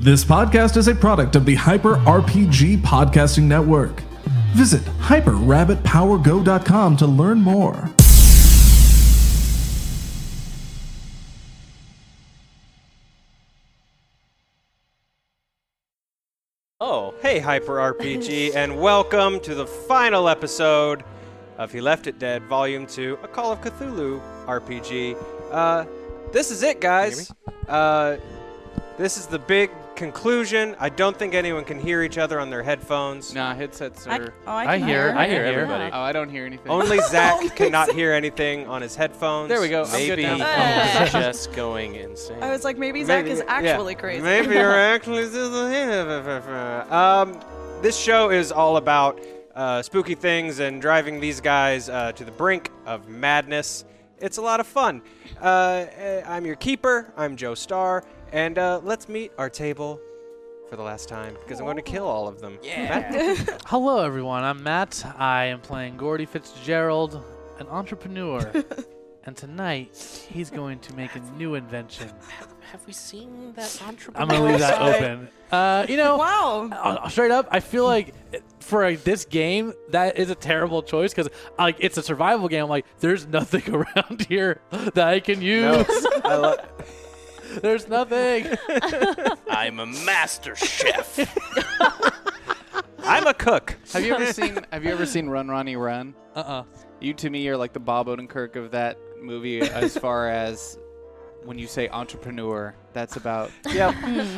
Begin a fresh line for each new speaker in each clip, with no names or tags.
This podcast is a product of the Hyper RPG Podcasting Network. Visit hyperrabbitpowergo.com to learn more.
Oh, hey, Hyper RPG, and welcome to the final episode of He Left It Dead, Volume 2, a Call of Cthulhu RPG. Uh, this is it, guys. Uh, this is the big conclusion. I don't think anyone can hear each other on their headphones.
Nah, headsets
I-
are.
oh, I can
hear.
hear.
I hear
Yeah.
everybody. Oh, I don't hear anything.
Only Zach cannot hear anything on his headphones.
there we go. I'm good
Maybe
now.
Hey.
he's just going insane.
I was like, maybe Zach
Maybe-
is
yeah.
actually crazy.
Maybe you're actually um, this show is all about uh, spooky things and driving these guys uh, to the brink of madness. It's a lot of fun. Uh, eh, I'm your keeper. I'm Joe Starr, and uh, let's meet our table for the last time because I'm going to kill all of them. Yeah.
Hello, everyone. I'm Matt. I am playing Gordy Fitzgerald, an entrepreneur. and tonight, he's going to make a new invention.
Have we seen that entrepreneur?
I'm going to leave that
Sorry.
open. Uh, you know,
wow.
uh, straight up, I feel like it- for like, this game, that is a terrible choice because like it's a survival game. I'm like, there's nothing around here that I can use.
I lo-
there's nothing.
I'm a master chef.
I'm a cook.
Have you ever seen Have you ever seen Run Ronnie Run?
Uh-uh.
You to me are like the Bob Odenkirk of that movie as far as when you say entrepreneur. That's about
Yeah.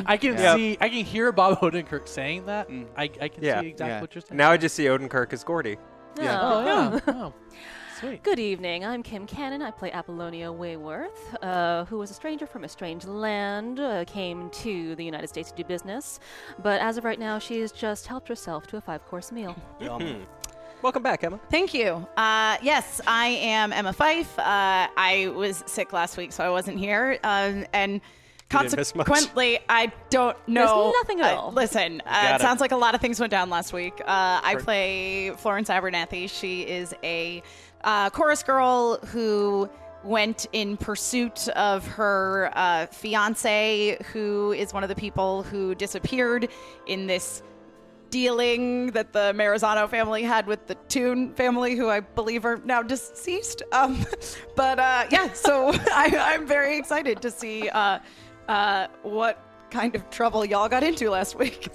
I can
Yeah.
see, I can hear Bob Odenkirk saying that.
Mm.
I, I can
Yeah.
see exactly
Yeah.
what you're saying.
now I just see Odenkirk as Gordy.
Yeah.
Oh, yeah. Oh, sweet.
Good evening. I'm Kim Cannon. I play Apollonia Wayworth, uh, who was a stranger from a strange land, uh, came to the United States to do business, but as of right now, she has just helped herself to a five-course meal.
Welcome back, Emma.
Thank you. Uh, yes, I am Emma Fife. Uh, I was sick last week, so I wasn't here. Um, and
didn't miss much.
consequently, I don't know.
nothing at
uh,
all.
listen, uh, it
gotta-
sounds like a lot of things went down last week. Uh, I play Florence Abernathy. She is a uh, chorus girl who went in pursuit of her uh, fiance, who is one of the people who disappeared in this dealing that the Marizano family had with the Toon family, who I believe are now deceased. Um, but uh, yeah, so I, I'm very excited to see uh, uh, what kind of trouble y'all got into last week.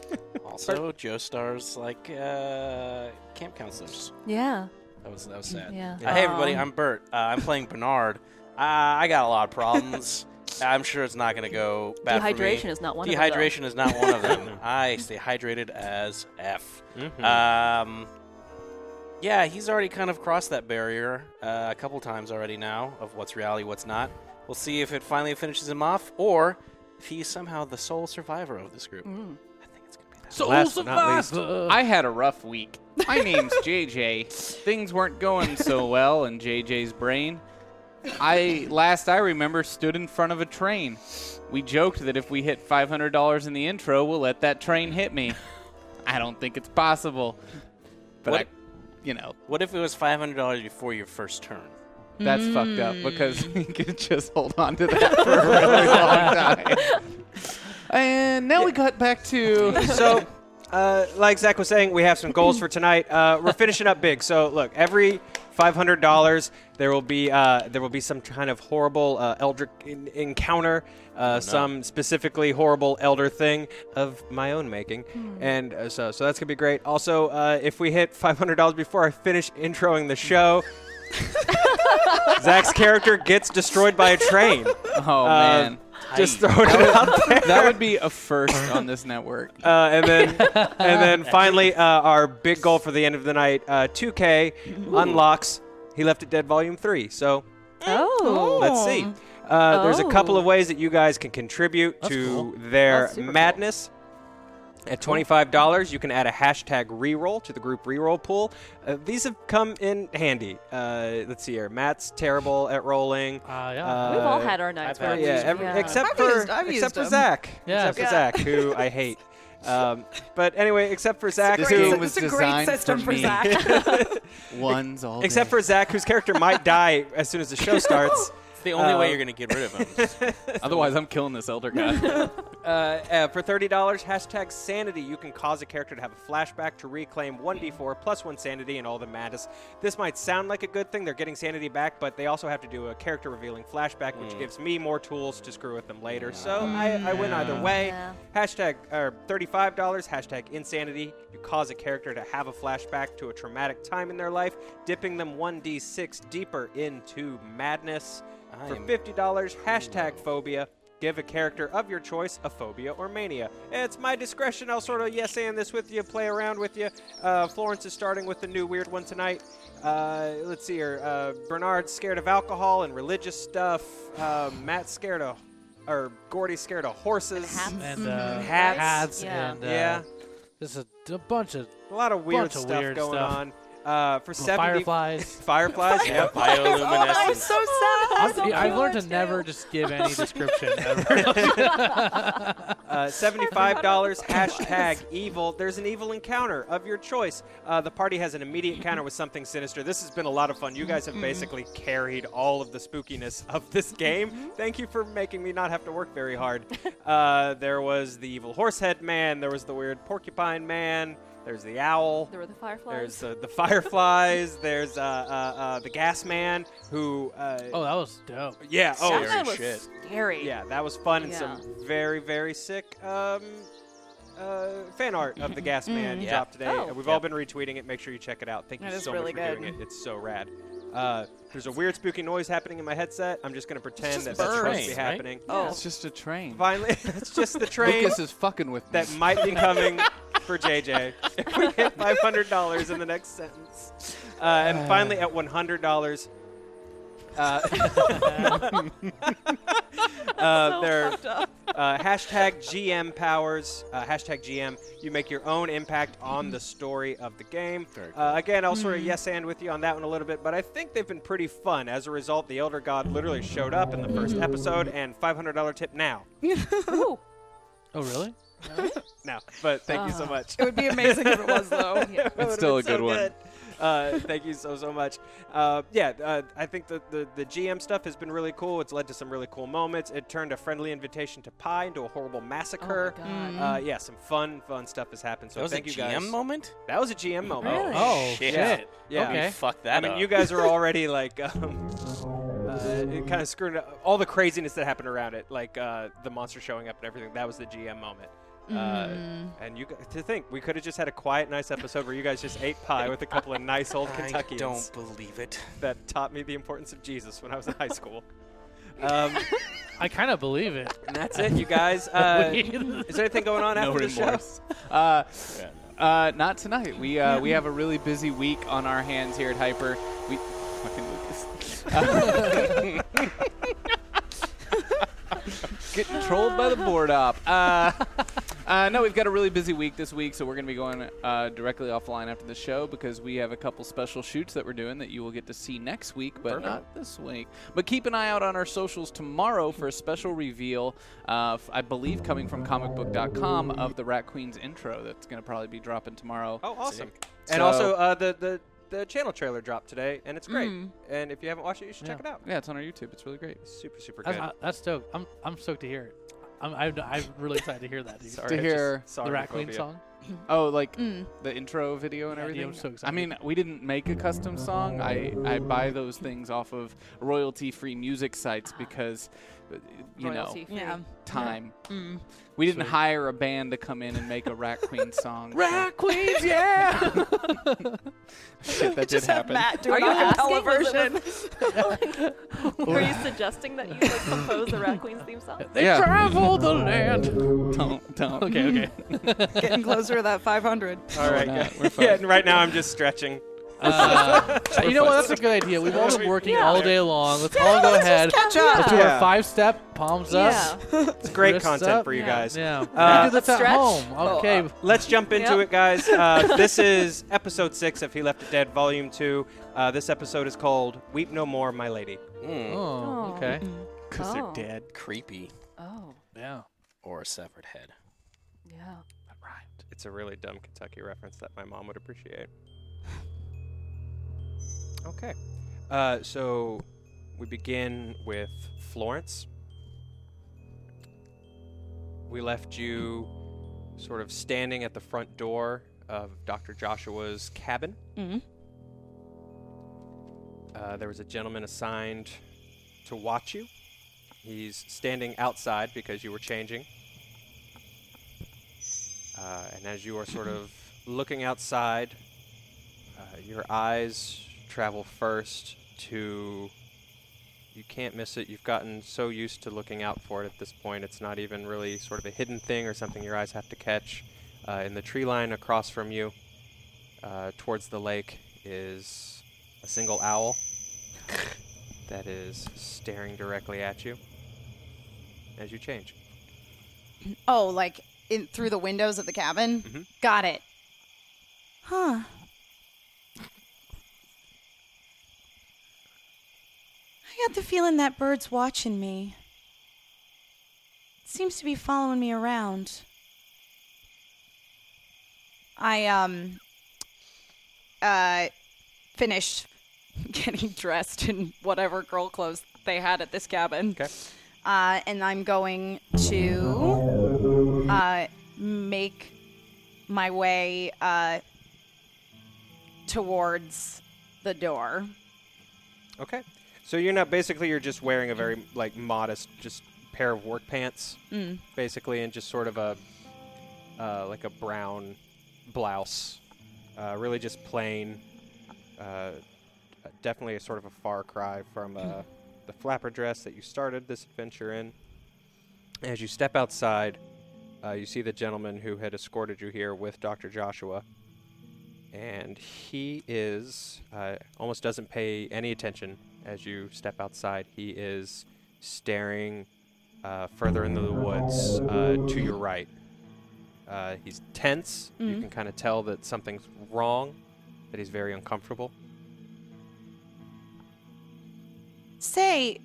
also, Joe Star's like uh, camp counselors.
Yeah.
That was that was sad.
Yeah. Um,
Uh, hey everybody, I'm Bert. Uh, I'm playing Bernard. Uh, I got a lot of problems. I'm sure it's not gonna go bad. for
Dehydration
me.
is not one of them, though.
Dehydration is not one of them. I stay hydrated as f. Um, yeah, he's already kind of crossed that barrier uh, a couple times already now of what's reality, what's not. We'll see if it finally finishes him off, or if he's somehow the sole survivor of this group.
Mm.
I think it's gonna be that.
So
Last but not least-
I had a rough week. My name's JJ. Things weren't going so well in JJ's brain. I last I remember stood in front of a train. We joked that if we hit $500 in the intro, we'll let that train hit me. I don't think it's possible. But
What-
I, you know,
What if it was five hundred dollars before your first turn?
that's fucked up because you could just hold on to that for a really long time. And now we cut back to
so, uh, like Zach was saying, we have some goals for tonight. Uh, we're finishing up big. So, look, every five hundred dollars, there will be uh, there will be some kind of horrible uh, elder in- encounter, uh, some specifically horrible elder thing of my own making, and uh, so so that's gonna be great. Also, uh, if we hit five hundred dollars before I finish introing the show. Zach's character gets destroyed by a train.
oh
Uh,
man,
Just throwing it out there.
that would be a first on this network.
Uh, and then, and then finally, uh, our big goal for the end of the night, uh, 2K unlocks. He left it dead, volume three. So
Oh.
let's see. Uh, There's a couple
Oh.
of ways that you guys can contribute to their
That's super cool.
madness. At $25, you can add a hashtag reroll to the group reroll pool. Uh, these have come in handy. Uh, let's see here. Matt's terrible at rolling.
Ah, yeah.
We've all
Uh,
had our nights.
I've
where
had
we-
Yeah, every, except
I've
for
used- I've
except
used
for
them.
Zach.
Yeah.
Except
Yeah.
for Zach, who I hate. Um, but anyway, except for Zach,
This
who,
game was
it's a great
designed
system
for
for,
me.
Zach.
One's all
except for Zach, whose character might die as soon as the show starts.
It's the only way you're gonna get rid of him.
Otherwise, I'm killing this elder guy.
Uh, uh, for thirty dollars, hashtag sanity. You can cause a character to have a flashback to reclaim one d4 plus one sanity and all the madness. This might sound like a good thing; they're getting sanity back, but they also have to do a character revealing flashback, which
Mm.
gives me more tools to screw with them later. So I, I win
Mm,
either way.
Yeah.
Hashtag or thirty-five dollars. Hashtag insanity. You cause a character to have a flashback to a traumatic time in their life, dipping them one d6 deeper into madness. For
am-
fifty dollars, hashtag phobia. Give a character of your choice a phobia or mania. It's my discretion. I'll sort of yes and this with you, play around with you. Uh, Florence is starting with the new weird one tonight. Uh, let's see here. Uh, Bernard's scared of alcohol and religious stuff. Uh, Matt's scared of, or Gordy's scared of horses.
and uh,
Mm-hmm. Hats.
Yeah.
and uh,
Yeah,
This is a, a bunch of
a lot of weird
Bunch of
stuff
weird
going
stuff.
on. Uh, for seventy,
fireflies.
fireflies.
yeah,
yep. Uh,
bioluminescence.
Oh,
I've, I've learned to never just give any description. ever.
Uh, Seventy-five dollars. hashtag evil. There's an evil encounter of your choice. Uh, the party has an immediate encounter with something sinister. This has been a lot of fun. You guys have basically carried all of the spookiness of this game. Thank you for making me not have to work very hard. Uh, there was the evil horsehead man. There was the weird porcupine man. There's the owl.
There were the fireflies.
There's uh, the fireflies. There's uh, uh, uh, the gas man who. Uh,
oh, that was dope.
yeah. Oh,
that man was
shit.
scary.
yeah, that was fun and
Yeah.
some very, very sick um, uh, fan art of the Gas Man
Yeah.
dropped today.
Oh.
We've all been retweeting it. Make sure you check it out. Thank
Mm-hmm. That
you
is
so
really
much for
good.
doing it. It's so rad. Uh, there's a weird spooky noise happening in my headset. I'm just going to pretend
just
that that's supposed to
birds,
be
right?
happening.
Oh.
It's just a train.
Finally, it's just the train
Lucas is fucking with me.
that might be coming for JJ if we hit $500 in the next sentence. Uh, and finally, at $100, uh, uh, there, uh, hashtag GM powers, uh, hashtag GM. You make your own impact on the story of the game. Uh, again, I'll sort of yes and with you on that one a little bit, but I think they've been pretty fun. As a result, the Elder God literally showed up in the first episode, and $500 tip now.
Ooh.
Oh, really?
Now, but thank you so
Ah.
much.
It would be amazing if it was though.
Yeah.
That
It's
would've
still a
been so
good one.
Uh, thank you so so much. Uh, yeah, uh, I think that the, the GM stuff has been really cool. It's led to some really cool moments. It turned a friendly invitation to pie into a horrible massacre.
Oh my
Uh, yeah, some fun fun stuff has happened. So
That was a
thank
GM
you guys.
moment.
That was a GM moment.
Really?
Oh,
shit.
Yeah.
Let me
Okay.
Fuck
I
that.
mean,
up.
you guys are already like. Um, Uh, it kind of screwed up all the craziness that happened around it, like uh, the monster showing up and everything. That was the GM moment. Uh, and you g- to think we could have just had a quiet, nice episode where you guys just ate pie with a couple of nice old
I
Kentuckians
don't believe it.
that taught me the importance of Jesus when I was in high school. Um,
I kind of believe it.
and that's it, you guys. Uh, is there anything going on
no
after the show?
remorse. Uh, uh, not tonight. We uh, we have a really busy week on our hands here at Hyper. We fucking Lucas. Uh, Getting trolled by the board op. Uh, uh, no, we've got a really busy week this week, so we're going to be going uh, directly offline after the show because we have a couple special shoots that we're doing that you will get to see next week, but not this week. But keep an eye out on our socials tomorrow for a special reveal, uh, f- I believe coming from comicbook.com, of the Rat Queen's intro that's going to probably be dropping tomorrow.
Oh, awesome! And
So-
also uh, the the the channel trailer dropped today, and it's great. And if you haven't watched it, you should check it out.
Yeah, it's on our YouTube. It's really great.
Super super
That's,
good.
uh, that's dope. I'm I'm stoked to hear it. I'm I'm, I'm really excited to hear that. Dude.
Sorry,
to
I
hear
just,
the
sorry,
Rat Queen
Phobia.
song.
Oh, like
Mm.
the intro video and
Yeah, dude,
everything.
I'm so
I
excited.
mean, we didn't make a custom song. I, I buy those things off of royalty-free music sites because, uh, you
Royalty
know,
free.
Yeah. Mm.
time. We didn't hire a band to come in and make a Rat Queen song.
Rat Queens, yeah.
Shit, that did
Just have
happen.
Matt do
Are
an
you
acapella
asking? Was it
version.
Were you suggesting that you like compose the Rat Queen's theme song?
They
Yeah.
travel the land.
Don't, don't.
Okay, okay.
Getting closer to that 500.
All right,
not.
guys.
We're fine.
yeah. And right now I'm just stretching.
Uh, you know what? That's a good idea. We've all been working
Yeah.
all day long. Let's all go ahead.
Catch up.
Let's do
Yeah.
our five step, palms
Yeah.
up.
It's great
wrists
content
up.
for you
Yeah.
guys.
Yeah.
Uh,
do this at
Stretch. Oh, uh,
home. Okay.
Let's jump into
Yep.
it, guys. Uh, this is episode six of He Left It Dead, Volume Two. Uh, this episode is called "Weep No More, My Lady."
Oh,
Oh.
okay.
Because
Oh.
they're dead, creepy,
Oh,
Yeah.
or a severed head.
yeah.
It's a really dumb Kentucky reference that my mom would appreciate. Okay. Uh, so We begin with Florence. We left you sort of standing at the front door of Dr. Joshua's cabin.
Mhm.
Uh, there was a gentleman assigned to watch you. He's standing outside because you were changing. Uh, and as you are sort of looking outside, uh, your eyes travel first to. You can't miss it. You've gotten so used to looking out for it at this point. It's not even really sort of a hidden thing or something your eyes have to catch. Uh, in the tree line across from you, uh, towards the lake, is a single owl that is staring directly at you as you change.
Oh, like in through the windows of the cabin.
Mhm.
Got it. Huh. I got the feeling that bird's watching me. seems to be following me around. I um uh finished getting dressed in whatever girl clothes they had at this cabin.
Okay.
Uh, and I'm going to uh, make my way uh, towards the door.
Okay. So you're not basically you're just wearing a very like modest just pair of work pants,
Mm.
basically, and just sort of a uh, like a brown blouse. Uh, really just plain. Uh, definitely a sort of a far cry from uh, the flapper dress that you started this adventure in. As you step outside, uh, you see the gentleman who had escorted you here with Dr. Joshua and he is uh, almost doesn't pay any attention as you step outside. He is staring uh, further into the woods uh, to your right. Uh, he's tense. You can kind of tell that something's wrong, that he's very uncomfortable.
Say,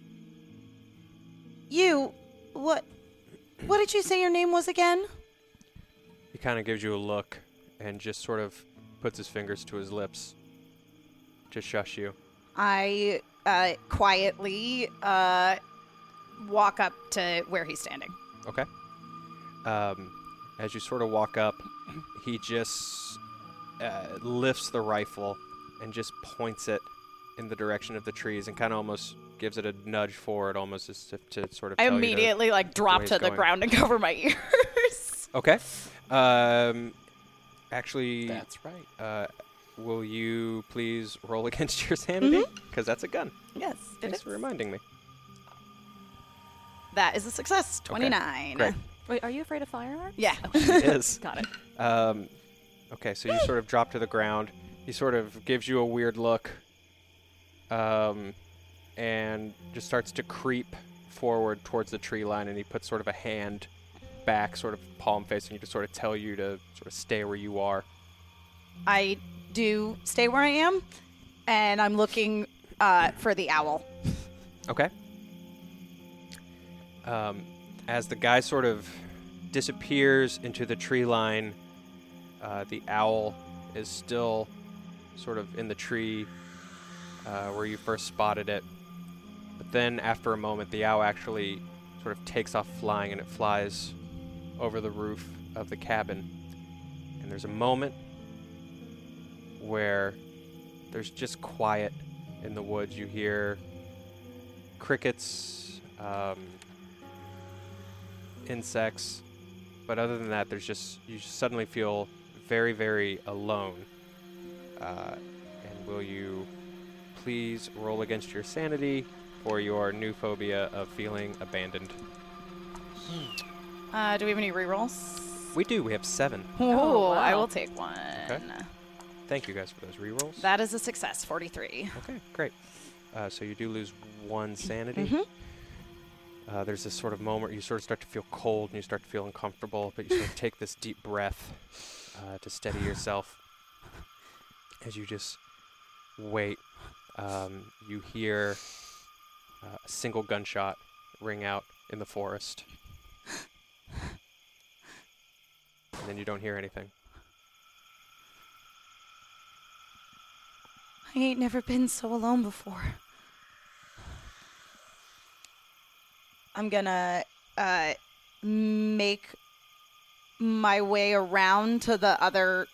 you, what, what did you say your name was again?
He kind of gives you a look and just sort of puts his fingers to his lips to shush you.
I uh, quietly uh, walk up to where he's standing.
Okay. Um, as you sort of walk up, he just uh, lifts the rifle and just points it in the direction of the trees and kind of almost gives it a nudge forward, almost as if to sort of.
I
tell you to-
immediately like drop
where
to
he's
the
going.
ground and cover my ears.
okay. Um, actually,
That's right.
uh, will you please roll against your sanity? Because that's a gun.
yes, Mm-hmm. it
Thanks
is.
for reminding me.
That is a success. Twenty-nine.
Great.
Wait, are you afraid of firearms?
Yeah.
It is.
Got it.
Um, okay, so you sort of drop to the ground. He sort of gives you a weird look, um, and just starts to creep forward towards the tree line. And he puts sort of a hand back, sort of palm facing you, to sort of tell you to sort of stay where you are.
I do stay where I am, and I'm looking uh, for the owl.
Okay. Um, as the guy sort of disappears into the tree line, uh, the owl is still sort of in the tree uh, where you first spotted it. But then, after a moment, the owl actually sort of takes off flying and it flies over the roof of the cabin. And there's a moment where there's just quiet in the woods. You hear crickets, um, insects, but other than that, there's just you just suddenly feel very, very alone. Uh, and will you please roll against your sanity for your new phobia of feeling abandoned?
Uh, do we have any rerolls?
We do. We have seven.
Oh, I
wow.
will take one.
Thank you guys for those rerolls.
That is a success. Forty-three.
Okay, great. Uh, so you do lose one sanity. Uh, there's this sort of moment you sort of start to feel cold and you start to feel uncomfortable, but you sort of take this deep breath uh, to steady yourself. As you just wait, um, you hear uh, a single gunshot ring out in the forest. And then you don't hear anything.
I ain't never been so alone before. I'm gonna uh, make my way around to the other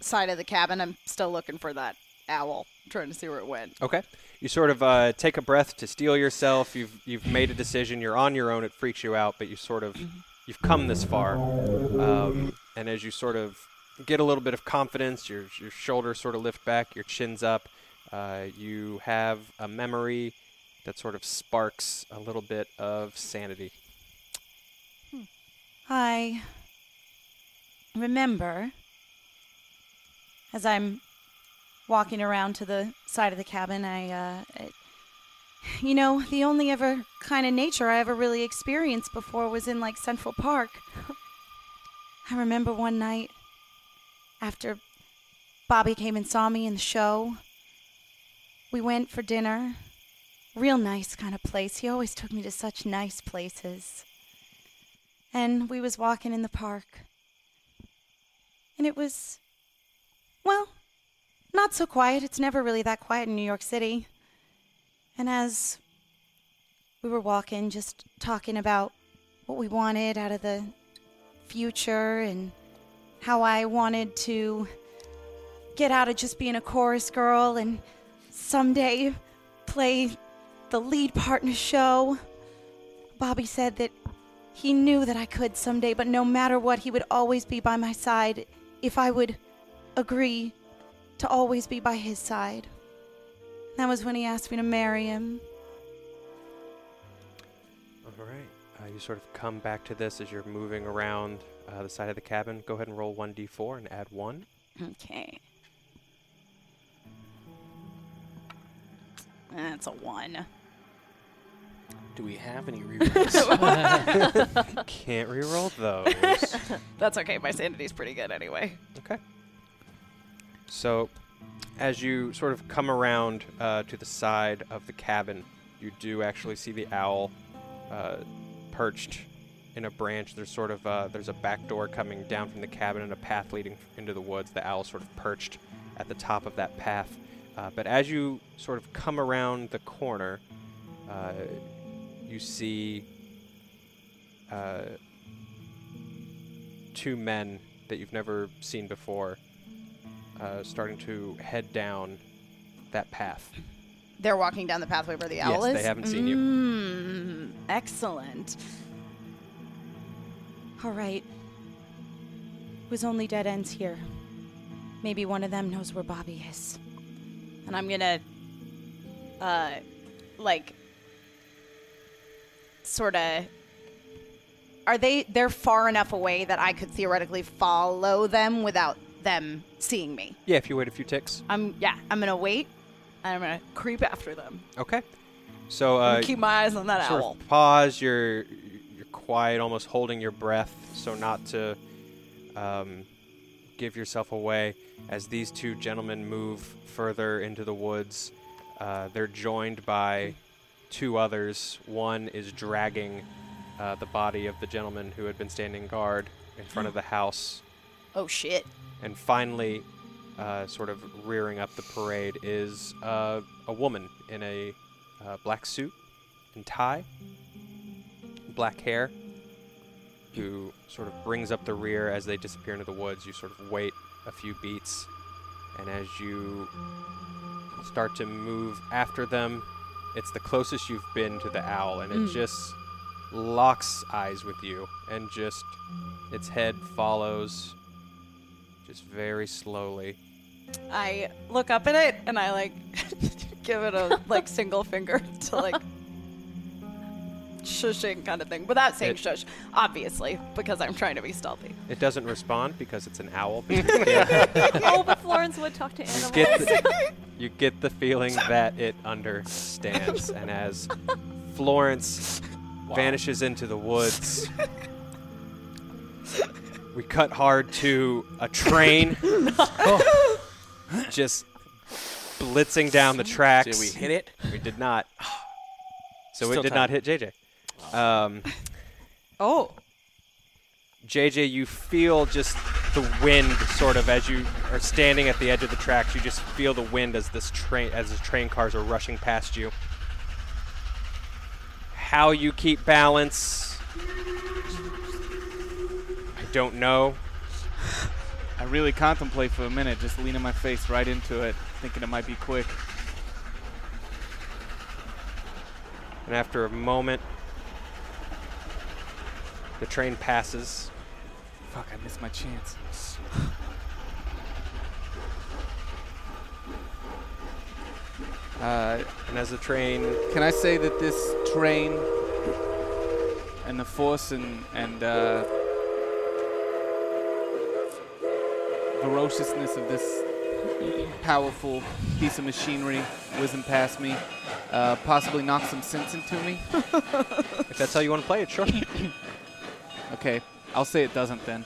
side of the cabin. I'm still looking for that owl, trying to see where it went.
Okay. You sort of uh, take a breath to steel yourself. You've you've made a decision. You're on your own. It freaks you out, but you sort of you've come this far. Um, and as you sort of get a little bit of confidence, your your shoulders sort of lift back, your chin's up. Uh, you have a memory that sort of sparks a little bit of sanity.
I remember as I'm walking around to the side of the cabin, I, uh, it- you know, the only ever kind of nature I ever really experienced before was in like Central Park. I remember one night after Bobby came and saw me in the show, we went for dinner. Real nice kind of place. He always took me to such nice places and we was walking in the park. And it was well, not so quiet. It's never really that quiet in New York City. And as we were walking just talking about what we wanted out of the future and how I wanted to get out of just being a chorus girl and someday play the lead part in a show. Bobby said that he knew that I could someday, but no matter what, he would always be by my side if I would agree to always be by his side. That was when he asked me to marry him.
All right. Uh, you sort of come back to this as you're moving around uh, the side of the cabin. Go ahead and roll 1d4 and add 1.
Okay. That's a one.
Do we have any rerolls?
Can't reroll those.
That's okay. My sanity's pretty good anyway.
Okay. So, as you sort of come around uh, to the side of the cabin, you do actually see the owl uh, perched in a branch. There's sort of uh, there's a back door coming down from the cabin and a path leading into the woods. The owl sort of perched at the top of that path. Uh, but as you sort of come around the corner, uh, you see uh, two men that you've never seen before uh, starting to head down that path.
They're walking down the pathway where the
Yes,
owl is.
they haven't seen you.
Mm, excellent. All right. Was only dead ends here. Maybe one of them knows where Bobby is. And I'm gonna, uh, like, sort of. Are they? They're far enough away that I could theoretically follow them without them seeing me.
Yeah, if you wait a few ticks.
I'm yeah. I'm gonna wait. And I'm gonna creep after them.
Okay. So
I'm
uh,
gonna keep my eyes on that
sort
owl.
of pause. You're you're quiet, almost holding your breath, so not to um, give yourself away. As these two gentlemen move further into the woods, uh, they're joined by two others. One is dragging uh, the body of the gentleman who had been standing guard in front of the house,
Oh shit.
and finally. Uh, sort of rearing up the parade is uh, a woman in a uh, black suit and tie, black hair, who sort of brings up the rear as they disappear into the woods. You sort of wait a few beats, and as you start to move after them, it's the closest you've been to the owl, and it just locks eyes with you, and just its head follows just very slowly.
I look up at it and I like give it a like single finger to like shushing kind of thing without saying
It-
shush, obviously, because I'm trying to be stealthy.
It doesn't respond because it's an owl, but you get,
oh, but Florence would talk to animals.
get the, you get the feeling that it understands. And as Florence vanishes into the woods, we cut hard to a train Oh. just blitzing down the tracks.
Did we hit it?
We did not. So it
Still
did
time.
not hit JJ. Um,
Oh.
JJ, you feel just the wind sort of as you are standing at the edge of the tracks. You just feel the wind as this train as the train cars are rushing past you. how you keep balance. I don't know.
I really contemplate for a minute, just leaning my face right into it, thinking it might be quick.
And after a moment, the train passes.
Fuck, I missed my chance. Uh,
And as the train
can I say that this train and the force and and uh, ferociousness of this powerful piece of machinery whizzing past me uh, possibly knocked some sense into me?
If that's how you want to play it, sure.
Okay, I'll say it doesn't then.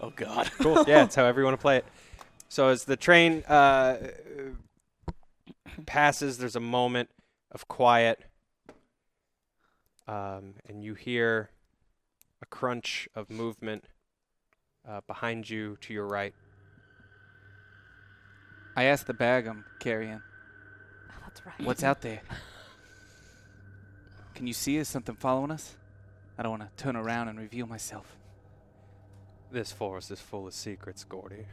Oh God.
cool. Yeah, it's however you want to play it. So as the train uh, passes, there's a moment of quiet, um, and you hear a crunch of movement uh, behind you to your right.
I asked the bag I'm carrying.
Oh, that's right.
What's out there? Can you see? Is something following us? I don't want to turn around and reveal myself.
This forest is full of secrets, Gordy.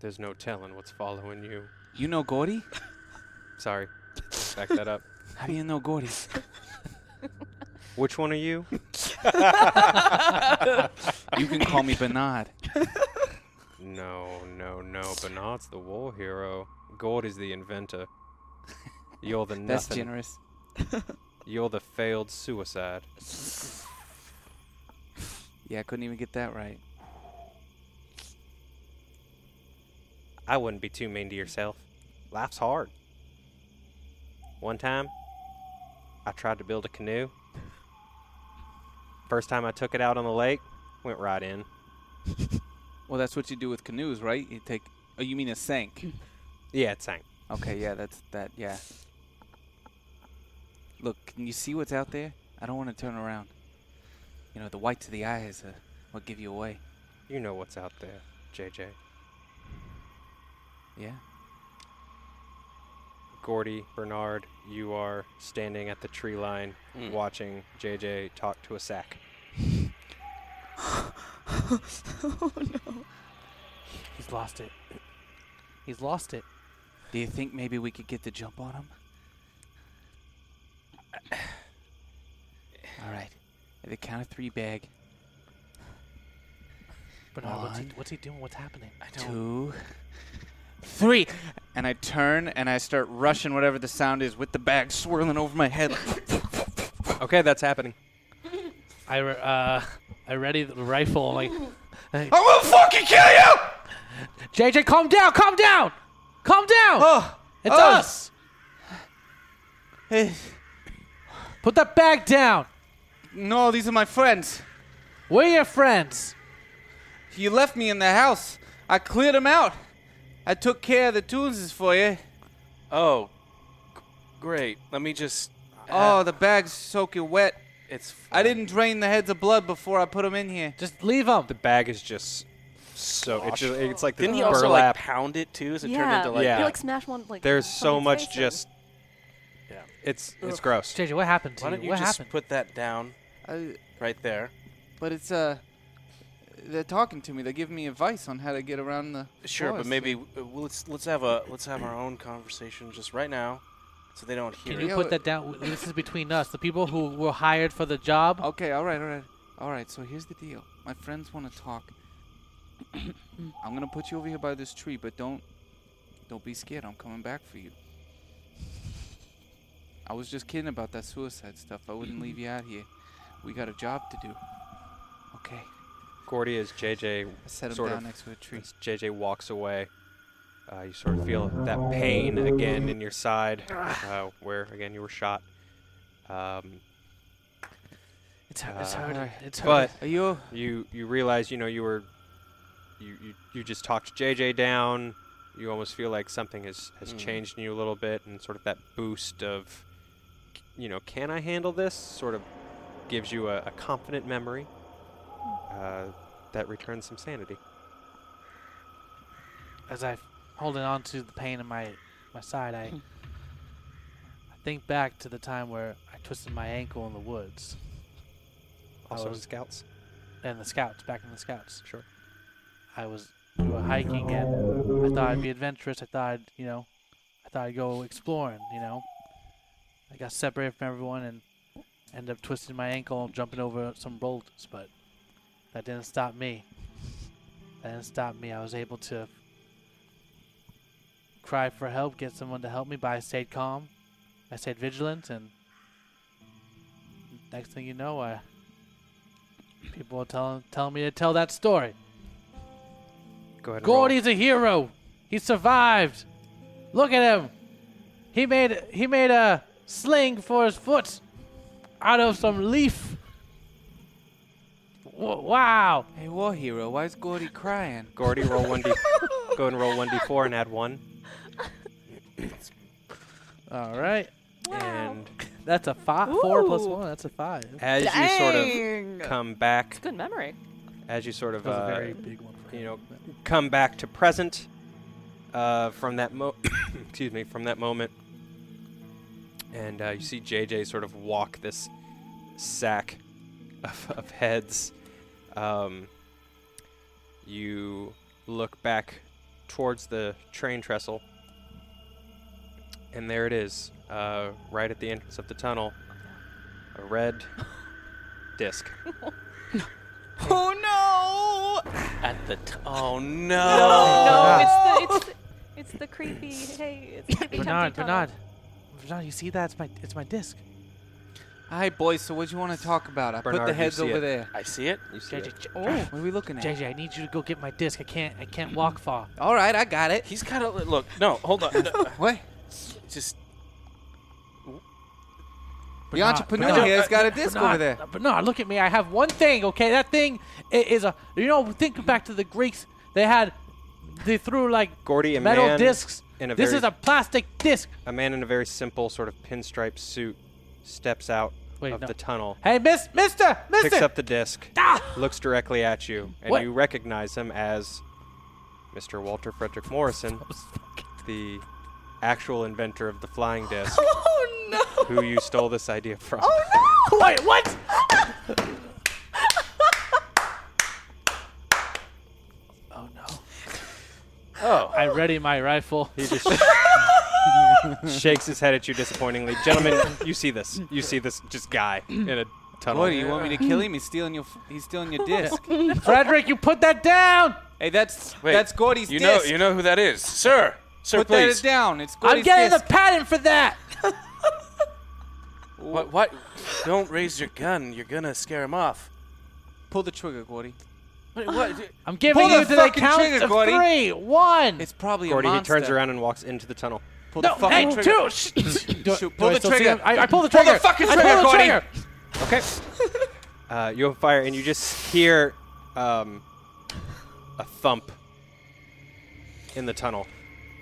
There's no telling what's following you.
You know Gordy?
Sorry, back that up.
How do you know Gordy?
Which one are you?
You can call me Bernard.
No, no, no. Bernard's the war hero. Gordy's the inventor. You're the nothing.
That's generous.
You're the failed suicide.
Yeah, I couldn't even get that right.
I wouldn't be too mean to yourself. Life's hard. One time, I tried to build a canoe. First time I took it out on the lake, went right in.
Well, that's what you do with canoes, right? You take. Oh, you mean a sank?
Yeah, it sank.
Okay, yeah, that's that. Yeah. Look, can you see what's out there? I don't want to turn around. You know, the whites of the eyes are what give you away.
You know what's out there, JJ.
Yeah.
Gordy, Bernard, you are standing at the tree line watching JJ talk to a sack.
He's lost it. He's lost it.
Do you think maybe we could get the jump on him? All right. At the count of three, bag.
Bernard, what's he,
One.
what's he doing? What's happening?
Two, three. And I turn and I start rushing whatever the sound is with the bag swirling over my head.
Okay, that's happening.
I re- uh, I ready the rifle. I'm like,
I will fucking kill you!
JJ, calm down, calm down, calm down. it's
oh. Eh.
us. Put that bag down.
No, these are my friends.
We're your friends.
You left me in the house. I cleared them out. I took care of the tunes for you.
Oh, g- great. Let me just.
Oh, the bag's soaking wet.
It's.
I didn't drain the heads of blood before I put them in here.
Just leave him.
The bag is just so it's, just, it's like
Didn't
the
he also like
burlap.
pound it too? So it
yeah.
turned into like.
Yeah.
You like smash one like.
There's so
someone's
much
face in.
just
Yeah.
it's it's gross.
JJ, what happened to
Why don't you
what
just
happened?
put that down
I,
right there?
but it's uh, they're talking to me. They're giving me advice on how to get around the.
Sure, but
forest.
maybe uh, well, let's let's have a let's have our own conversation just right now, so they don't hear
Can
it.
you put that down? This is between us. The people who were hired for the job.
Oh,
Okay, all right, all right, all right. So here's the deal. My friends want to talk. I'm gonna put you over here by this tree, but don't, don't be scared. I'm coming back for you. I was just kidding about that suicide stuff. I wouldn't leave you out here. We got a job to do. Okay,
Gordy is JJ
I set him
sort
down
of
next to a tree.
as JJ walks away. Uh, you sort of feel that pain again in your side, uh, where again you were shot. Um,
It's, hu- it's
Uh,
hurting. It's
but
hurting.
Are you?
you you realize you know you were you, you you just talked JJ down. You almost feel like something has has
Mm.
changed in you a little bit, and sort of that boost of you know, can I handle this? Sort of gives you a, a confident memory uh, that returns some sanity.
Hmm.
as I'm holding on to the pain in my my side, I I think back to the time where I twisted my ankle in the woods
Also,
was-
scouts.
and the scouts, back in the scouts. Sure. I was we were hiking and I thought I'd be adventurous. I thought I'd, you know, I thought I'd go exploring, you know. I got separated from everyone and ended up twisting my ankle and jumping over some boulders, but that didn't stop me. That didn't stop me. I was able to cry for help, get someone to help me, but I stayed calm. I stayed vigilant and next thing you know I People are telling telling me to tell that story.
Go ahead. and roll.
Gordy's a hero. He survived. Look at him. He made he made a sling for his foot out of some leaf. W- wow.
Hey, war hero, why is Gordy crying?
Gordy, roll one d. Go ahead and roll one d four and add one.
All right.
And
That's a five. Four plus
Ooh.
one. That's a five.
as you sort
Dang.
of come back,
Good memory.
as you sort of
That was a
uh,
very big one. For
you
him.
know come back to present uh, from that mo excuse me from that moment and uh, you see jj sort of walk this sack of, of heads um, you look back towards the train trestle and there it is uh, right at the entrance of the tunnel a red disc
Oh no!
At the t- oh
No,
no!
Oh, it's the
Ah.
it's the, it's the creepy. Hey, it's the creepy. Humpty
Bernard,
Dumpty.
Bernard, Bernard, you see that? It's my it's my disc.
Hi, boys. So what do you want to talk about? I
Bernard,
put the
you
heads
see
over
it.
there.
I see it.
you see it.
Oh,
What are we looking at?
JJ, I need you to go get my disc. I can't I can't walk far.
All right, I got it.
He's got a look. No, hold on. No,
What?
just
The entrepreneur
Bernard,
here's got a disc
Bernard,
over there.
uh, Bernard, look at me. I have one thing, okay? That thing i- is a. You know, think back to the Greeks. They had. They threw like
Gordy, a
metal
man
discs.
in a
this
very-
is a plastic disc.
A man in a very simple sort of pinstripe suit steps out
Wait,
of
no.
the tunnel,
Hey, miss, mister, mister.
picks up the disc,
Ah!
looks directly at you, and
What?
you recognize him as Mr. Walter Frederick Morrison, the actual inventor of the flying disc,
Oh no!
who you stole this idea from.
Oh, Wait, what? oh no.
oh.
I ready my rifle.
He just shakes his head at you disappointingly. Gentlemen, you see this. You see this just guy in a tunnel.
Gordy, you want me to kill him? He's stealing your. f- He's stealing your disc.
Frederick, you put that down.
hey, that's
Wait,
that's Gordy's
You
disc.
know, you know who that is, sir. Sir,
put
please.
that down. It's
I'm
Gordy's
getting
disc.
the patent for that.
What? What? Don't raise your gun. You're gonna scare him off.
Pull the trigger, Gordy.
I'm giving
Pull the
you to the
fucking
count
trigger,
of
Gordy.
three, one.
It's probably
Gordy,
a
he
monster.
turns around and walks into the tunnel.
Pull
No,
the fucking
hey,
trigger.
two. Shh, shh. Do,
Shoot,
do
pull
I
the
still see
trigger.
him? I, I pull the trigger.
fucking
I
trigger,
pull the
Gordy.
trigger.
Okay. Uh, you fire, and you just hear um, a thump in the tunnel.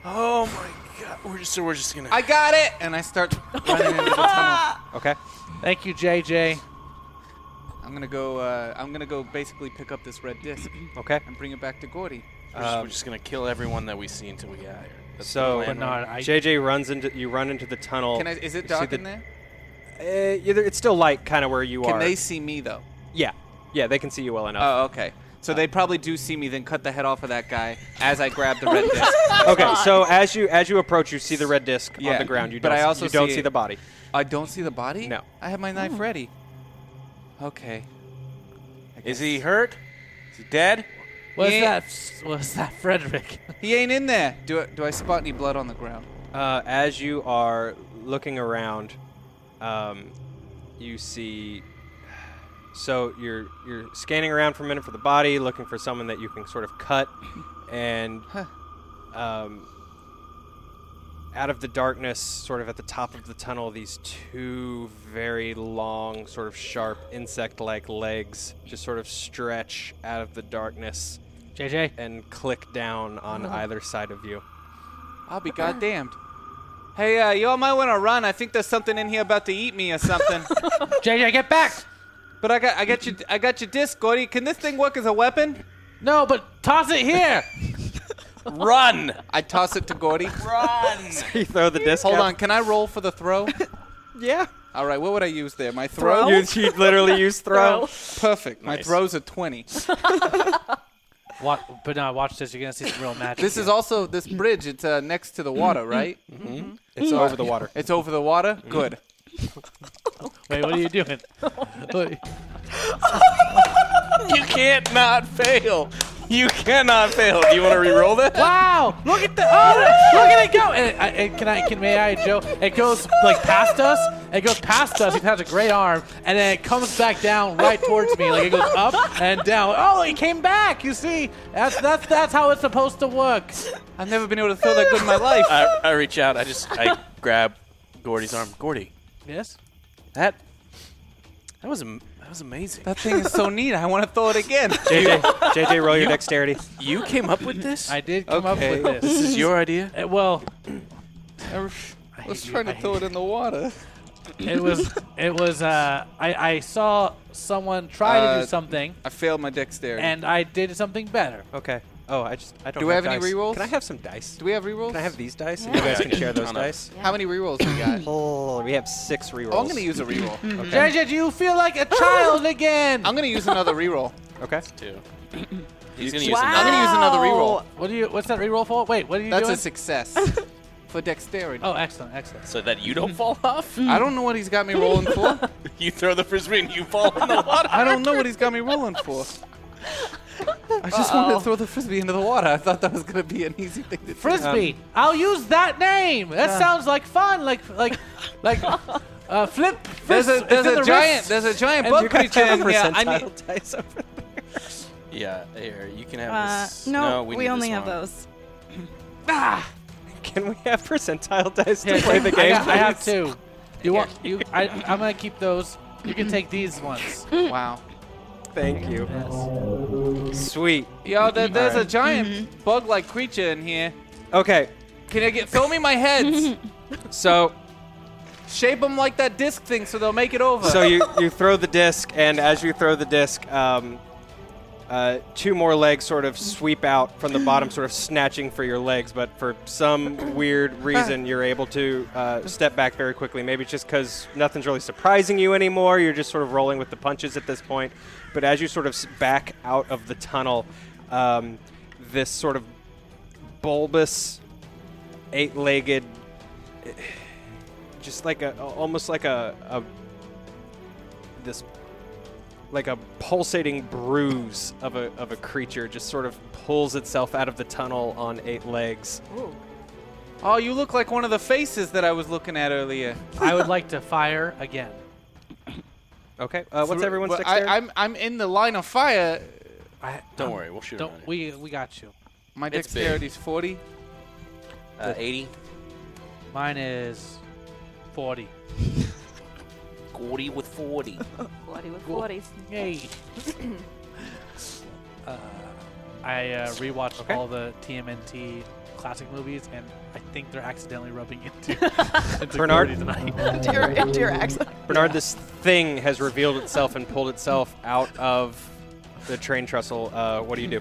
Oh my God. We're just. So we're just gonna.
I got it, Ah. and I start running into the tunnel.
Okay.
Thank you, JJ.
I'm gonna go. Uh, I'm gonna go basically pick up this red disc
Okay.
and bring it back to Gordy.
we're, just, we're just gonna kill everyone that we see until we get out of here. That's
So
the plan, right?
Bernard, I,
JJ runs into you. Run into the tunnel.
Can I? Is it
You see
dark
the-
in there?
Uh, yeah, there- it's still light, kind of where you
Can
are.
they see me though?
yeah. Yeah, they can see you well enough.
Oh, okay. So they probably do see me, then cut the head off of that guy as I grab the red disc.
okay. So as you as you approach, you see the red disc on
Oh, Yeah,
the ground. You
but
don't,
I
s-
also
you don't
see
see
it.
the body.
I don't see the body.
No.
I have my knife ready. Okay.
Is he hurt? Is he dead?
what's
Yeah.
that? What's that, Frederick?
He ain't in there. Do I, do I spot any blood on the ground?
Uh, as you are looking around, um, you see. So you're you're scanning around for a minute for the body, looking for someone that you can sort of cut, and um, out of the darkness, sort of at the top of the tunnel, these two very long, sort of sharp insect-like legs just sort of stretch out of the darkness
JJ,
and click down on either side of you.
I'll be goddamned. Hey, uh, y'all might want to run. I think there's something in here about to eat me or something.
JJ, get back!
but I got, I got your, I got your disc, Gordy. Can this thing work as a weapon?
No, but toss it here.
Run!
I toss it to Gordy.
Run!
you throw the disc.
Hold
out-
on, can I roll for the throw?
Yeah.
All right, what would I use there? My throw?
You, she literally used throw.
Perfect. My
Nice.
throw's a 20.
Watch, but now watch this. You're gonna see some real magic.
This is also this bridge. It's uh, next to the water, right?
Mm-hmm.
Mm-hmm.
It's over the water. Mm-hmm.
It's over the water. Good.
Wait, what are you doing? Wait,
You can't not fail. You cannot fail. Do you want to re-roll that?
wow! Look at the oh, look at it go! And, I- and can I can may I Joe? It goes like past us. It goes past us. It has a great arm, and then it comes back down right towards me. Like it goes up and down. Oh, it came back. You see, that's that's that's how it's supposed to work.
I've never been able to throw that good in my life.
I, I reach out. I just I grab Gordy's arm. Gordy,
Yes.
that that was am- that was amazing.
that thing is so neat. I want to throw it again.
JJ, JJ, roll your dexterity.
you came up with this.
I did come
Okay.
up with this.
this is your idea.
Uh, well,
I was
you,
trying
I
to
hate
throw it in the water.
it was it was. Uh, I I saw someone try to
Uh,
do something,
I failed my dexterity.
and I did something better.
Okay. Oh, I just I don't.
Do we
have,
have any
dice.
re-rolls?
Can I have some dice?
Do we have rerolls?
Can I have these dice?
Yeah.
You guys can share
I
those
don't know.
dice.
How many rerolls we got? oh,
Oh, we have six rerolls.
I'm gonna use a reroll.
Okay.
JJ, do you feel like a child again?
I'm gonna use another reroll.
okay.
Two. He's gonna use
wow.
another.
gonna use another reroll.
What do you? What's that reroll for? Wait, what are you
That's a
doing?
success for dexterity.
oh, excellent, excellent.
So that you don't fall off.
I don't know what he's got me rolling for.
You throw the frisbee and you fall in the water.
I don't know what he's got me rolling for. I just wanted to throw the frisbee into the water. I thought that was gonna be an easy thing to do.
Frisbee. Um, I'll use that name. That sounds like fun. Like like like uh, flip.
There's
Fris-
a there's
it's in
a
the
giant
wrist.
there's a giant
And
bug
you guys
creature in here. I need
Percentile dice over there.
Yeah, here you can have
Uh,
this.
no,
we,
we,
need this
only have
one.
those.
Can we have percentile dice to
Here,
play the
I
game?
got- I, have
please?
two. You want you? I I'm gonna keep those. You can take these ones.
Wow.
Thank you. Sweet.
Yo, there, there's a
Alright. Mm-hmm.
giant bug-like creature in here.
Okay.
Can I get throw me my heads?
So
Shape them like that disc thing so they'll make it over.
so you, you throw the disc, and as you throw the disc, um, uh, two more legs sort of sweep out from the bottom, sort of snatching for your legs. But for some weird reason, you're able to uh, step back very quickly. Maybe it's just because nothing's really surprising you anymore. You're just sort of rolling with the punches at this point. But as you sort of s- back out of the tunnel, um, this sort of bulbous, eight-legged, just like a almost like a, a this like a pulsating bruise of a, of a creature just sort of pulls itself out of the tunnel on eight legs.
oh, you look like one of the faces that I was looking at earlier.
I would like to fire again.
Okay, uh, what's
Thro-
everyone's
well,
dexterity?
I, I'm I'm in the line of fire.
I,
Don't
I'm-
worry, we'll shoot.
Don't we? We got you.
My
It's big.
dexterity's 40.
Uh, Eighty.
Mine is forty.
Gordy with forty.
Bloody with
Cool.
40s.
Yay. uh, I uh, rewatched
Okay.
all the TMNT classic movies, and I think they're accidentally rubbing into, into
Bernard?
Gordy tonight.
Dear, dear accent.
Bernard, this thing has revealed itself and pulled itself out of the train trestle. Uh, what do you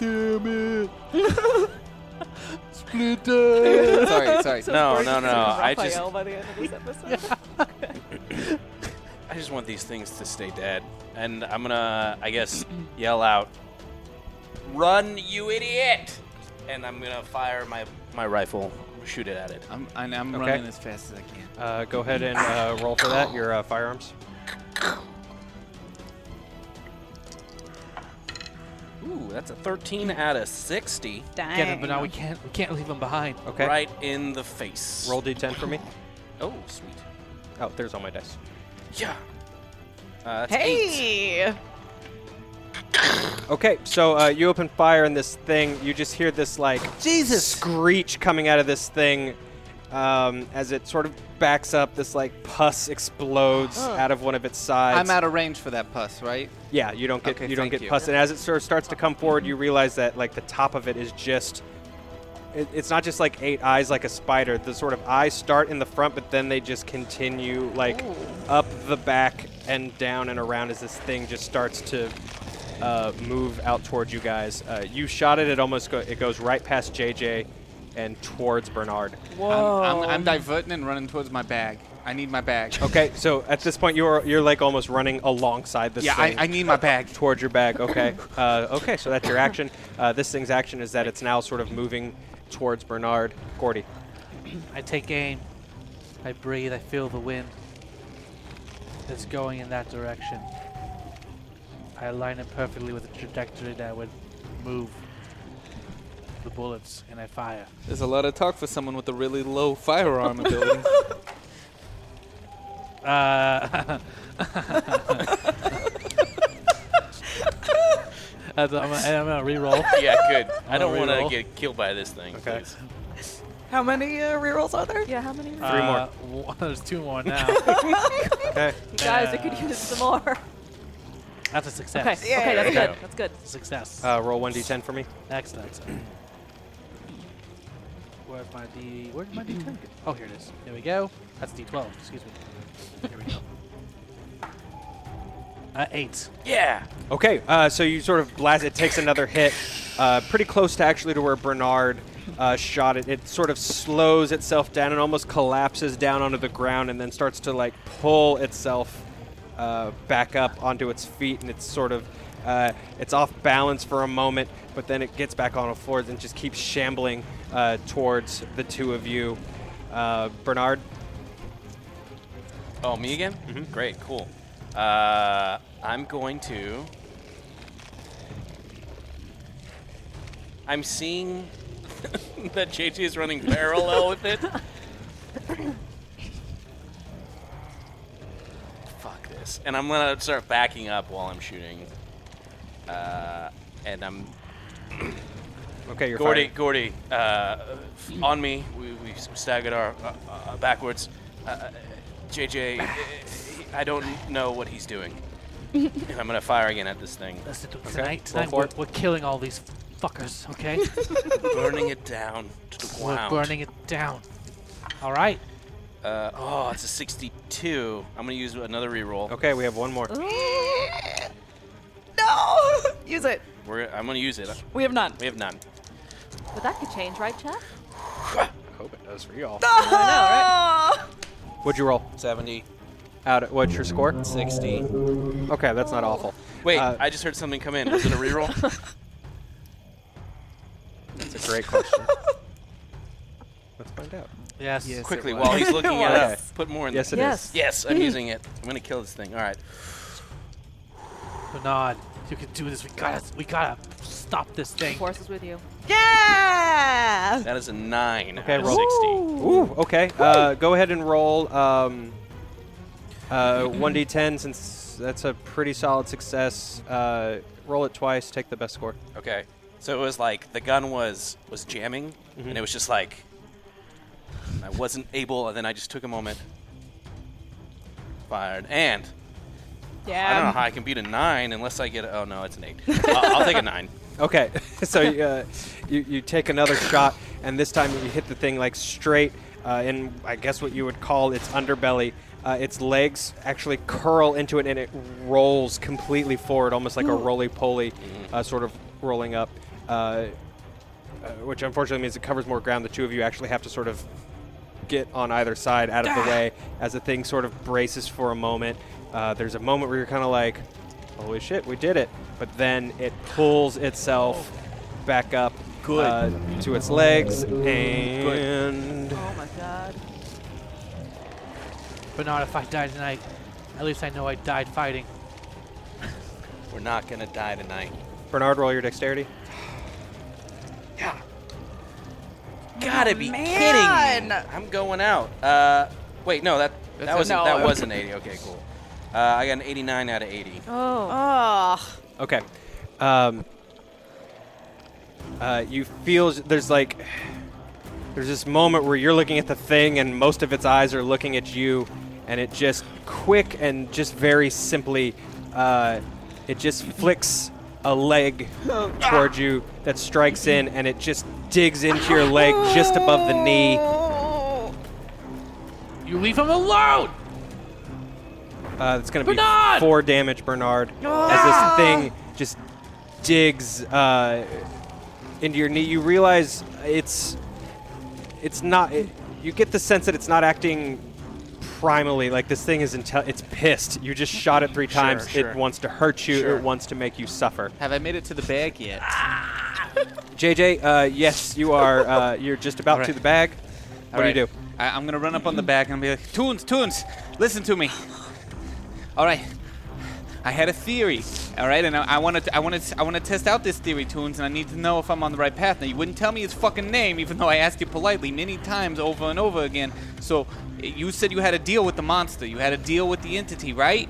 do?
sorry, sorry.
No, no, no. I
Raphael
just
by the end of this episode.
I just want these things to stay dead. And I'm gonna, I guess, yell out, "Run, you idiot!" And I'm gonna fire my my rifle, shoot it at it.
I'm, I'm, I'm
Okay.
running as fast as I can.
Uh, go ahead and uh, roll for that, your uh, firearms.
Ooh, that's a 13 out of 60,
Dang.
Get him, but now we can't. We can't leave him behind.
Okay,
right in the face.
roll d10 for me.
Oh, sweet.
Oh, there's all my dice.
Yeah. Uh, that's eight.
Hey!
Okay, so uh, you open fire in this thing. You just hear this like Jesus screech coming out of this thing um, as it sort of backs up. This like pus explodes out of one of its sides.
I'm out of range for that pus, right?
Yeah, you don't get
Okay,
you don't
thank
get
you.
pus. And as it sort of starts to come forward, you realize that like the top of it is just. It, it's not just like eight eyes like a spider. The sort of eyes start in the front, but then they just continue like up the back and down and around as this thing just starts to uh, move out towards you guys. Uh, you shot it; it almost go, it goes right past JJ and towards Bernard.
Whoa. I'm, I'm, I'm diverting and running towards my bag. I need my bag.
Okay, so at this point you're you're like almost running alongside this
Yeah, I,
thing
I need my bag.
towards your bag. Okay, uh, okay, so that's your action. Uh, this thing's action is that it's now sort of moving towards Bernard, Gordy.
I take aim. I breathe. I feel the wind. It's going in that direction. I align it perfectly with the trajectory that would move the bullets, and I fire.
There's a lot of talk for someone with a really low firearm ability.
Uh, I'm gonna, I'm gonna re-roll.
Yeah, good. I don't want to
Reroll.
get killed by this thing.
Okay.
please.
How many uh, rerolls are there?
Yeah, how many?
Uh.
Three more. Uh, There's two more now.
Okay,
Guys, I could use some more.
That's a success.
Okay, okay, that's good. That's good.
Success.
uh, roll one d10 for me.
Excellent. excellent. Where's my D? Where did my D10 go? Oh, here it is. There we go. That's D12. Excuse me. Here we go. Uh, eight.
Yeah.
Okay, uh, so you sort of blast. It takes another hit, uh, pretty close to actually to where Bernard uh, shot it. It sort of slows itself down and almost collapses down onto the ground, and then starts to like pull itself uh, back up onto its feet, and it's sort of uh, it's off balance for a moment, but then it gets back on all fours and just keeps shambling uh, towards the two of you, uh, Bernard.
Oh, me again? Great, cool. Uh, I'm going to. I'm seeing that JT is running parallel with it. Fuck this. And I'm going to start backing up while I'm shooting. Uh, and I'm.
Okay, you're
Gordy,
firing.
Gordy, uh, on me. We, we staggered our uh, uh, backwards. Uh, JJ, uh, I don't know what he's doing. And I'm gonna fire again at this thing,
Let's do it
Okay,
tonight.
roll
Tonight
for
we're,
it.
we're killing all these fuckers, okay?
burning it down to the
we're
ground.
burning it down. All right.
Uh, oh, it's a 62. I'm gonna use another reroll.
Okay, we have one more.
no! Use it.
We're, I'm gonna use it.
We have none.
We have none.
But that could change, right, Chad?
Hope it does for y'all.
I know, right?
What'd you roll?
70,
Out. of- What's your score?
60.
Okay, that's not awful.
Wait,
Uh,
I just heard something come in. Was it a reroll?
That's a great question. Let's find out.
Yes.
Quickly, while he's looking
It
at it,
was.
put more in
Yes, it
there.
is.
Yes.
Yes, I'm using it. I'm gonna kill this thing. All right.
Bernard, you can do this. We gotta, we gotta stop this
The
thing.
force is with you.
Yeah!
That is a nine.
Okay,
out of
roll.
60.
Ooh, okay. Uh, go ahead and roll um, uh, 1d10 since that's a pretty solid success. Uh, roll it twice, take the best score.
Okay, so it was like the gun was was jamming, and it was just like I wasn't able, and then I just took a moment, fired, and I
Um.
don't know how I can beat a nine unless I get. A, oh no, it's an eight. I'll, I'll take a nine.
Okay, so uh, you, you take another shot, and this time you hit the thing like straight uh, in, I guess, what you would call its underbelly. Uh, its legs actually curl into it, and it rolls completely forward, almost like a roly poly, uh, sort of rolling up, uh, uh, which unfortunately means it covers more ground. The two of you actually have to sort of get on either side out of the way as the thing sort of braces for a moment. Uh, there's a moment where you're kind of like, holy shit, we did it. But then it pulls itself back up uh, to its legs and.
Oh my god.
Bernard, if I die tonight, at least I know I died fighting.
We're not gonna die tonight.
Bernard, roll your dexterity.
Gotta be kidding
Man.
me! I'm going out. Uh, wait, no, that that was
no.
that was an eighty. Okay, cool. Uh, I got an eighty-nine out of eighty.
Oh.
Oh.
Okay. Um, uh, you feel there's like there's this moment where you're looking at the thing and most of its eyes are looking at you, and it just quick and just very simply, uh, it just flicks a leg toward you that strikes in, and it just digs into your leg just above the knee.
Oh.
You leave him alone!
Uh, it's going to be
Bernard!
four damage, Bernard, as this thing just digs uh, into your knee. You realize it's it's not. It, you get the sense that it's not acting primally like this thing is intel- it's pissed. You just shot it three times.
sure.
It wants to hurt you.
Sure.
It wants to make you suffer.
Have I made it to the bag yet?
JJ, uh, yes, you are. Uh, you're just about to
Alright.
the bag. What do you do?
I, I'm gonna run up on the back and be like, Toons, Toons, listen to me. All right, I had a theory. All right, and I want to, I want to, I want to test out this theory, Toons, and I need to know if I'm on the right path. Now you wouldn't tell me his fucking name, even though I asked you politely many times over and over again. So eh, you said you had a deal with the monster. You had a deal with the entity, right?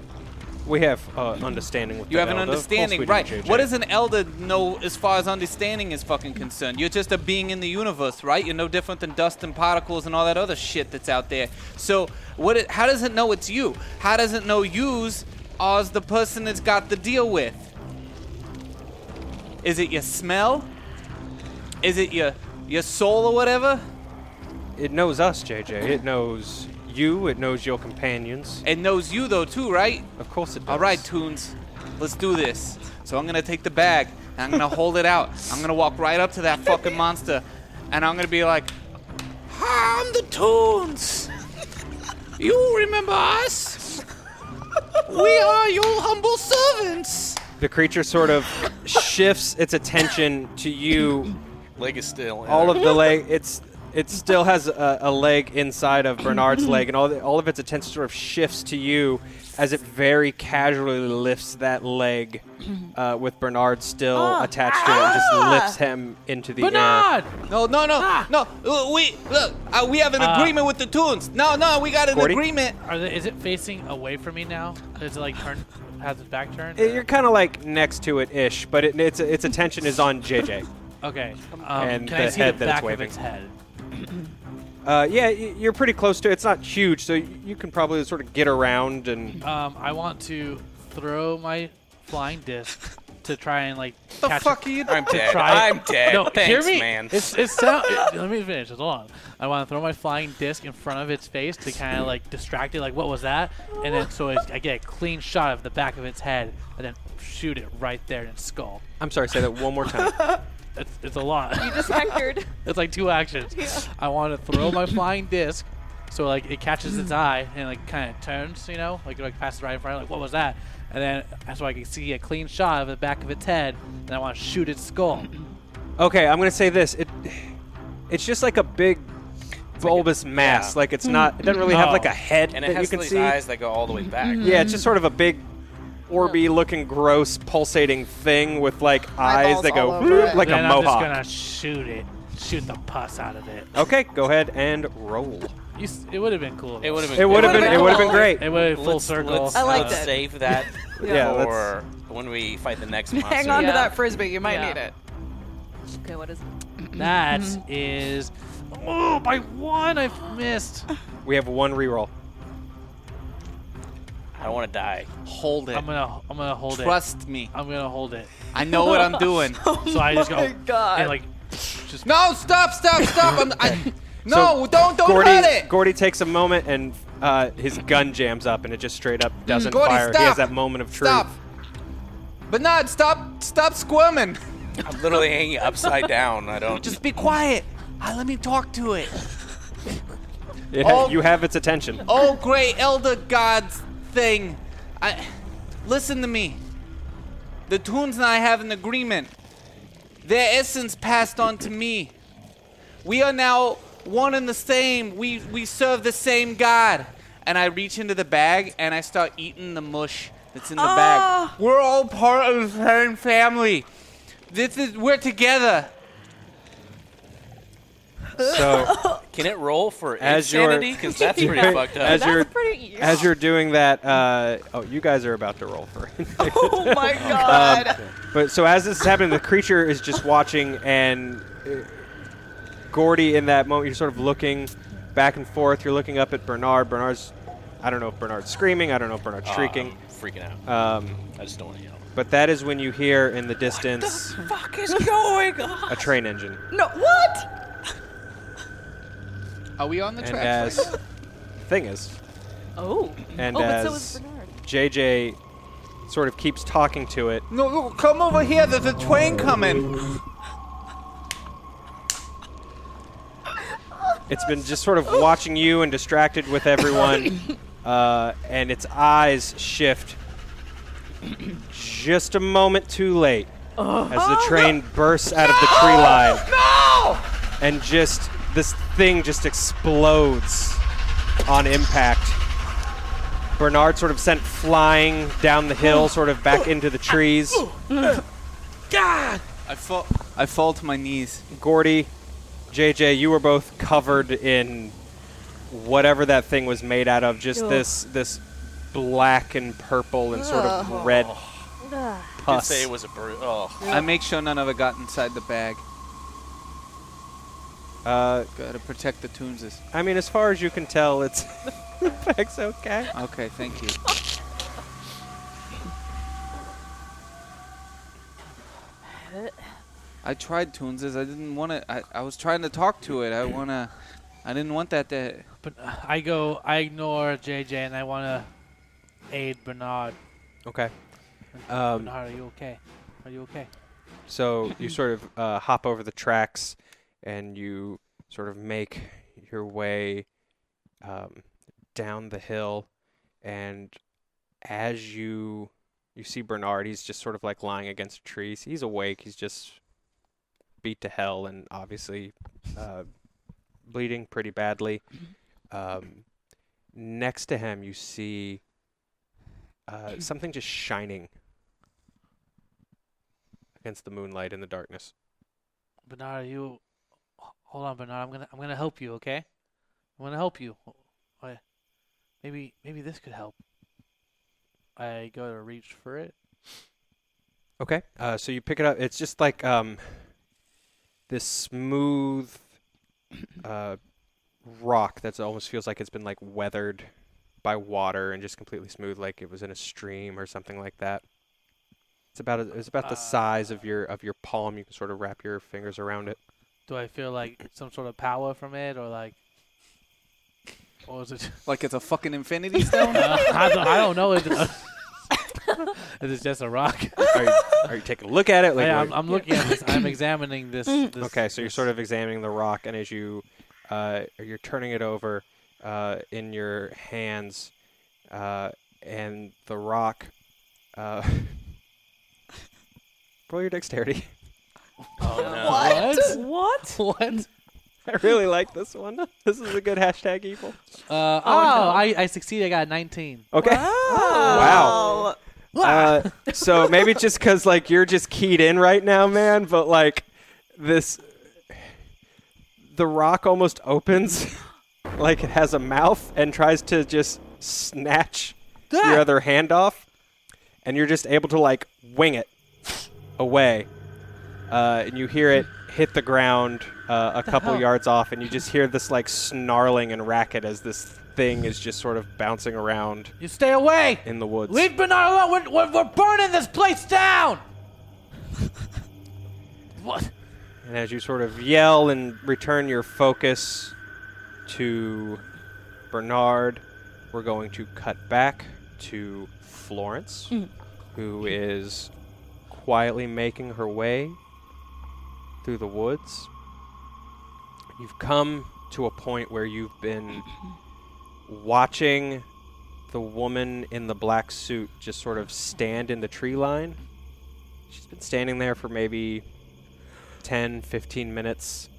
We have uh, understanding with
You
the
have an
Elder. Of course
understanding,
we do,
right?
JJ.
What does an elder know as far as understanding is fucking concerned? You're just a being in the universe, right? You're no different than dust and particles and all that other shit that's out there. So, what? It, how does it know it's you? How does it know yous as the person it's got to deal with? Is it your smell? Is it your your soul or whatever?
It knows us, JJ. It knows you. It knows your companions.
It knows you though too, right?
Of course it does.
All right, Toons, let's do this. So I'm gonna take the bag and I'm gonna hold it out. I'm gonna walk right up to that fucking monster, and I'm gonna be like, "Hi, "I'm the Toons. You remember us? We are your humble servants."
The creature sort of shifts its attention to you.
Leg is still. in
All
there.
of the leg, it's it still has a, a leg inside of Bernard's leg, and all the, all of its attention sort of shifts to you as it very casually lifts that leg uh, with Bernard still attached to it, and just lifts him into the air.
Bernard!
No, no, no, no. uh, We look. Uh, we have an
Ah.
agreement with the Toons. No, no, we got an
40?
agreement.
Are they, is it facing away from me now? Is it like turn? Has its back turned?
You're kind of like next to it ish, but it, its its attention is on JJ.
okay. Um,
And
can I
the
see
head
the
that it's
back of
waving.
its head?
Uh, yeah, y- you're pretty close to it. It's not huge, so y- you can probably sort of get around and.
Um, I want to throw my flying disc to try and like
The
catch
fuck
it.
are you?
I'm dead.
try-
I'm dead.
No,
Thanks,
hear me.
man.
It's it's sound. it- let me finish. Hold on. I want to throw my flying disc in front of its face to kind of like distract it. Like, what was that? And then so it's, I get a clean shot of the back of its head, and then shoot it right there in its skull.
I'm sorry, say that one more time.
It's, it's a lot.
Just hectored.
it's like two actions. I want to throw my flying disc, so like it catches its eye and like kind of turns, you know, like like passes right in front. Like, what was that? And then so I can see a clean shot of the back of its head, and I want to shoot its skull.
Okay, I'm gonna say this. It, it's just like a big bulbous mass.
yeah.
Like it's not. It doesn't really have
No.
like a head
and
that
it has
you can
these
see.
eyes that go all the way back.
Yeah, it's just sort of a big, orby-looking, gross, pulsating thing with like eyes
Eyeballs
that go
all over it.
like
then
a
I'm
mohawk.
just gonna shoot it, shoot the pus out of it.
Okay, go ahead and roll.
You, s- it would have been cool.
It would have been.
It would have
would've
been. It would have been
cool.
great.
It would full
Let's-
circle.
Let's,
I liked
uh,
it.
Save that
Yeah, let's-
for when we fight the next monster.
Hang on
Yeah.
to that frisbee. You might
Yeah.
need it.
okay, what is it?
That is. Oh, by one I've missed.
We have one reroll.
I don't want to die.
Hold it.
I'm gonna I'm gonna hold
Trust me.
it. I'm gonna hold it.
I know what I'm doing.
So I just go
Oh my God.
and like just
No, stop, stop, stop. I'm, I, no,
So,
don't, don't
Gordy,
hurt it.
Gordy takes a moment and uh, his gun jams up, and it just straight up doesn't
Mm, Gordy,
fire. He
stop.
has that moment of truth.
Stop. Bernard, stop, stop squirming.
I'm literally hanging upside down. I don't.
Just be quiet. Ah, let me talk to it.
It-
Oh.
You have its attention.
Oh, great elder gods thing. I listen to me. The Toons and I have an agreement. Their essence passed on to me. We are now one and the same. We we serve the same God. And I reach into the bag and I start eating the mush that's in
Oh.
the bag. We're all part of the same family. This is we're together.
So.
Can it roll for
As your-
insanity? Because that's pretty fucked up.
As
That's
you're
pretty.
as you're doing that, uh, oh, you guys are about to roll for it.
Oh my
Um,
god.
but so as this is happening, the creature is just watching, and uh, Gordy, in that moment, you're sort of looking back and forth. You're looking up at Bernard. Bernard's, I don't know if Bernard's screaming. I don't know if Bernard's
Ah, I'm
shrieking.
freaking out.
Um,
I just don't want to yell.
but that is when you hear in the distance
fuck is going on?
a train engine,
No, what?
Are we on the
and as thing is,
Oh.
and
oh, but so is
as
Bernard.
JJ sort of keeps talking to it,
No, no, come over here. There's a train coming.
It's been just sort of watching you and distracted with everyone, uh, and its eyes shift just a moment too late as the train bursts out of the tree line. And just this thing just explodes on impact. Bernard sort of sent flying down the hill, sort of back into the trees.
I fall. I fall to my knees.
Gordy, JJ, you were both covered in whatever that thing was made out of. Just
Ugh.
this this black and purple and sort of red
Did
pus.
say it was a bru- oh.
I make sure none of it got inside the bag.
uh,
Gotta protect the Toonses.
I mean, as far as you can tell, it's it's okay.
Okay, thank you. I tried Toonses. I didn't want to. I, I was trying to talk to it. I wanna. I didn't want that to.
But uh, I go, I ignore JJ and I want to aid Bernard.
Okay. Um,
Bernard, are you okay? Are you okay?
so you sort of uh, hop over the tracks, and you sort of make your way um, down the hill, and as you you see Bernard, he's just sort of like lying against a tree. He's- He's awake. He's just beat to hell and obviously uh, bleeding pretty badly. Um, next to him, you see uh, something just shining against the moonlight in the darkness.
Bernard, are you? h- Hold on, Bernard. I'm gonna, I'm gonna help you. Okay, I'm gonna help you. I, maybe, maybe this could help. I go to reach for it.
Okay. Uh, so you pick it up. It's just like um, this smooth uh, rock that almost feels like it's been like weathered by water and just completely smooth, like it was in a stream or something like that. It's about a- it's about the size of your of your palm. You can sort of wrap your fingers around it.
Do I feel like some sort of power from it, or like, or is it?
Like it's a fucking infinity stone.
Uh, I, don't, I don't know. Is it, is it just a rock?
Are you, are you taking a look at it? Like,
Yeah,
what-
I'm, I'm looking at this. I'm examining this. this
Okay, so you're
this-
sort of examining the rock, and as you uh, you're turning it over uh, in your hands, uh, and the rock. Uh, roll your dexterity.
Oh, no.
What?
What? What?
I really like this one. This is a good hashtag evil.
Uh, oh, I, I succeeded. I got a 19.
Okay. Wow. Uh, so maybe just because like you're just keyed in right now, man. But like this, the rock almost opens, like it has a mouth and tries to just snatch your other hand off, and you're just able to like wing it away. Uh, and you hear it hit the ground uh, a couple yards off, and you just hear this like snarling and racket as this thing is just sort of bouncing around
You stay away.
in the woods.
Leave Bernard alone. We're, we're, we're burning this place down. what?
And as you sort of yell and return your focus to Bernard, we're going to cut back to Florence, who is quietly making her way through the woods. You've come to a point where you've been watching the woman in the black suit just sort of stand in the tree line. She's been standing there for maybe 10, 15 minutes.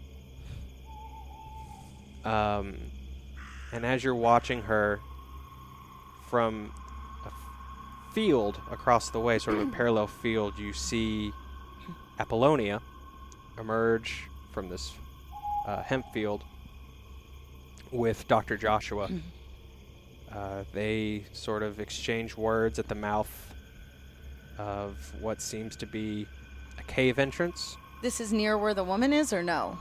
Um, and as you're watching her from a f- field across the way, sort of a parallel field, you see Apollonia emerge from this uh, hemp field with Dr. Joshua. Uh, they sort of exchange words at the mouth of what seems to be a cave entrance.
This is near where the woman is, or no?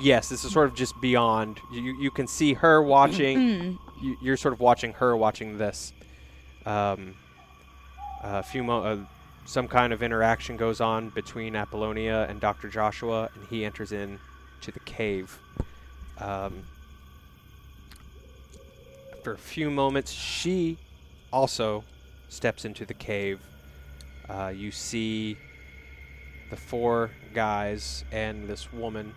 Yes, this is sort of just beyond. You you can see her watching. you, you're sort of watching her watching this. Um, a few mo- uh, some kind of interaction goes on between Apollonia and Doctor Joshua, and he enters in to the cave. Um, for a few moments, she also steps into the cave. Uh, you see the four guys and this woman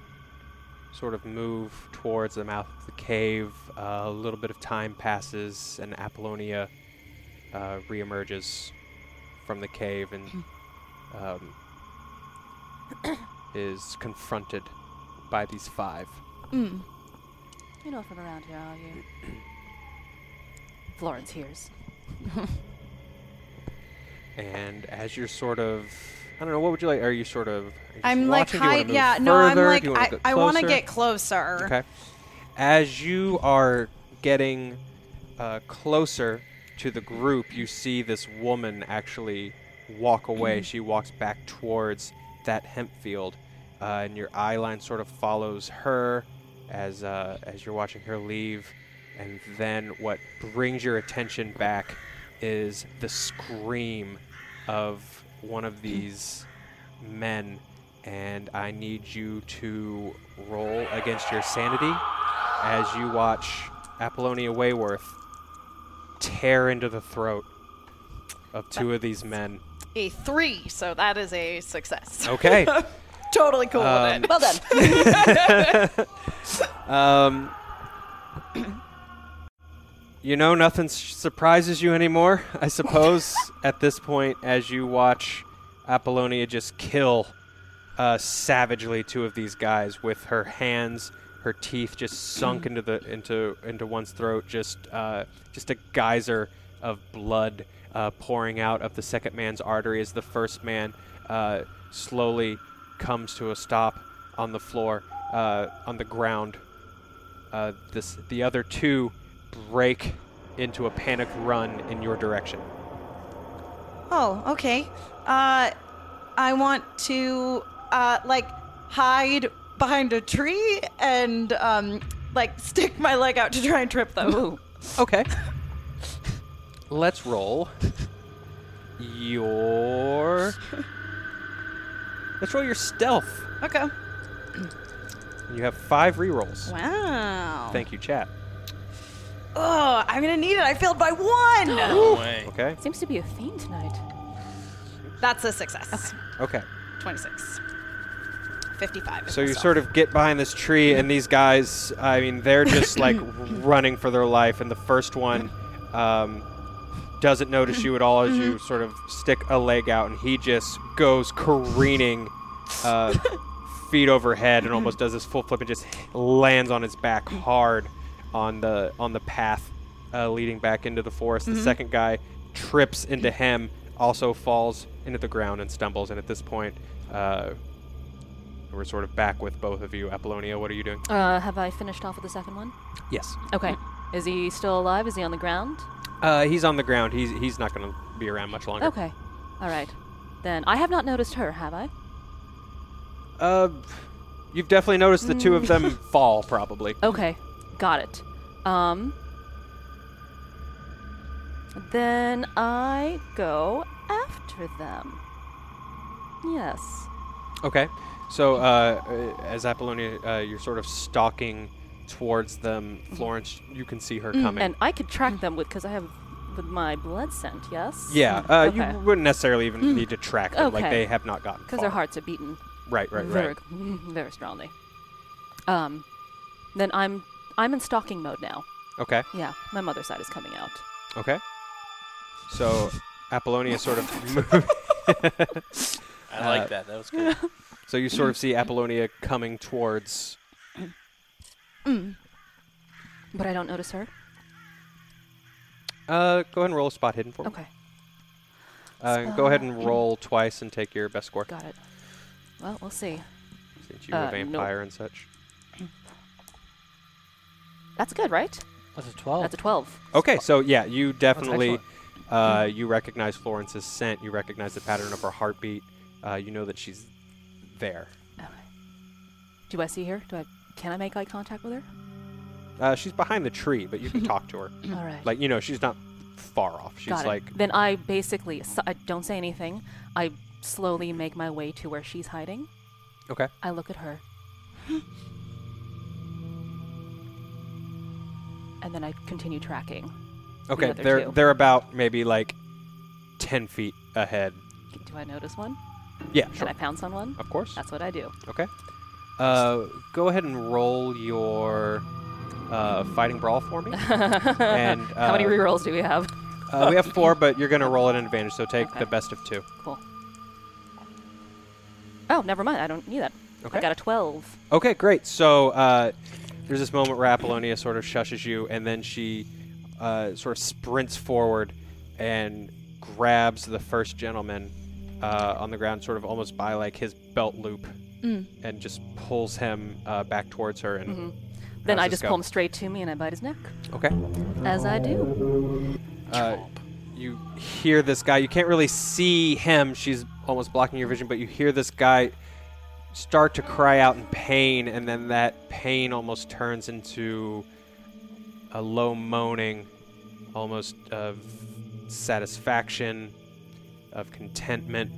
sort of move towards the mouth of the cave. Uh, a little bit of time passes, and Apollonia uh, reemerges from the cave and um, is confronted by these five.
Mm.
You're not from around here, are you? Florence hears.
And as you're sort of, I don't know, what would you like? Are you sort of? are you just
I'm like,
watching? Do you wanna
hide.
move
Yeah, no, I'm
further? Do
like,
you wanna
I,
get
I want to
closer?
get closer.
Okay. As you are getting uh, closer to the group, you see this woman actually walk away. she walks back towards that hemp field, uh, and your eye line sort of follows her as uh, as you're watching her leave. And then what brings your attention back is the scream of one of these men and I need you to roll against your sanity as you watch Apollonia Wayworth tear into the throat of two of these men.
A three, so that is a success.
Okay.
totally cool
Um,
with it. Well done.
um, you know, nothing s- surprises you anymore, I suppose, at this point, as you watch Apollonia just kill uh, savagely two of these guys with her hands, her teeth just sunk into the into into one's throat, just uh, just a geyser of blood uh, pouring out of the second man's artery as the first man uh, slowly comes to a stop on the floor uh, on the ground. Uh, this the other two break into a panicked run in your direction.
Oh, okay. Uh, I want to uh, like hide behind a tree and um, like stick my leg out to try and trip them.
Okay. Let's roll your. Let's roll your stealth.
Okay.
You have five rerolls.
Wow.
Thank you, chat.
Oh, I'm gonna need it. I failed by one.
No way.
Okay.
Seems to be a theme tonight.
That's a success.
Okay.
Twenty-six. Fifty-five. is
So
my
you
stealth.
sort of get behind this tree, and these guys, I mean, they're just like running for their life. And the first one um, doesn't notice you at all as you sort of stick a leg out, and he just goes careening uh, feet overhead and almost does this full flip and just lands on his back hard on the on the path uh, leading back into the forest. The second guy trips into him, also falls into the ground and stumbles. And at this point. Uh, we're sort of back with both of you. Apollonia, what are you doing?
Uh, have I finished off with the second one? Mm.
Yes.
Okay. Is he still alive? Is he on the ground?
Uh, he's on the ground. He's he's not going to be around much longer.
Okay. All right. Then I have not noticed her, have I?
Uh, you've definitely noticed the two of them fall, probably.
Okay, got it. Um, then I go after them. Yes.
Okay. So uh, uh, as Apollonia, uh, you're sort of stalking towards them. Florence, you can see her coming.
Mm-hmm. Mm, And I could track them with because I have with my blood scent. Yes.
yeah, uh,
Okay. Mm.
you wouldn't necessarily even need to track them. Like
Okay.
they have not gotten.
Because their
far.
hearts are beaten
Right, right,
very,
right.
very strongly. Um, then I'm I'm in stalking mode now.
Okay.
Yeah, my mother's side is coming out.
Okay. So Apollonia sort of Uh, moves.
I like that. That was good.
So you sort of see Apollonia coming towards
But I don't notice her.
Uh, go ahead and roll a spot hidden for me.
Okay,
Uh, go ahead and roll twice and take your best score.
got it. Well, we'll see.
Since you
Uh,
were
no.
a vampire and such.
That's good, right?
That's a
Oh.
12.
That's a twelve.
Okay, so yeah, you definitely,
excellent.
uh,
Mm-hmm.
you recognize Florence's scent. You recognize the pattern of her heartbeat. Uh, you know that she's there.
Okay. Do I see her? Do I? Can I make eye contact with her?
Uh, she's behind the tree, but you can talk to her.
All right.
Mm-hmm. Like you know, she's not far off. She's
Got it.
like
Then I basically s- I don't say anything. I slowly make my way to where she's hiding.
okay.
I look at her. and then I continue tracking.
Okay,
other
they're
two.
they're about maybe like ten feet ahead.
Do I notice one?
Yeah,
Can
sure,
I pounce on one?
of course.
That's what I do.
Okay. Uh, go ahead and roll your uh, fighting brawl for me. and uh,
How many rerolls do we have?
Uh, we have four, but you're gonna roll at an advantage, so take
Okay.
the best of two.
Cool. Oh, never mind. I don't need that.
Okay.
I got a 12.
Okay, great. So uh, there's this moment where Apollonia sort of shushes you, and then she uh, sort of sprints forward and grabs the first gentleman uh, on the ground, sort of almost by like his belt loop,
Mm.
and just pulls him uh, back towards her.
Mm-hmm.
And
Then
How's
I
this
just
go?
pull him straight to me and I bite his neck,
okay,
as I do.
uh, you hear this guy. You can't really see him. She's almost blocking your vision, but you hear this guy start to cry out in pain, and then that pain almost turns into a low moaning, almost of satisfaction, of contentment.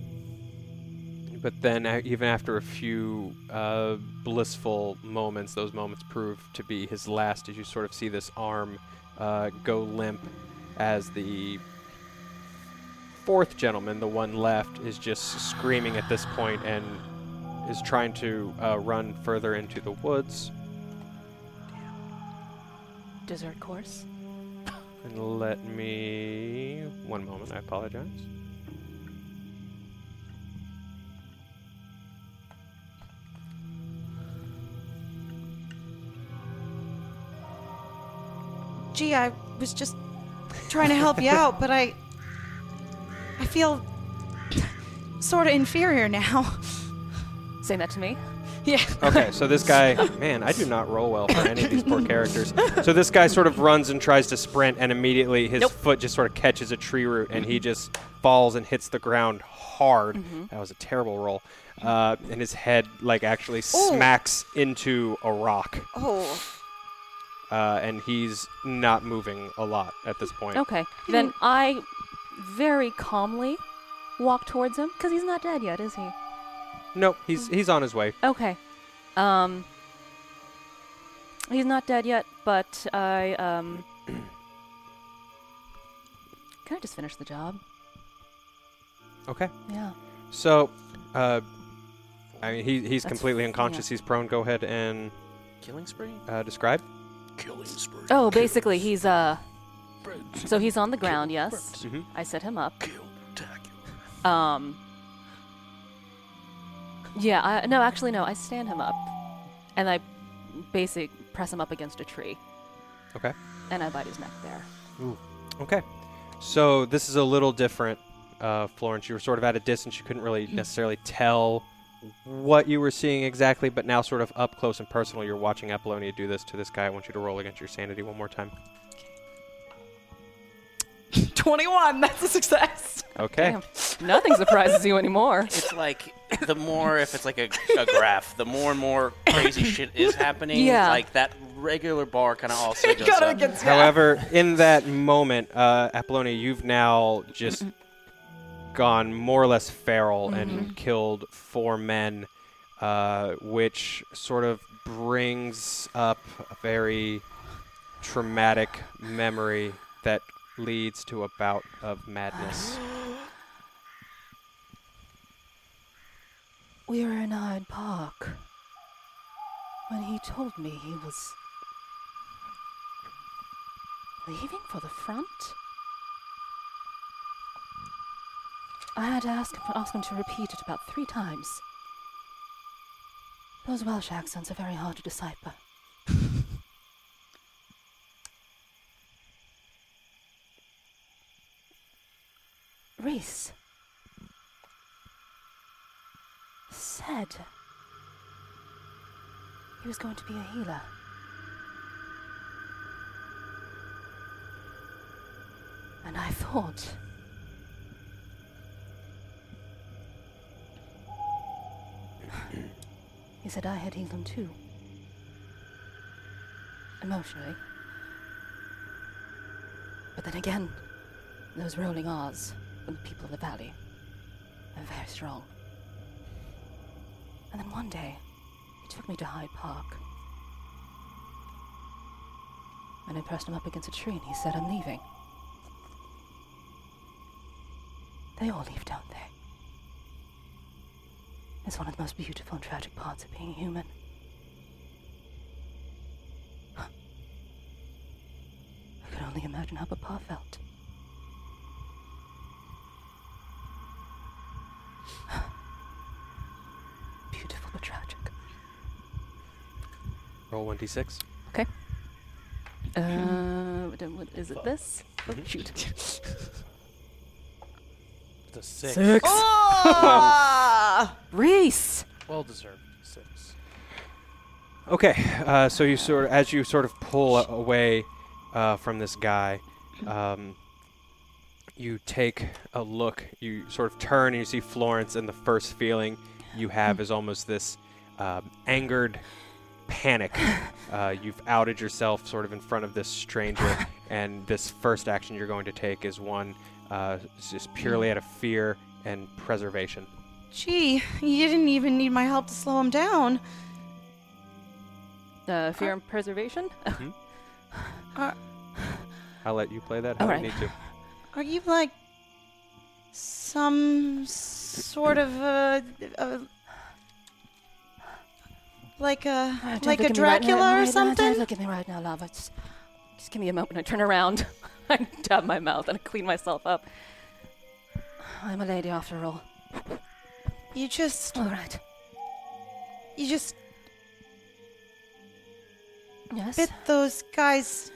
But then, a- even after a few uh, blissful moments, those moments prove to be his last as you sort of see this arm uh, go limp as the fourth gentleman, the one left, is just screaming at this point and is trying to uh, run further into the woods.
Dessert course.
And let me. One moment, I apologize.
Gee, I was just trying to help you out, but I. I feel. sort of inferior now.
Say that to me.
yeah.
Okay, so this guy, man, I do not roll well for any of these poor characters. So this guy sort of runs and tries to sprint, and immediately his
Nope.
foot just sort of catches a tree root, and he just falls and hits the ground hard.
Mm-hmm.
That was a terrible roll. Uh, and his head, like, actually smacks into a rock,
Oh.
uh, and he's not moving a lot at this point.
Okay. Then I very calmly walk towards him because he's not dead yet, is he?
Nope, he's he's on his way.
Okay. Um. He's not dead yet, but I um. can I just finish the job?
Okay,
Yeah.
so, uh, I mean, he, he's
That's-
completely unconscious. He's prone. Go ahead and
Killing spree?
uh, describe.
Killing spree.
Oh, basically he's uh. So he's on the ground. Yes. I set him up.
Kill, tackle.
Um. Yeah. I, no, actually, no. I stand him up, and I basic press him up against a tree,
Okay.
and I bite his neck there.
Okay. So this is a little different, uh, Florence. You were sort of at a distance. You couldn't
Mm.
really necessarily tell what you were seeing exactly, but now, sort of up close and personal, you're watching Apollonia do this to this guy. I want you to roll against your sanity one more time.
21. That's a success.
Okay.
Damn. Nothing surprises you anymore.
It's like the more, if it's like a, a graph, the more and more crazy shit is happening.
Yeah.
Like that regular bar kind of also goes
Gotta
up.
get-
However, in that moment, uh, Apollonia, you've now just gone more or less feral and killed four men, uh, which sort of brings up a very traumatic memory that leads to a bout of madness.
We were in Hyde Park when he told me he was leaving for the front. I had to ask, ask him to repeat it about three times. Those Welsh accents are very hard to decipher. Reese. said he was going to be a healer. And I thought. he said I had healed him too. Emotionally. But then again, those rolling R's from the people of the valley are very strong. And then one day, he took me to Hyde Park. And I pressed him up against a tree and he said, I'm leaving. They all leave, don't they? It's one of the most beautiful and tragic parts of being human. only imagine how Papa felt. Beautiful but tragic.
Roll 1d6.
Okay. Uh, what am- what is it? This? Oh, shoot.
It's a six.
Ah!
Reese.
Well deserved six.
Okay, uh, so you sort of, as you sort of pull a- away uh, from this guy, um, you take a look. You sort of turn and you see Florence, and the first feeling you have is almost this um, angered panic. Uh, you've outed yourself sort of in front of this stranger, and this first action you're going to take is one uh, just purely out of fear and preservation.
Gee, you didn't even need my help to slow him down.
Uh, fear and preservation.
Hmm? I'll let you play that how
Alright.
you need to.
Are you like some sort of a, a like a
Uh, don't
like
look
a
at me right now,
Dracula
right
or
now,
something?
Don't look at me right now, lava. Just, just give me a moment. I turn around. I dab my mouth and I clean myself up. I'm a lady after all.
You just
All right.
you just
Yes.
bit those guys'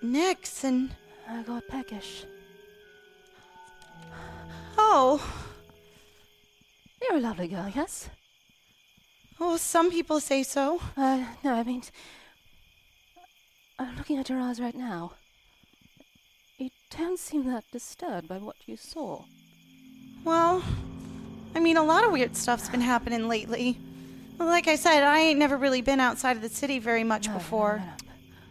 necks and
I got peckish.
oh
You're a lovely girl. Yes.
oh some people say so.
Uh, no, I mean, I'm looking at your eyes right now. You don't seem that disturbed by what you saw.
Well, I mean, a lot of weird stuff's been happening lately. Well, like I said, I ain't never really been outside of the city very much
No, no, no,
before.
no.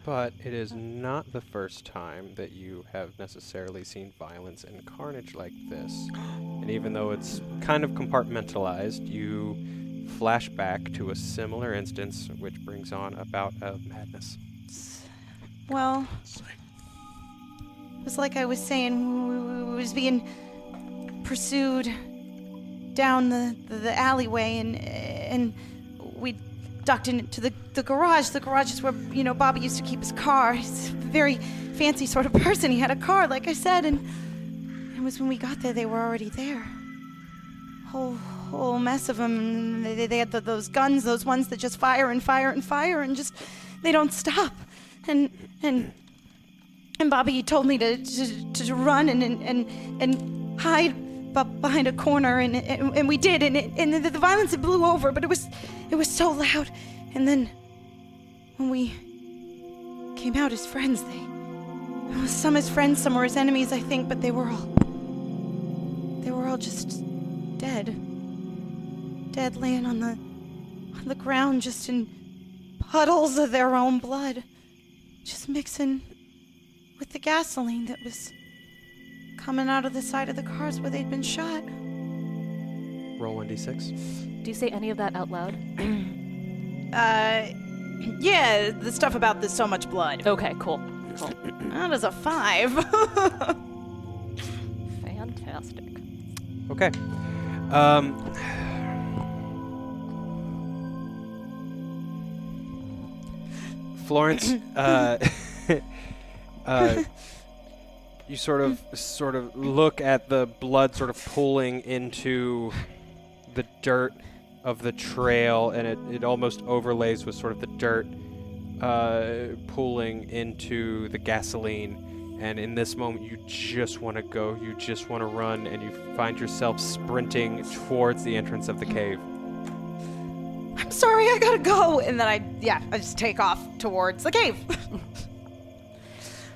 But it is not the first time that you have necessarily seen violence and carnage like this. And even though it's kind of compartmentalized, you flash back to a similar instance, which brings on about a madness.
Well, it was like I was saying, we- we- we was being pursued down the, the, the alleyway, and and we ducked into the, the garage. The garage is where you know Bobby used to keep his car. He's a very fancy sort of person. He had a car, like I said, and it was when we got there they were already there. Whole whole mess of them. They, they- they had the, those guns, those ones that just fire and fire and fire, and just they don't stop. And and and Bobby told me to to, to run and and and, and hide bu- behind a corner, and and, and we did, and it, and the, the violence it blew over, but it was it was so loud, and then when we came out as friends, they well, some as friends, some were as enemies, I think, but they were all they were all just dead, dead, laying on the on the ground, just in puddles of their own blood, just mixing with the gasoline that was coming out of the side of the cars where they'd been shot.
Roll 1d6.
Do you say any of that out loud?
Uh, yeah, the stuff about there's so much blood.
Okay, cool. Cool.
That is a five.
Fantastic.
Okay. Um, Florence, uh, uh, you sort of sort of look at the blood sort of pooling into the dirt of the trail, and it, it almost overlays with sort of the dirt uh, pooling into the gasoline. And in this moment, you just want to go, you just want to run, and you find yourself sprinting towards the entrance of the cave.
I'm sorry, I gotta go. And then I, yeah, I just take off towards the cave.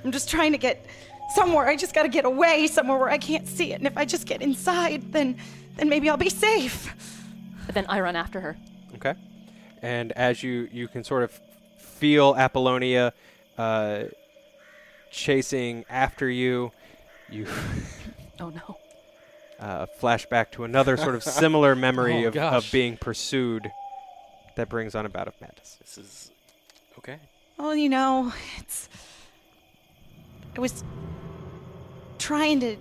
I'm just trying to get somewhere. I just gotta get away somewhere where I can't see it. And if I just get inside, then then maybe I'll be safe.
But then I run after her.
Okay. And as you you can sort of feel Apollonia uh, chasing after you, you
Oh no.
uh, flash back to another sort of similar memory
Oh,
of, of
gosh.
being pursued that brings on a bout of madness.
This is okay.
Well, you know, it's. I was trying to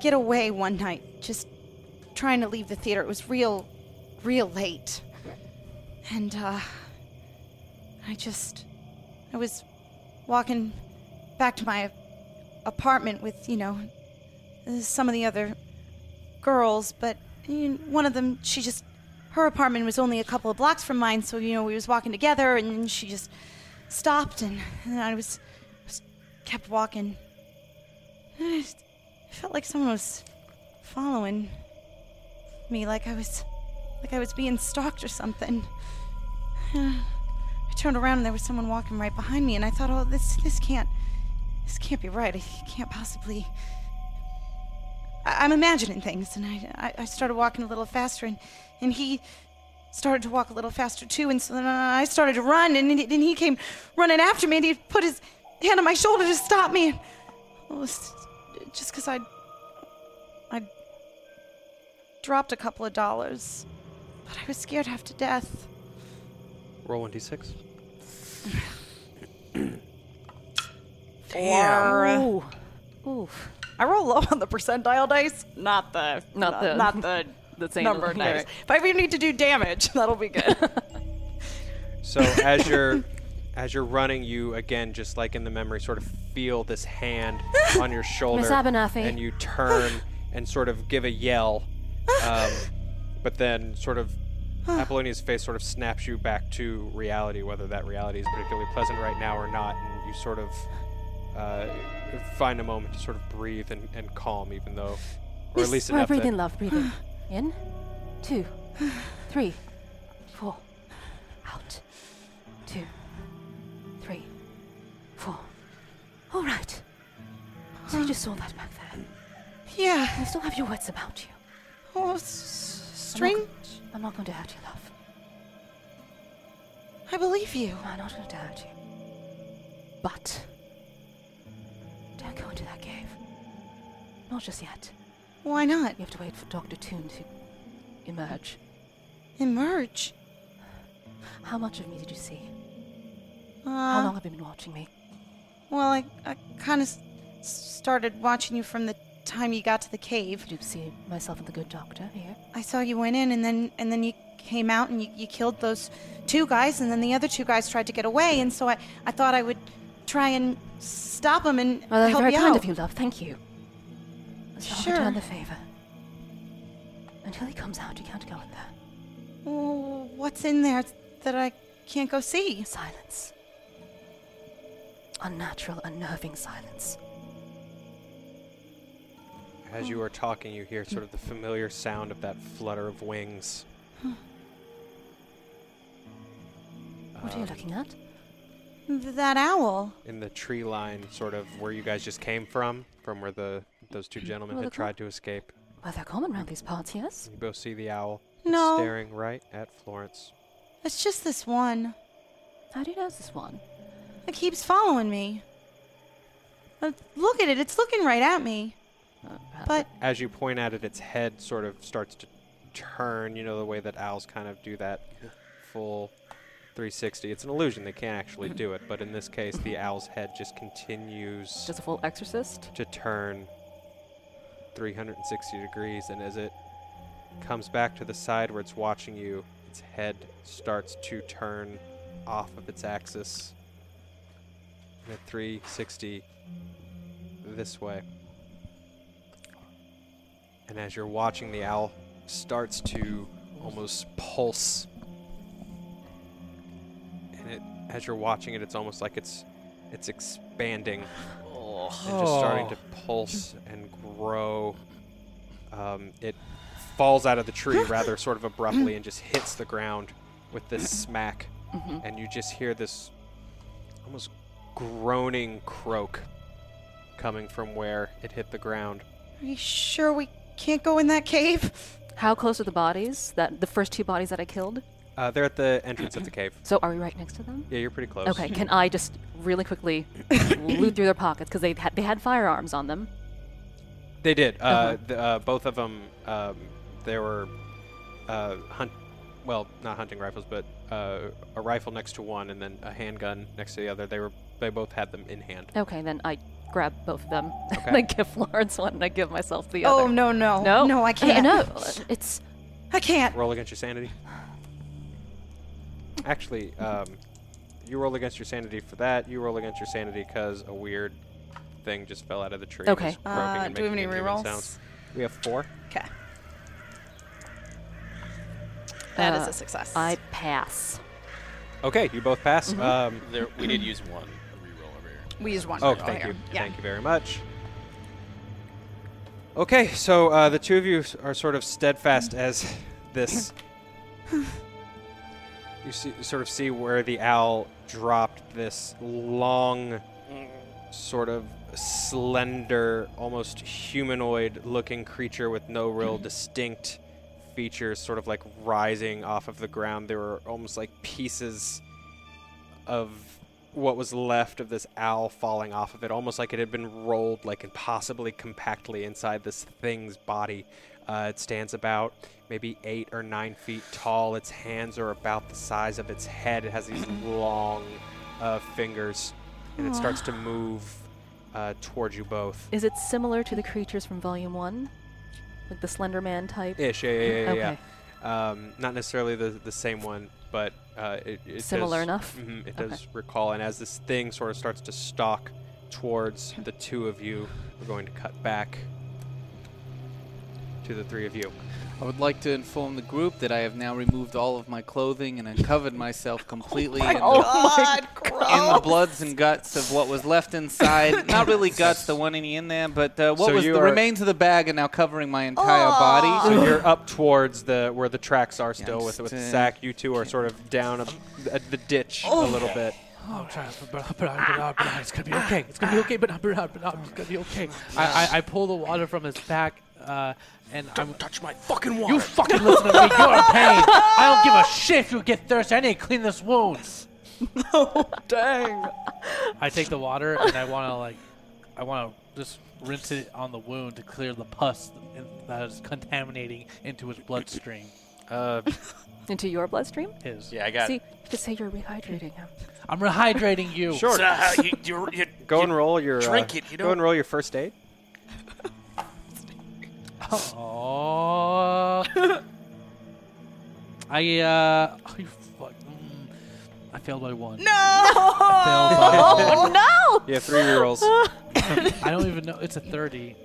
get away one night, just trying to leave the theater. It was real, real late. And, uh. I just. I was walking back to my apartment with, you know, some of the other girls, but you know, one of them, she just, her apartment was only a couple of blocks from mine, so, you know, we was walking together, and she just stopped, and, and I was, was, kept walking. I just- I felt like someone was following me, like I was, like I was being stalked or something. I turned around and there was someone walking right behind me, and I thought, oh, this this can't, this can't be right. I can't possibly. I, I'm imagining things, and I, I I started walking a little faster, and and he started to walk a little faster too, and so then I started to run, and and he came running after me, and he put his hand on my shoulder to stop me. And it was just because I I dropped a couple of dollars, but I was scared half to death.
Roll one d six.
Or
Oof.
I roll low on the percentile dice, not the
Not
not
the-
the not the
the same
number
number,
dice.
right.
If I ever need to do damage, that'll be good.
So as you're as you're running, you again, just like in the memory, sort of feel this hand on your shoulder,
Abernathy.
and you turn and sort of give a yell, um, but then sort of Apollonia's face sort of snaps you back to reality, whether that reality is particularly pleasant right now or not, and you sort of uh, find a moment to sort of breathe and, and calm, even though, or at least
Right,
enough
breathe
that
in, love. Breathe in. In. Two. Three. Four. Out. Two. Three. Four. All right. So you just saw that back there.
yeah.
I still have your wits about you.
Oh, s- strange.
I'm not going to hurt you, love.
I believe you.
I'm not going to hurt you. But don't go into that cave. Not just yet.
Why not
You have to wait for Doctor Toon to emerge.
emerge?
How much of me did you see?
Uh,
How long have you been watching me?
Well, I I kind of s- started watching you from the time you got to the cave.
Did you see myself and the good doctor here?
I saw you went in, and then and then you came out, and you, you killed those two guys, and then the other two guys tried to get away, and so I I thought I would try and stop them and
Well, that's
help
very
you
kind
out.
of you, love. Thank you. So
Sure.
I'll return the favor. Until he comes out, you can't go in there.
Oh, What's in there that I can't go see?
Silence. Unnatural, unnerving silence.
As
Oh.
you are talking, you hear sort of the familiar sound of that flutter of wings.
What are you looking at?
Th- That owl.
Um, in the tree line, sort of where you guys just came from, from where the those two gentlemen
Well,
had
the cl-
tried to escape.
Well, they're common round these parts, yes?
You both see the owl
No.
staring right at Florence.
It's just this one.
How do you know it's this one?
It keeps following me. Uh, Look at it. It's looking right at me.
Uh, perhaps
But
As you point at it, its head sort of starts to turn. You know the way that owls kind of do that full 360. It's an illusion; they can't actually do it. But in this case, the owl's head just continues
it's Just a full exorcist?
to turn 360 degrees, and as it comes back to the side where it's watching you, its head starts to turn off of its axis. And at 360 this way. And as you're watching, the owl starts to almost pulse. And it, as you're watching it, it's almost like it's it's expanding and just starting to pulse and grow. Um, it falls out of the tree rather sort of abruptly and just hits the ground with this smack, and you just hear this almost groaning croak coming from where it hit the ground.
are you sure we can't go in that cave?
How close are the bodies? That The first two bodies that I killed?
Uh, they're at the entrance of the cave.
So are we right next to them?
Yeah, you're pretty close.
Okay, can I just really quickly loot through their pockets because they had they had firearms on them.
They did. Uh,
Uh-huh.
th- uh, both of them. Um, there were uh, hunt. Well, not hunting rifles, but uh, a rifle next to one, and then a handgun next to the other. They were. They both had them in hand.
Okay, then I grab both of them. and
Okay.
I give Florence one and I give myself the
Oh
other.
no no
No, Uh,
no! I can't.
no, it's
I can't.
Roll against your sanity. Actually, um, You roll against your sanity for that. You roll against your sanity because a weird thing just fell out of the tree. and
Okay.
is croaking
Uh,
and
do we have
making
any
inhuman
rerolls?
sounds. We have four.
Okay. That is
Uh,
a success.
I pass.
Okay, you both pass.
Mm-hmm.
Um,
There, we did use one reroll over here.
we used one.
Oh,
for
thank
here.
you.
Yeah.
Thank you very much. Okay, so uh, the two of you s- are sort of
Mm.
steadfast as this. you see, you sort of see where the owl dropped this long, sort of slender, almost humanoid looking creature with no
Mm-hmm.
real distinct features, sort of like rising off of the ground. There were almost like pieces of what was left of this owl falling off of it, almost like it had been rolled like impossibly compactly inside this thing's body. Uh, it stands about maybe eight or nine feet tall. Its hands are about the size of its head. It has these long uh, fingers, and it starts to move uh, towards you both.
Is it similar to the creatures from Volume One, like the Slender Man type?
Ish, yeah, yeah, yeah, yeah. yeah.
Okay.
Um, not necessarily the, the same one, but uh, it, it
Similar
does,
enough?
mhm, it
Okay.
does recall, and as this thing sort of starts to stalk towards the two of you, we're going to cut back to the three of you.
I would like to inform the group that I have now removed all of my clothing and uncovered myself completely
Oh
in,
Oh
God,
the, in the
gross.
bloods and guts of what was left inside. Not really guts, there wasn't any in there, but uh, what
So
was
you
the
are- Oh.
remains of the bag are now covering my entire body.
So you're up towards the where the tracks are still
I'm
with with the
just, uh,
sack. You two are sort of down a, the ditch a little bit.
Oh, Travis, but, but, but, but, but, but, it's gonna be okay. It's gonna be okay. But but, but, but, but it's gonna be okay. I, I, I pull the water from his back, uh, and I'm.
Touch my fucking
You fucking listen to me. You're in pain. I don't give a shit if you get thirsty. I need to clean this wound.
Dang.
I take the water and I want to like, I want to just rinse it on the wound to clear the pus in- that is contaminating into his bloodstream.
Uh,
Into your bloodstream?
His.
Yeah, I got.
See, you could say you're rehydrating him.
I'm rehydrating you.
sure.
So, uh, you, you, you,
Go
you
and roll your uh,
drink it, you
go and
don't-
roll your first aid.
Oh. I uh. Oh, you fuck. Mm. I failed by one. No. I failed by
Oh.
one.
You have three rerolls.
I don't even know. It's a thirty.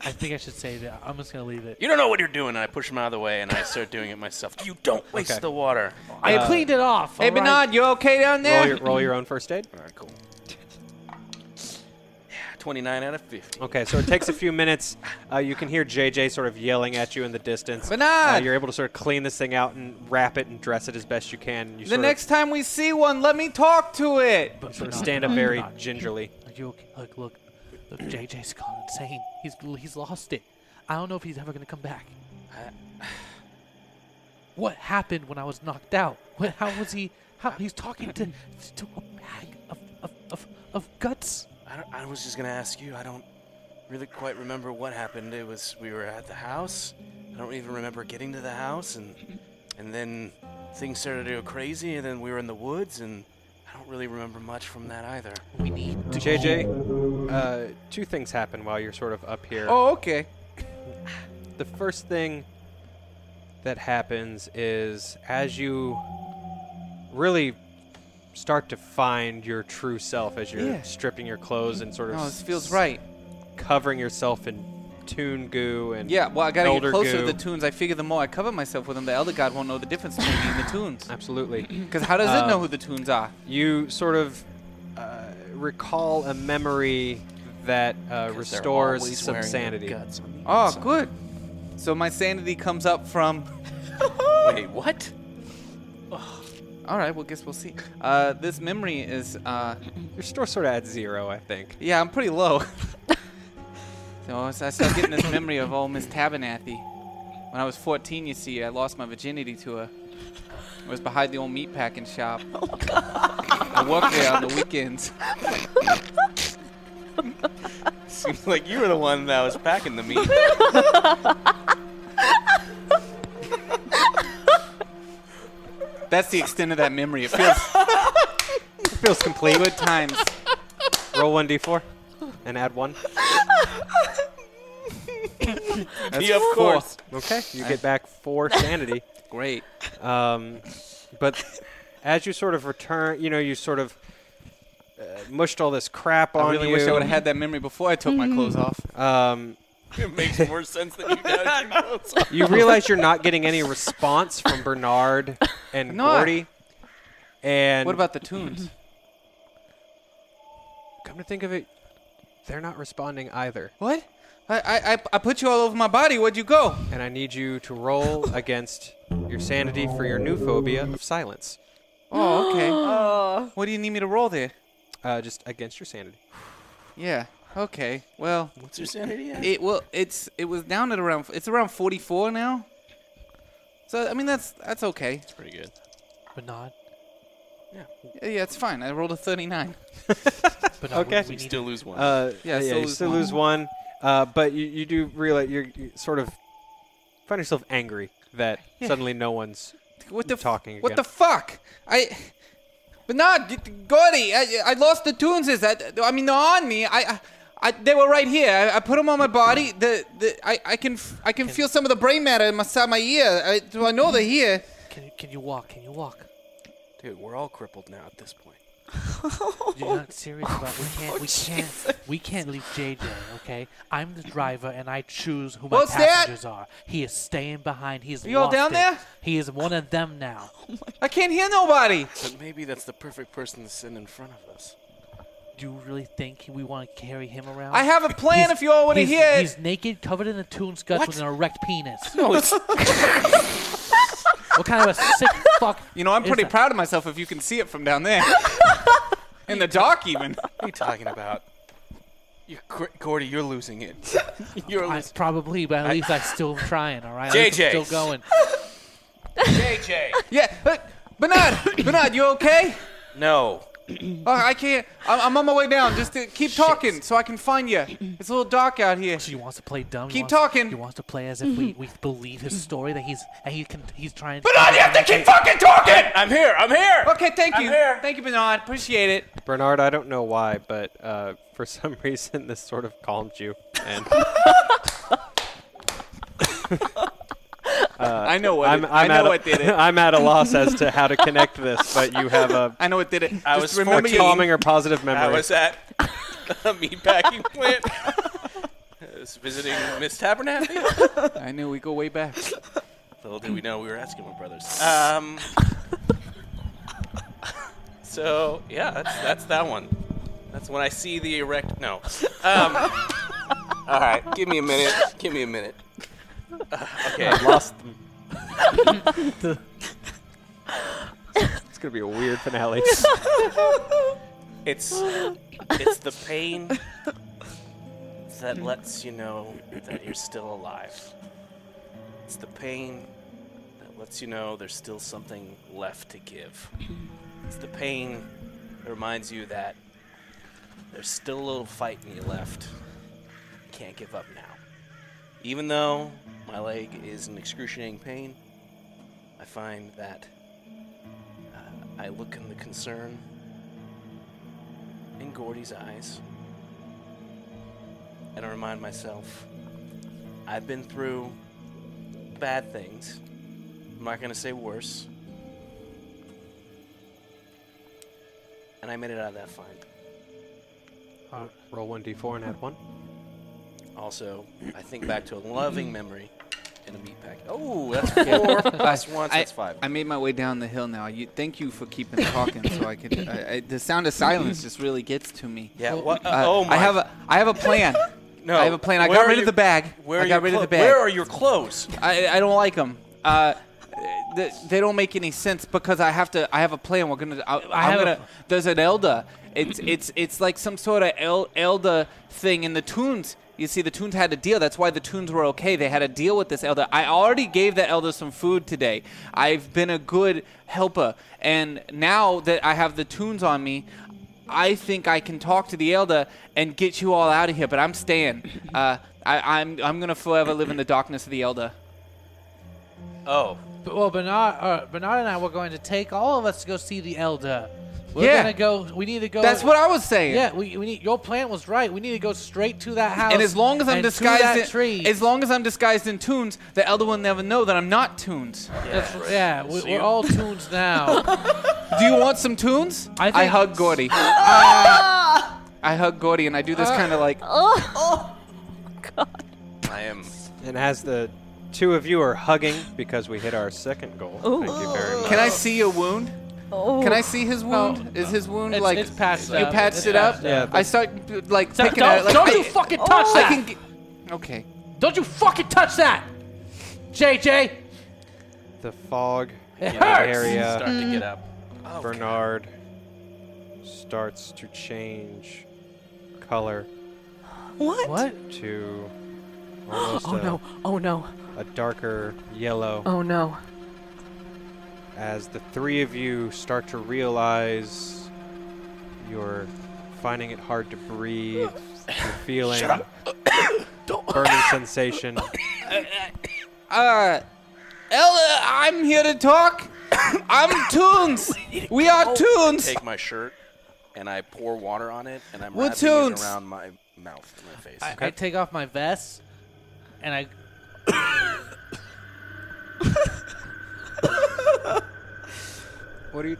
I think I should save it. I'm just gonna leave it.
You don't know what you're doing. And I push him out of the way and I start doing it myself. You don't waste
Okay.
the water.
I cleaned it off.
Hey,
all right.
Bernard, you okay down
roll
there?
your roll your own first aid.
All right, cool. Yeah, 29 out of 50.
Okay, so it takes a few minutes. Uh, you can hear JJ sort of yelling at you in the distance. Uh,
Bernard!
you're able to sort of clean this thing out and wrap it and dress it as best you can. And you
the
sort
next time we see one, let me talk to it.
But
of
Bernard,
stand up
Mm-hmm.
very
Bernard,
gingerly.
Are you okay? Look, look, look. JJ's gone insane. He's he's lost it. I don't know if he's ever gonna come back. What happened when I was knocked out? What, how was he? How he's talking to to a bag of of, of, of guts?
I, don't, I was just going to ask you. I don't really quite remember what happened. It was we were at the house. I don't even remember getting to the house and and then things started to go crazy and then we were in the woods and I don't really remember much from that either.
JJ, uh, two things happen while you're sort of up here.
Oh, okay.
The first thing that happens is as you really start to find your true self as you're
Yeah.
stripping your clothes and sort of
No, Oh, this feels
s-
right.
covering yourself in toon goo and
Yeah, well, I gotta
elder
get closer to
goo.
the tunes. I figure the more I cover myself with them, the Elder God won't know the difference between me and the tunes.
Absolutely.
Because how does
Um,
it know who the tunes are?
you sort of uh, recall a memory that uh,
'Cause they're
restores
always
some
wearing their
sanity.
guts on the
Oh,
inside.
good. So my sanity comes up from.
Wait, what?
All right, well, guess we'll see. Uh, this memory is. Uh,
Your store sort of at zero, I think.
yeah, I'm pretty low. so I s- I start getting this memory of old Miss Tabanathy. When I was 14, you see, I lost my virginity to her. I was behind the old meat packing shop.
Oh,
I worked there on the weekends.
Seems like you were the one that was packing the meat.
That's the extent of that memory. It feels
Feels complete.
good times.
Roll one d4 and add one.
That's
Yeah, of
four.
course.
Okay, you get back four sanity.
Great.
Um, but as you sort of return, you know, you sort of uh, mushed all this crap on
I really
you.
wish I would have had that memory before I took my
Mm-hmm.
clothes off.
Um,
It makes more sense than you guys.
you realize you're not getting any response from Bernard and
No, I-
Gordy. And
What about the tunes?
come to think of it, they're not responding either.
what? I, I, I- I put you all over my body. Where'd you go?
And I need you to roll against your sanity for your new phobia of silence.
Oh, okay. What do you need me to roll there?
Uh, just against your sanity.
Yeah. Okay. Well,
What's your sanity? At?
it well it's it was down at around it's around 44 now. So I mean that's that's okay.
It's pretty good.
But not.
Yeah, yeah, it's fine. I rolled a 39.
But not
Okay.
We,
We
need
still lose one.
Uh,
Yeah,
yeah,
still
you
lose
still
one.
lose one, uh, but you, you do realize you're, you sort of find yourself angry that suddenly no one's.
What the f-
Talking
What
again.
the fuck? I But no, d- d- Gordy, I, I lost the tunes. Is that I mean they're on me. I, I I, they were right here. I, I put them on my body. The, the I, I can f- I can feel some of the brain matter in my side of my ear. I, so I know they're here.
Can, can you walk? Can you walk?
Dude, we're all crippled now at this point.
You're not serious about. We
Oh,
can't. We can't. We can't leave JJ. Okay. I'm the driver, and I choose who my
What's that?
passengers are. He is staying behind. He's
You all down there?
He is one of them now.
I can't hear nobody.
But maybe that's the perfect person to send in front of us.
Do you really think we want to carry him around?
I have a plan if you all want to
he's,
hear it.
He's naked, covered in the tune guts
What?
with an erect penis. what kind of a sick fuck?
You know, I'm
is
pretty
that?
proud of myself if you can see it from down there. In the dark, even.
What are you talking about? You're, Gor- Gordy, you're losing it. You're
I,
losing
probably, but at least I'm still trying. All right,
JJ.
I'm still going.
JJ.
Yeah, but Bernard, Bernard, you okay?
No.
Oh, I can't. I'm, I'm on my way down. Just to keep talking so I can find you. It's a little dark out here.
She wants to play dumb.
Keep
he wants,
talking.
He wants to play as if we, we believe his story that he's that he can he's trying.
Bernard, you have to keep fucking talking. I'm here. I'm here.
Okay, thank
I'm
you.
here.
Thank you, Bernard. Appreciate it.
Bernard, I don't know why, but uh, for some reason this sort of calmed you. And
I know what.
Uh, I'm,
it,
I'm
I
at
know
a,
what did it.
am at a loss as to how to connect this, but you have a
I know what did it.
I
Just
was
remember
fourteen.
your
calming or positive
I
memory.
was at a meatpacking plant. I was visiting Miss Abernathy.
I knew we go way back.
Little did we know we were Eskimo brothers. Um. so yeah, that's that's that one. That's when I see the erect. No. Um. all right, give me a minute. Give me a minute. Uh, okay.
lost them. it's gonna be a weird finale.
It's it's the pain that lets you know that you're still alive. It's the pain that lets you know there's still something left to give. It's the pain that reminds you that there's still a little fight in you left. You can't give up now. Even though my leg is in excruciating pain, I find that uh, I look in the concern in Gordy's eyes. And I remind myself, I've been through bad things. I'm not going to say worse. And I made it out of that fine.
Roll one d4 and add one.
Also, I think back to a loving memory in a meat pack. Oh, that's four plus one, so that's five.
I made my way down the hill now. You, thank you for keeping talking, so I could. I, I, the sound of silence just really gets to me.
yeah, what?
Uh,
oh my.
I have a I have a plan.
no,
I have a plan. I
where
got
are
rid of
your-
the bag.
Where
I
are
got
your
rid of the
clo-
bag.
Where are your clothes?
I I don't like them. Uh, th- they don't make any sense because I have to. I have a plan. We're gonna. I, I am
have a-
gonna. there's an elder. It's it's it's like some sort of el- elder thing in the tunes. You see, the tunes had a deal. That's why the tunes were okay. They had a deal with this elder. I already gave the elder some food today. I've been a good helper, and now that I have the tunes on me, I think I can talk to the elder and get you all out of here. But I'm staying. Uh, I, I'm I'm gonna forever live in the darkness of the elder.
Oh,
Well, Bernard, uh, Bernard and I were going to take all of us to go see the elder. We're
Yeah.
gonna go. We need to go.
That's what I was saying.
Oh. Yeah, we, we need. Your plan was right. We need to go straight to that house.
And as long as I'm
and to that
disguised, in,
tree.
as long as I'm disguised in tunes, the elder will never know that I'm not tunes.
That's r- yeah, we, we're all tunes now.
Do you want some tunes?
I think-
hug Gordy. Ah. I hug Gordy, and I do this
Ah.
kind of like.
I am.
And as the two of you are hugging because we hit our second goal, thank you very much.
Can I see a wound? Can I see his wound? Is his wound
Oh. It's,
like
it's patched
you
up.
patched
It's
it up?
patched up.
Yeah.
I start b- like
Don't-
picking at
don't
it. Like,
don't
I,
you fucking touch
I
that!
can get, okay.
Don't you fucking touch that, JJ.
The fog
It
in
hurts.
the area.
Start to get up.
Bernard starts to change color
What?
What?
to almost
Oh
a,
no! Oh no!
a darker yellow
Oh no!
as the three of you start to realize you're finding it hard to breathe. You're feeling burning sensation.
Uh, Ella, I'm here to talk. I'm tunes. We are tunes.
Take my shirt and I pour water on it and I'm
We're
wrapping it
tunes.
around my mouth, and my face.
I, I take off my vest, and I.
What are you?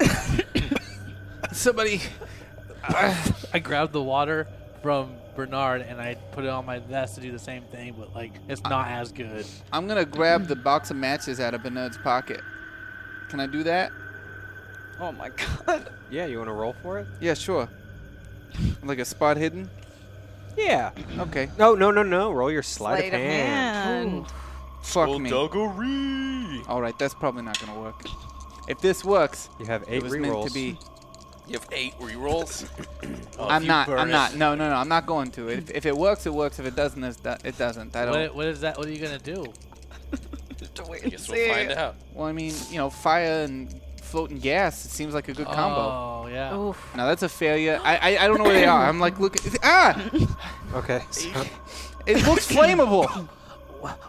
Somebody.
I grab the water from Bernard and I put it on my vest to do the same thing, but like it's not as good.
I'm gonna grab the box of matches out of Bernard's pocket. Can I do that?
Oh my god.
Yeah, you want to roll for it?
Yeah, sure. Like a spot hidden.
Yeah.
Okay.
No, no, no, no. Roll your sleight,
Sleight of hand.
Fuck me.
Duggery.
All right, that's probably not gonna work. If this works,
You have
it
eight
was
re
meant
rolls.
to be.
You have eight rerolls. Oh, if
I'm
you
not.
burn
I'm
it-
not. No, no, no. I'm not going to. If, if it works, it works. If it doesn't, it's do- it doesn't. I don't.
What, what is that? What are you gonna do?
Just to wait and
Guess
see.
we'll find out.
Well, I mean, you know, fire and floating gas. It seems like a good combo.
Oh yeah.
Oof!
No, that's a failure. I, I I don't know where they are. I'm like, look. Ah!
Okay. so-
It looks flammable.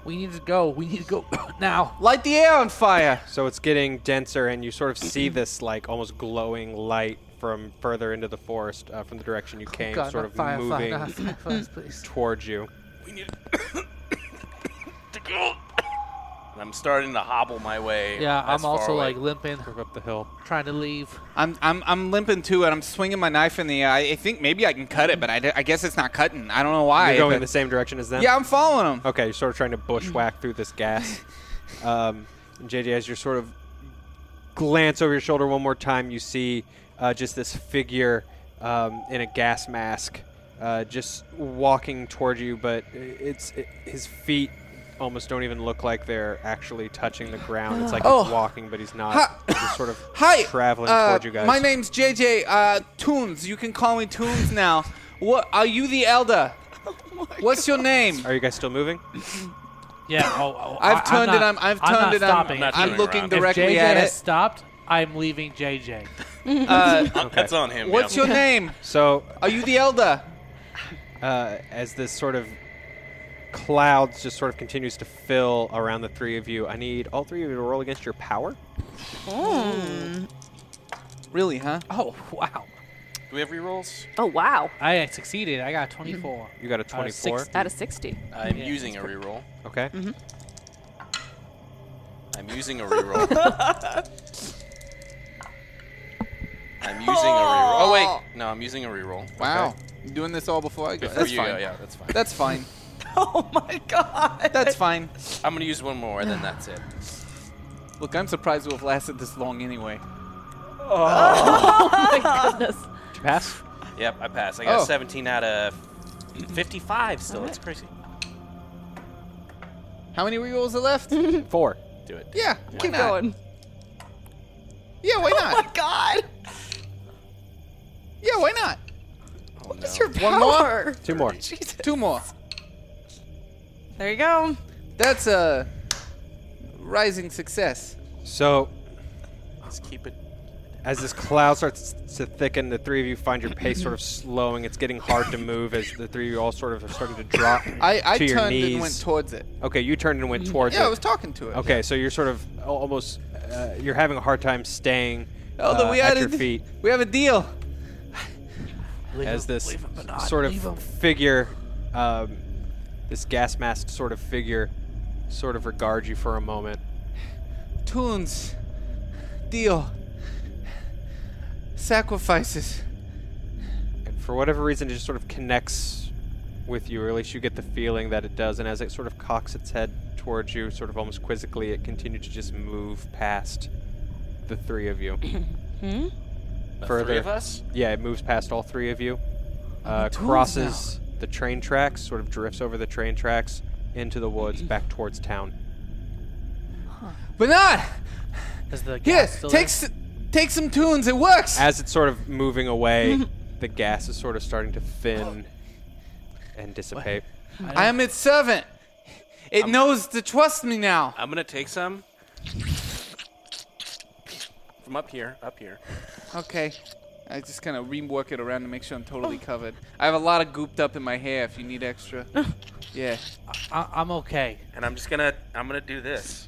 We need to go. We need to go now.
Light the air on fire.
So it's getting denser, and you sort of see
Mm-hmm.
this like almost glowing light from further into the forest uh, from the direction you came,
Oh God,
sort
not
of
fire,
moving
fire, not fire, first, please.
towards you.
And I'm starting to hobble my way.
Yeah,
as
I'm also
far away.
like limping up the hill, trying to leave.
I'm I'm I'm limping too, and I'm swinging my knife in the air. I, I think maybe I can cut it, but I, d- I guess it's not cutting. I don't know why.
You're going
but-
in the same direction as them.
yeah, I'm following him.
Okay, you're sort of trying to
Mm.
bushwhack through this gas. Um, and JJ, as you sort of glance over your shoulder one more time, you see uh, just this figure um, in a gas mask, uh, just walking toward you. But i- it's i his feet almost don't even look like they're actually touching the ground. It's like he's
Oh.
walking, but he's not.
Ha-
He's just sort of
Hi.
traveling
uh,
toward you guys.
My name's JJ uh, Toons. You can call me Toons now. What are you the elder? What's your name?
Are you guys still moving?
Yeah. Oh, oh, I-
I've turned
I'm
it.
not,
I'm. I've
I'm
turned
not
it.
Stopping.
I'm not
I'm
turning
looking
around.
if
directly
JJ
at
has
it.
stopped, I'm leaving JJ.
Uh,
Uh, That's on him.
what's
yeah.
your name?
So
Are you the elder?
uh, as this sort of clouds just sort of continues to fill around the three of you. I need all three of you to roll against your power.
Really, huh?
Oh wow.
Do we have rerolls?
Oh wow!
I succeeded. I got 24.
You
Uh,
got a 24.
60.
Out of sixty.
I'm using a reroll.
okay.
Mm-hmm. I'm using a reroll. I'm using a reroll. Oh wait, no, I'm using a reroll.
Wow. You're doing this all before I go.
Before
That's
you go,
fine.
yeah, that's fine.
That's fine.
Oh my god.
That's fine.
I'm gonna use one more, and then that's it.
Look, I'm surprised we've lasted this long anyway.
Oh Goodness.
Did you pass?
Yep, I passed. I got a
Oh.
17 out of 55 still. That's crazy.
How many rerolls are left?
Four.
Do it.
yeah. Why
Keep
not?
going.
Yeah, why
Oh my
not?
god.
Yeah, why not?
Oh,
What is
no.
your
One more?
power?
Two more.
Jesus.
Two more.
There you go.
That's a rising success.
So
Let's keep it.
as this cloud starts to thicken, the three of you find your pace sort of slowing. It's getting hard to move as the three of you all sort of are starting to drop
I, I
to your
turned
knees.
and went towards it.
okay, you turned and
Mm-hmm.
went towards
Yeah, I
it.
was talking to it.
Okay, so you're sort of al- almost uh, you're having a hard time staying
Elden,
uh,
Oh, we
at
had
your
a,
feet
We have a deal.
as this sort of figure, um, this gas masked sort of figure, sort of regards you for a moment.
Tunes. Deal. Sacrifices.
and for whatever reason, it just sort of connects with you, or at least you get the feeling that it does. And as it sort of cocks its head towards you, sort of almost quizzically, it continued to just move past the three of you.
Hmm? The
Further.
three of us?
yeah, it moves past all three of you, uh, crosses the train tracks, sort of drifts over the train tracks into the woods, back towards town.
Bernard!
Is the gas
Here,
still
take, s- take some tunes. It works.
As it's sort of moving away, the gas is sort of starting to thin and dissipate.
I am its servant. It knows to trust me now.
I'm gonna take some from up here, up here.
Okay. I just kind of rework it around to make sure I'm totally covered. I have a lot of gooped up in my hair if you need extra. yeah.
there? I- I'm okay.
And I'm just gonna, I'm gonna do this.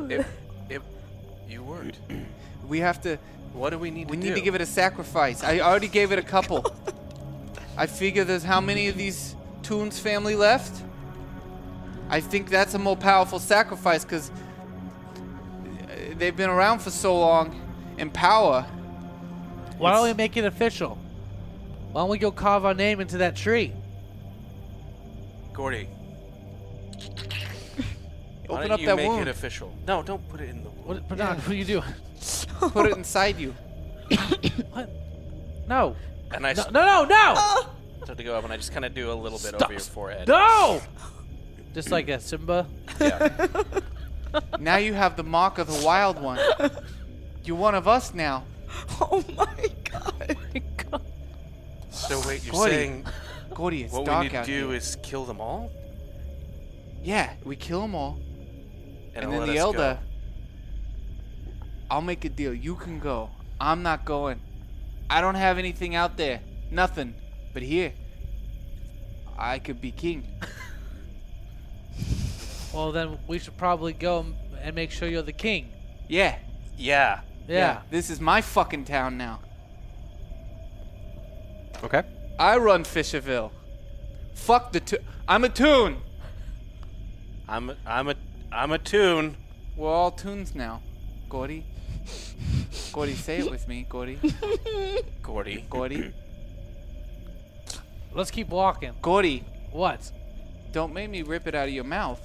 If, if you weren't,
We have to
what do we need
we
to
need
do?
to give it a sacrifice. I already gave it a couple. I figure there's how many of these Toons family left? I think that's a more powerful sacrifice because they've been around for so long in power.
Why don't we make it official? Why don't we go carve our name into that tree?
Gordy. why
Open
don't
up
you
that
make
wound.
it official? No, don't put it in the.
What, Bernard, what are you doing?
Put it inside you.
No.
And I
No,
start
no, no, no!
to go up, and I just kind of do a little bit over your forehead.
No! Just like a Simba.
Yeah.
Now you have the mark of the wild one. You're one of us now.
Oh my god.
So wait, you're
Gordy,
saying
Gordy, it's
what we
dark
need to
out
do
here.
is kill them all,
yeah, we kill them all.
and,
and
let
then the
us go.
elder. I'll make a deal. You can go. I'm not going. I don't have anything out there. Nothing. But here, I could be king.
Well, then we should probably go m- and make sure you're the king.
Yeah.
Yeah.
Yeah.
This is my fucking town now.
Okay.
I run Fisherville. Fuck the to- I'm a toon.
I'm, I'm a, I'm a tune.
We're all toons now. Gordy. Gordy, say it with me. Gordy.
Gordy.
Gordy.
Let's keep walking.
Gordy.
What?
Don't make me rip it out of your mouth.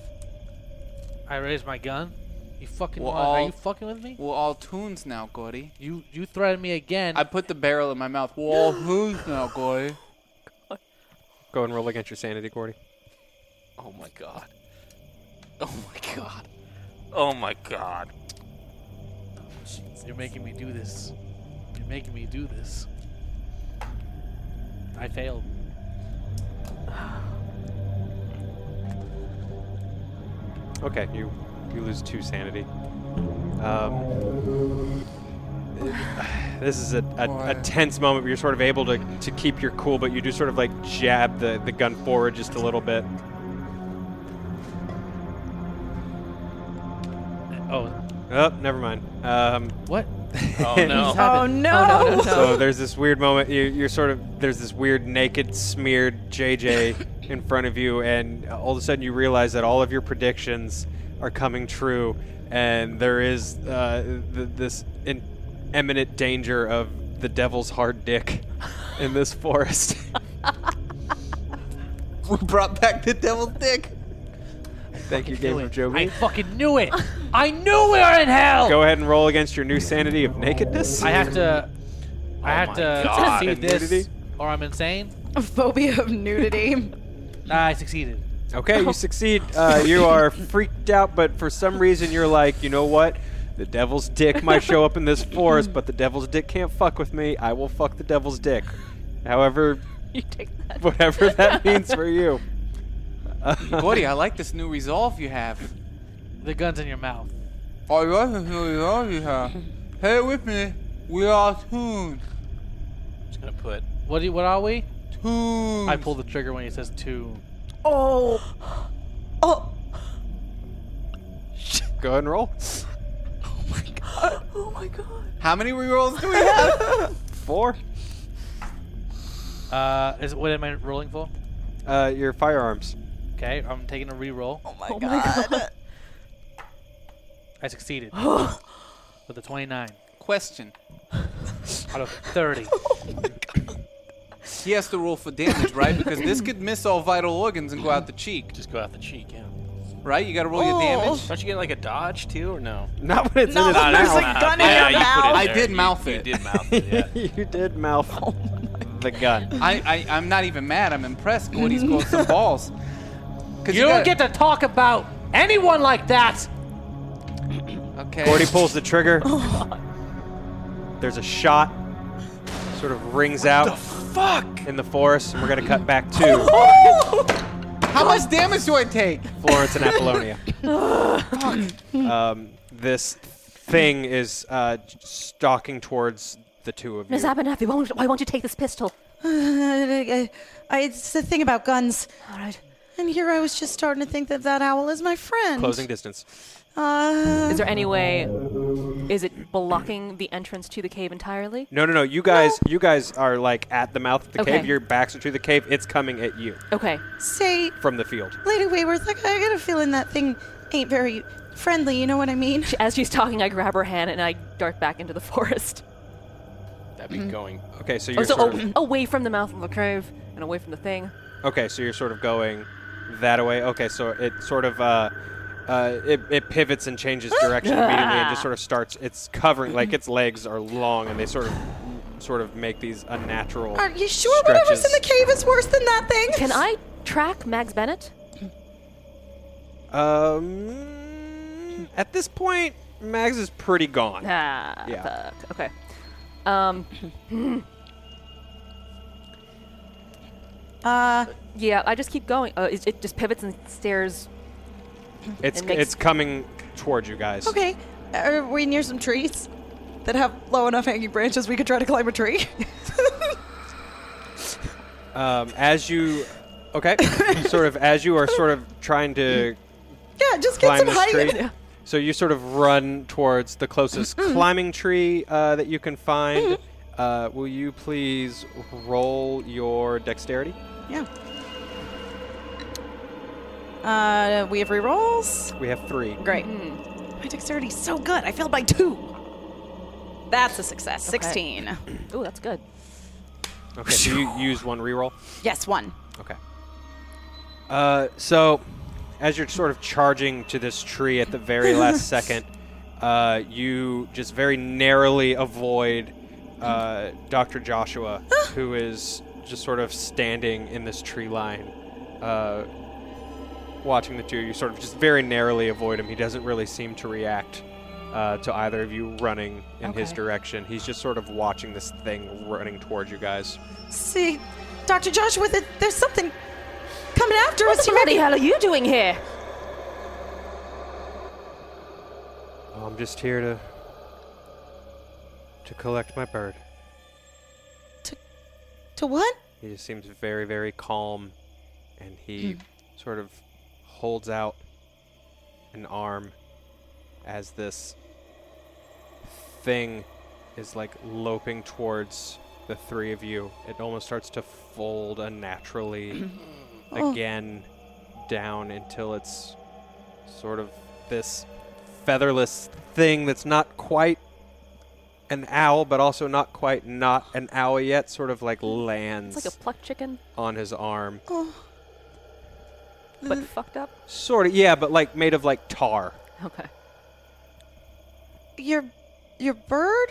I raised my gun. You fucking
We're
want, are
all-
you fucking with me?
We're all toons now, Gordy.
You you threatened me again.
I put the barrel in my mouth. Whoa, who's now, boy?
Go and roll against your sanity, Gordy.
Oh my god. Oh my god. Oh my god.
You're making me do this. You're making me do this. I failed.
Okay, you you lose two sanity. Um, this is a, a, a
Boy.
tense moment where you're sort of able to, to keep your cool, but you do sort of like jab the, the gun forward just a little bit.
Oh,
Oh, never mind. Um,
what?
Oh no.
Oh no.
so there's this weird moment. You, you're sort of there's this weird naked smeared JJ in front of you, and all of a sudden you realize that all of your predictions are coming true, and there is uh, th- this in- imminent danger of the devil's hard dick in this forest.
We brought back the devil's dick.
Thank you, game from
I
Joby.
fucking knew it. I knew we were in hell.
Go ahead and roll against your new sanity of nakedness.
I have to. I have to
God.
succeed this,
Nudity?
or I'm insane.
Phobia of nudity.
Nah, I succeeded.
Okay,
Oh.
you succeed. Uh, you are freaked out, but for some reason you're like, you know what? The devil's dick might show up in this forest, but the devil's dick can't fuck with me. I will fuck the devil's dick. However,
You take that.
whatever that means for you.
Gordy, I like this new resolve you have.
The gun's in your mouth.
I like this new resolve you have. Hey, with me. We are toons.
I'm just gonna put.
What? Do you, what are we?
Toons.
I pull the trigger when he says two.
Oh. Oh.
Go ahead and roll.
How many rerolls do we have?
Four.
Uh, is what am I rolling for?
Uh, your firearms.
Okay, I'm taking a re-roll.
oh my god.
I succeeded with a 29
Question.
out of 30.
He has to roll for damage, right? Because this could miss all vital organs and go out the cheek,
Just go out the cheek, yeah.
right? You got to roll your damage.
Don't you get like a dodge too, or no?
Not when it's in
No,
his
when there's
mouth.
a gun in
yeah,
your
you put
mouth.
it
I
there.
did
You-
mouth
you
it.
did mouth it. Yeah.
you did mouth
Oh
the gun.
I, I I'm not even mad. I'm impressed. Cody's got some balls. 'Cause
You
got-
don't get to talk about anyone like that.
okay.
Gordy pulls the trigger.
Oh.
There's a shot. Sort of rings out. fuck? In the forest, and we're gonna cut back
Oh
to
How much damage do I take?
Florence and Apollonia. um, this thing is uh, stalking towards the two of you.
Miss Abernathy, why won't, why won't you take this pistol?
I, I, Uh, it's the thing about guns.
All right.
And here I was just starting to think that that owl is my friend.
Closing distance.
Uh,
Is there any way? Is it blocking the entrance to the cave entirely?
No, no, no. You guys, you guys are like at the mouth of the
Okay.
cave. Your backs are to the cave. It's coming at you
Okay.
say,
from the field.
Lady Wayworth, like, I got a feeling that thing ain't very friendly. You know what I mean?
As she's talking, I grab her hand and I dart back into the forest.
That'd be going.
Okay, so
Oh,
you're
so
sort
a-
of,
away from the mouth of the cave and away from the thing.
okay, so you're sort of going that way. Okay, so it sort of uh, uh, it, it pivots and changes direction immediately and just sort of starts. It's covering like its legs are long and they sort of sort of make these unnatural.
Are you sure whatever's in the
stretches.
cave is worse than that thing?
Can I track Mags Bennett?
Um, at this point, Mags is pretty gone.
Ah,
Yeah.
fuck. Okay. Um,
Uh,
yeah, I just keep going. Uh, it, it just pivots and stares.
It's
It makes-
it's coming toward you guys.
okay. Are we near some trees that have low enough hanging branches we could try to climb a tree?
Um, as you, okay, sort of as you are sort of trying to
yeah, just get
climb
some
the
height.
tree. So you sort of run towards the closest climbing tree uh, that you can find. Uh, will you please roll your dexterity?
Yeah. Uh, we have rerolls.
We have three.
Great. Mm-hmm. My dexterity's so good. I failed by two. That's a success. 16.
Ooh, that's good.
Okay, so you use one reroll.
yes, one.
Okay. Uh, so, as you're sort of charging to this tree at the very last second, uh, you just very narrowly avoid uh, Dr. Joshua, who is just sort of standing in this tree line, uh, watching the two. of You sort of just very narrowly avoid him. He doesn't really seem to react. Uh, to either of you running in his
Okay.
direction. He's just sort of watching this thing running towards you guys.
See, Dr. Joshua, th- there's something coming after
What
us.
the
You may
bloody
be-
hell are you doing here?
I'm just here to to collect my bird.
To what?
He just seems very, very calm, and
Hmm.
he sort of holds out an arm as this thing is like loping towards the three of you. It almost starts to fold unnaturally
Oh.
again down until it's sort of this featherless thing that's not quite an owl, but also not quite not an owl yet. Sort of like lands
It's like a plucked chicken,
on his arm.
Oh,
but fucked up.
Sort of, yeah, but like made of like tar.
Okay.
Your, your bird?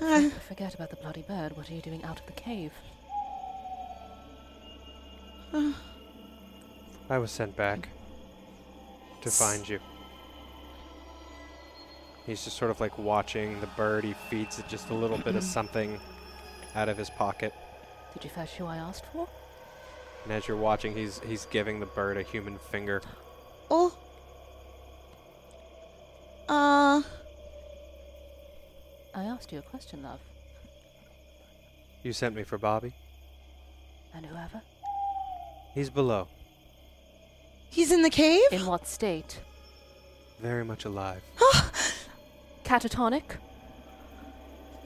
Uh,
Forget about the bloody bird. What are you doing out of the cave?
I was sent back to find you. He's just sort of like watching the bird. He feeds it just a little bit of something out of his pocket.
Did you fetch who I asked for?
And as you're watching, he's he's giving the bird a human finger.
oh. Uh,
I asked you a question, love.
You sent me for Bobby.
And whoever?
He's below,
he's in the cave?
In what state?
very much alive.
catatonic.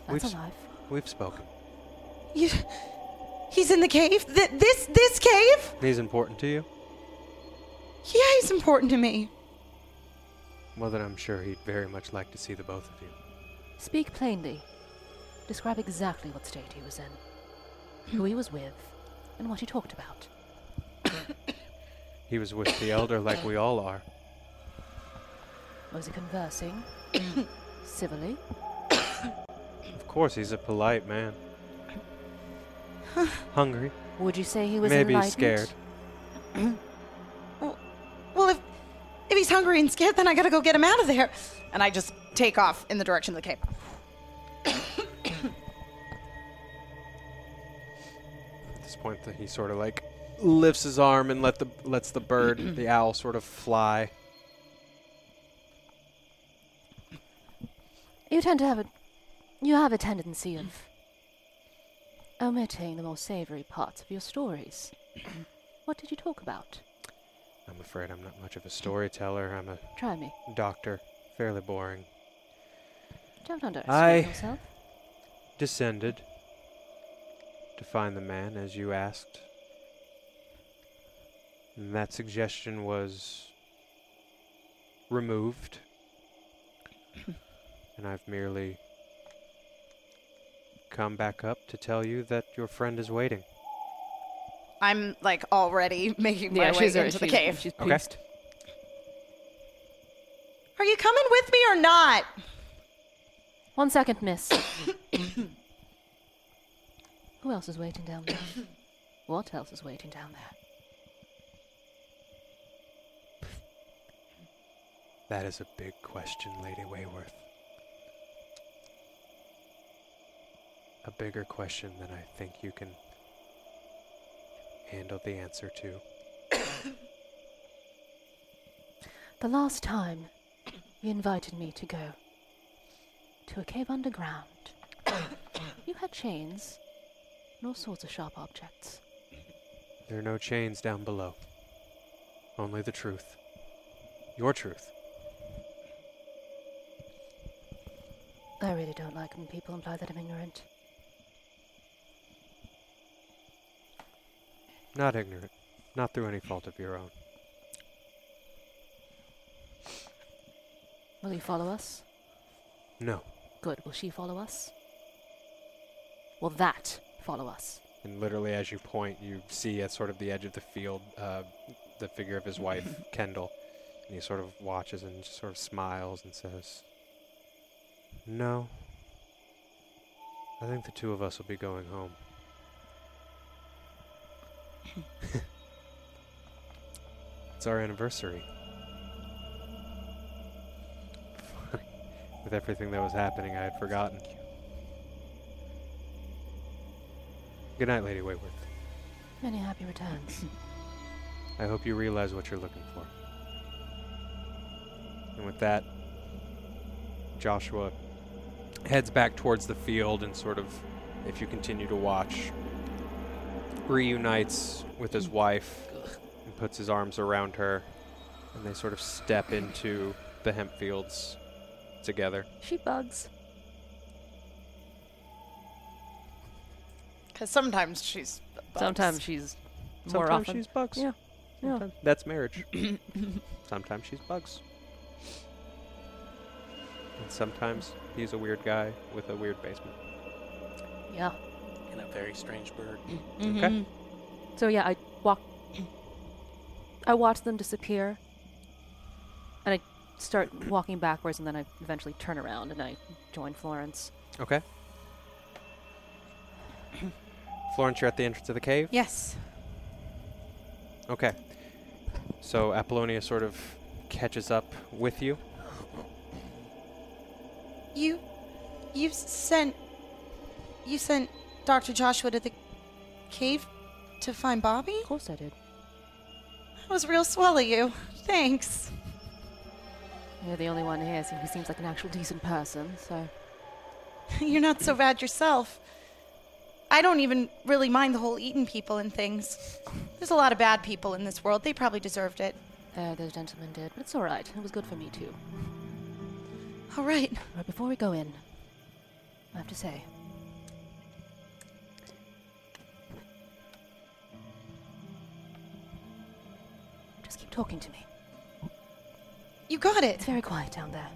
That's
We've-
alive.
We've spoken.
You, he's in the cave. Th- this this cave.
He's important to you?
Yeah, he's important to me.
Well, then I'm sure he'd very much like to see the both of you.
Speak plainly. Describe exactly what state he was in, who he was with, and what he talked about.
He was with the Elder like we all are.
Was he conversing civilly?
Of course, he's a polite man. Hungry.
Would you say he was
Maybe
enlightened?
scared.
Well, if if he's hungry and scared, then I gotta go get him out of there.
And I just take off in the direction of the cave.
At this point, that he sort of like lifts his arm and let the lets the bird, the owl, sort of fly.
You tend to have a, you have a tendency of omitting the more savory parts of your stories. what did you talk about?
I'm afraid I'm not much of a storyteller. I'm a
Try me.
doctor. Fairly boring.
Don't underestimate
I-
yourself.
Descended to find the man, as you asked. And that suggestion was removed. and I've merely come back up to tell you that your friend is waiting.
I'm like already making my
Yeah,
way
she's
into the cave.
She's
Okay.
Are you coming with me or not?
One second, miss. Who else is waiting down there? What else is waiting down there?
That is a big question, Lady Wayworth. A bigger question than I think you can handle the answer to.
The last time you invited me to go to a cave underground, you had chains and all sorts of sharp objects.
There are no chains down below. Only the truth. Your truth.
I really don't like when people imply that I'm ignorant.
Not ignorant. Not through any fault of your own.
Will you follow us?
No.
Good. Will she follow us? Will that follow us?
And literally, as you point, you see at sort of the edge of the field uh, the figure of his wife, Kendall. And he sort of watches and just sort of smiles and says, No. I think the two of us will be going home. it's our anniversary. With everything that was happening, I had forgotten. Good night, Lady Wayworth.
Many happy returns.
I hope you realize what you're looking for. And with that, Joshua heads back towards the field and sort of, if you continue to watch, reunites with his wife and puts his arms around her. And they sort of step into the hemp fields together.
she bugs.
Because sometimes she's. bugs.
Sometimes she's more
Sometimes
often.
she's bugs.
Yeah. Yeah.
Sometimes- That's marriage. sometimes she's bugs. And sometimes he's a weird guy with a weird basement.
yeah.
And a very strange bird.
Okay.
Mm-hmm. So yeah, I walk. I watch them disappear, and I start walking backwards, and then I eventually turn around and I join Florence.
Okay. Florence, you're at the entrance of the cave?
Yes.
Okay. So Apollonia sort of catches up with you.
You, you sent, you sent Doctor Joshua to the cave to find Bobby.
Of course, I did.
That was real swell of you. Thanks.
You're the only one here so who seems like an actual decent person. So
You're not so bad yourself. I don't even really mind the whole eating people and things. There's a lot of bad people in this world. They probably deserved it.
there, those gentlemen did, but it's all right. It was good for me too.
All right.
But before we go in, I have to say. Just keep talking to me.
You got
It's
it.
very quiet down there.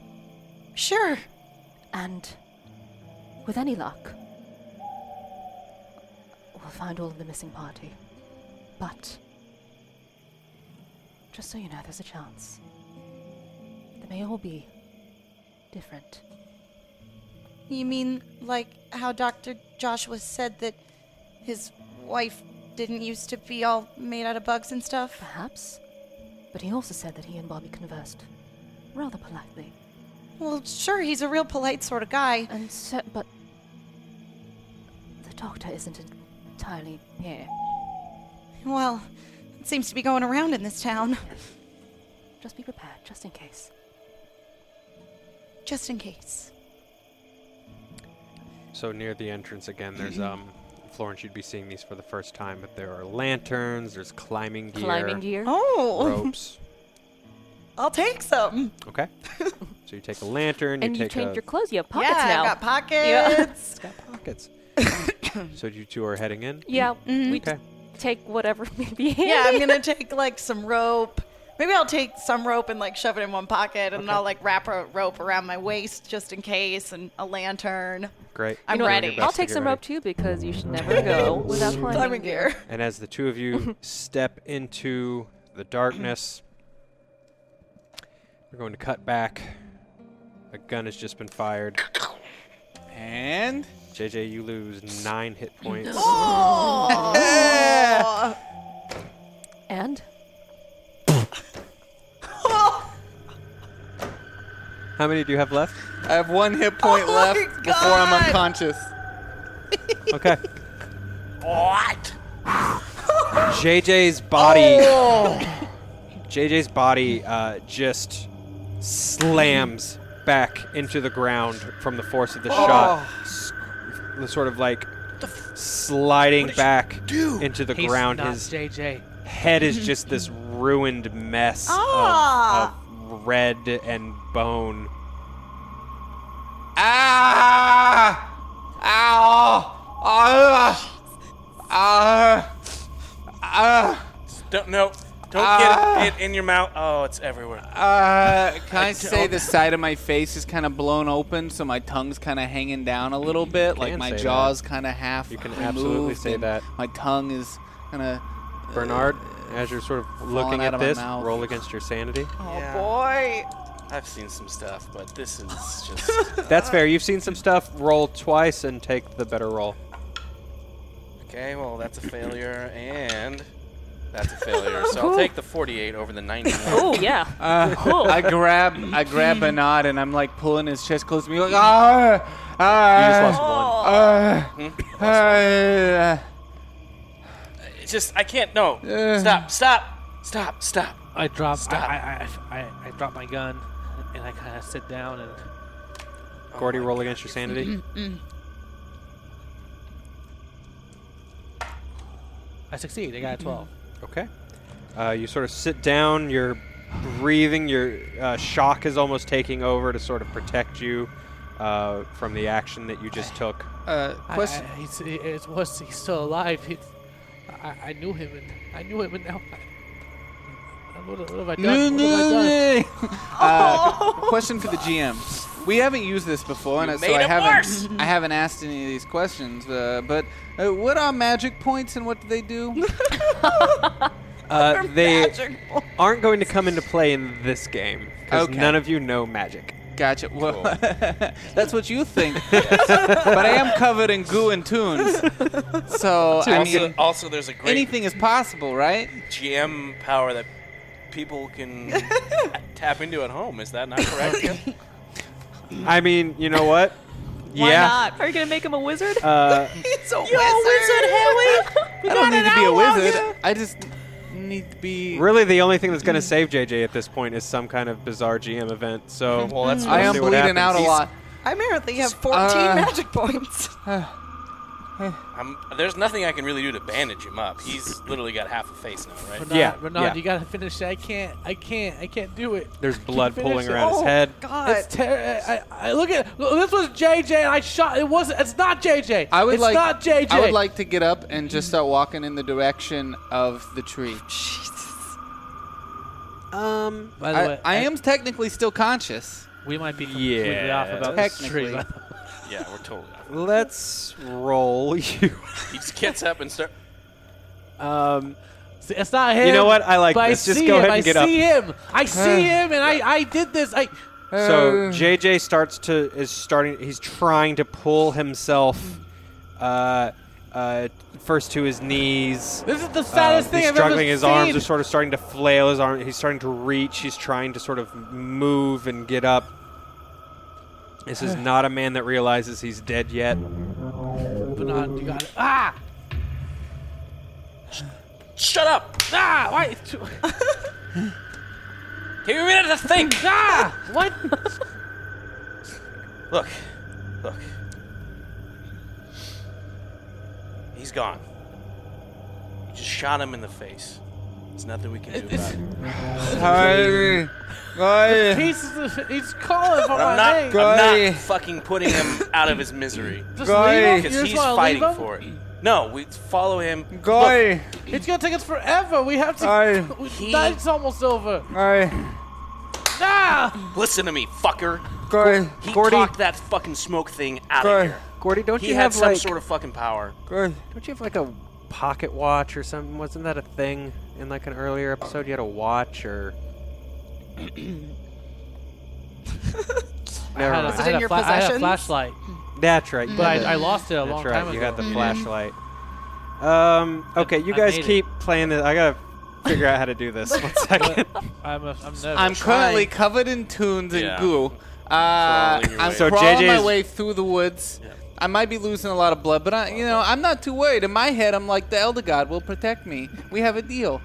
Sure.
And with any luck, we'll find all of the missing party. But just so you know, there's a chance. They may all be different.
You mean like how Dr. Joshua said that his wife didn't used to be all made out of bugs and stuff?
Perhaps. But he also said that he and Bobby conversed rather politely.
Well, sure, he's a real polite sort of guy.
And so, but the doctor isn't entirely here.
Well, it seems to be going around in this town.
Just be prepared, just in case.
Just in case.
So near the entrance again, there's
Mm-hmm.
um, Florence. You'd be seeing these for the first time, but there are lanterns. There's climbing gear,
Climbing gear.
Oh,
ropes.
I'll take some.
Okay. so you take a lantern.
and
you
you
take
change
a
your clothes. You have pockets
yeah,
now.
I've got
it's
pockets.
got pockets. so you two are heading in.
yeah, we
Okay.
just take whatever maybe.
yeah, I'm gonna take like some rope. Maybe I'll take some rope and like shove it in one pocket, and I'll like wrap a rope around my waist just in case, and a lantern.
Great.
I'm
Doing your
ready.
best
I'll
to
take
get
some
ready.
rope too because you should never go without climbing,
Climbing gear.
And as the two of you step into the darkness, we're going to cut back. A gun has just been fired.
And
JJ, you lose nine hit points.
Oh.
And
How many do you have left?
I have one hit point left before I'm unconscious.
Okay. What? JJ's body.
Oh.
JJ's body uh, just slams back into the ground from the force of the
Oh.
shot. S- the sort of like sliding back into the
He's
ground.
not
His
JJ.
head is just this ruined mess of-
Ah.
of, red and bone.
Ah! Ow! Ah! Ah! Ah!
Don't no. Don't
Ah.
get it in your mouth. Oh, it's everywhere.
Uh, can I,
I
say
don't-
the side of my face is kind of blown open, so my tongue's kind of hanging down a little bit, like
can
my
say that.
jaw's kind of half.
You can absolutely
removed
say
and
that.
My tongue is kind of.
Bernard, as you're sort of looking
Uh, out
at
of my
this,
mouth.
roll against your sanity.
Oh boy.
I've seen some stuff, but this is just.
That's fair. You've seen some stuff. Roll twice and take the better roll.
okay, well, that's a failure, and that's a failure. So I'll take the 48 over the 91.
oh yeah,
Uh,
Cool.
I grab, I grab Bernard, and I'm like pulling his chest close to me, like ah,
You
ah,
Uh,
just lost one.
ah, ah."
It's just, I can't. No.
Uh.
Stop, stop, stop, stop.
I drop. I,
Stop.
I, I, I, I drop my gun, and I kind of sit down and
oh.
Gordy, roll against your sanity.
I succeed. I got a 12.
okay. Uh, you sort of sit down. You're breathing. Your uh, shock is almost taking over to sort of protect you uh, from the action that you just took.
Uh, question.
I, I, he's, he- it's worse. He's still alive. He's, I, I knew him, and I knew him, and now. I- What, what have I done?
No,
what have I done?
no, no. Uh, question for the GM. We haven't used this before, and so
made
I
it
haven't.
worse.
I haven't asked any of these questions. Uh, but uh, what are magic points, and what do they do?
Uh, they aren't going to come into play in this game because
Okay.
none of you know magic.
gotcha. Well, that's what you think. but I am covered in goo and tunes, so I
Also,
mean,
also, there's a great
anything is possible, right?
GM power that people can tap into at home. Is that not correct? Jim?
I mean, you know what?
Why
yeah.
not?
are you gonna make him a wizard?
Uh,
It's a wizard.
I don't need to be a wizard. I just need to be.
really, the only thing that's going to save JJ at this point is some kind of bizarre GM event. So
well, that's
I
We'll
am
see what
bleeding
happens.
out a
He's-
uh.
lot.
I apparently have 14
Uh,
magic points.
I'm, there's nothing I can really do to bandage him up. He's literally got half a face now, right?
Bernard,
Yeah,
Bernard,
yeah.
you gotta finish it. I can't. I can't. I can't do it.
There's
I can't
blood
finish
pooling
it.
around his head.
God.
It's ter- I, I look at look, this was JJ and I shot it wasn't it's not JJ.
I would
it's
like
not JJ.
I would like to get up and just start walking in the direction of the tree.
Um,
By the
I,
way,
I am technically still conscious.
We might be completely off about this tree.
Technically.
Yeah, we're totally off.
let's roll you.
He just gets up and start.
Um,
See, It's not him.
know what? I like
but
this.
I
Just
see
go
him.
ahead and
I
get up.
see him. I see him, and I, I did this. I
so JJ starts to is starting. He's trying to pull himself, uh, uh, first to his knees.
this is the saddest
Um,
thing
he's
I've
struggling.
ever
his
seen.
arms are sort of starting to flail. His arm. He's starting to reach. He's trying to sort of move and get up. This is not a man that realizes he's dead yet.
Bernard, you got it. Ah,
Shut up!
ah, why? it's too-
Give me a minute to think.
Ah, what?
Look, look. He's gone. You just shot him in the face. There's nothing we can do about it.
Pieces of he's calling for
I'm
my
not.
name.
I'm not fucking putting him out of his misery
Just leave him. You
because
just
he's
wanna leave
fighting
him?
for it. No, we follow him.
Guy,
It's gonna take us forever. We have
Uh,
to.
Aye.
He-
That's almost over.
guy,
Ah,
Look, listen to me, fucker.
guy,
He
Gordy.
talked that fucking smoke thing out
Guy.
of here.
Gordy, don't
He
you
had
have
some
like
sort of fucking power.
guy.
don't you have like a pocket watch or something? Wasn't that a thing in like an earlier episode? You had a watch or. Never
I had a-
mind.
I had
in
a
your
fla- I had a
possessions?
flashlight,
That's right. you
but
did.
I, I lost it a
That's
long time
right.
ago.
You had the flashlight. Um, okay, you guys
made it.
keep playing this. I gotta figure out how to do this. One second.
I'm a, I'm nervous.
I'm currently covered in tunes and
Yeah.
goo. Uh,
Crawling your
I'm
way.
So
crawling
JJ
my
's-
way through the woods. I might be losing a lot of blood, but I, you know, I'm not too worried. In my head, I'm like, the Elder God will protect me. We have a deal.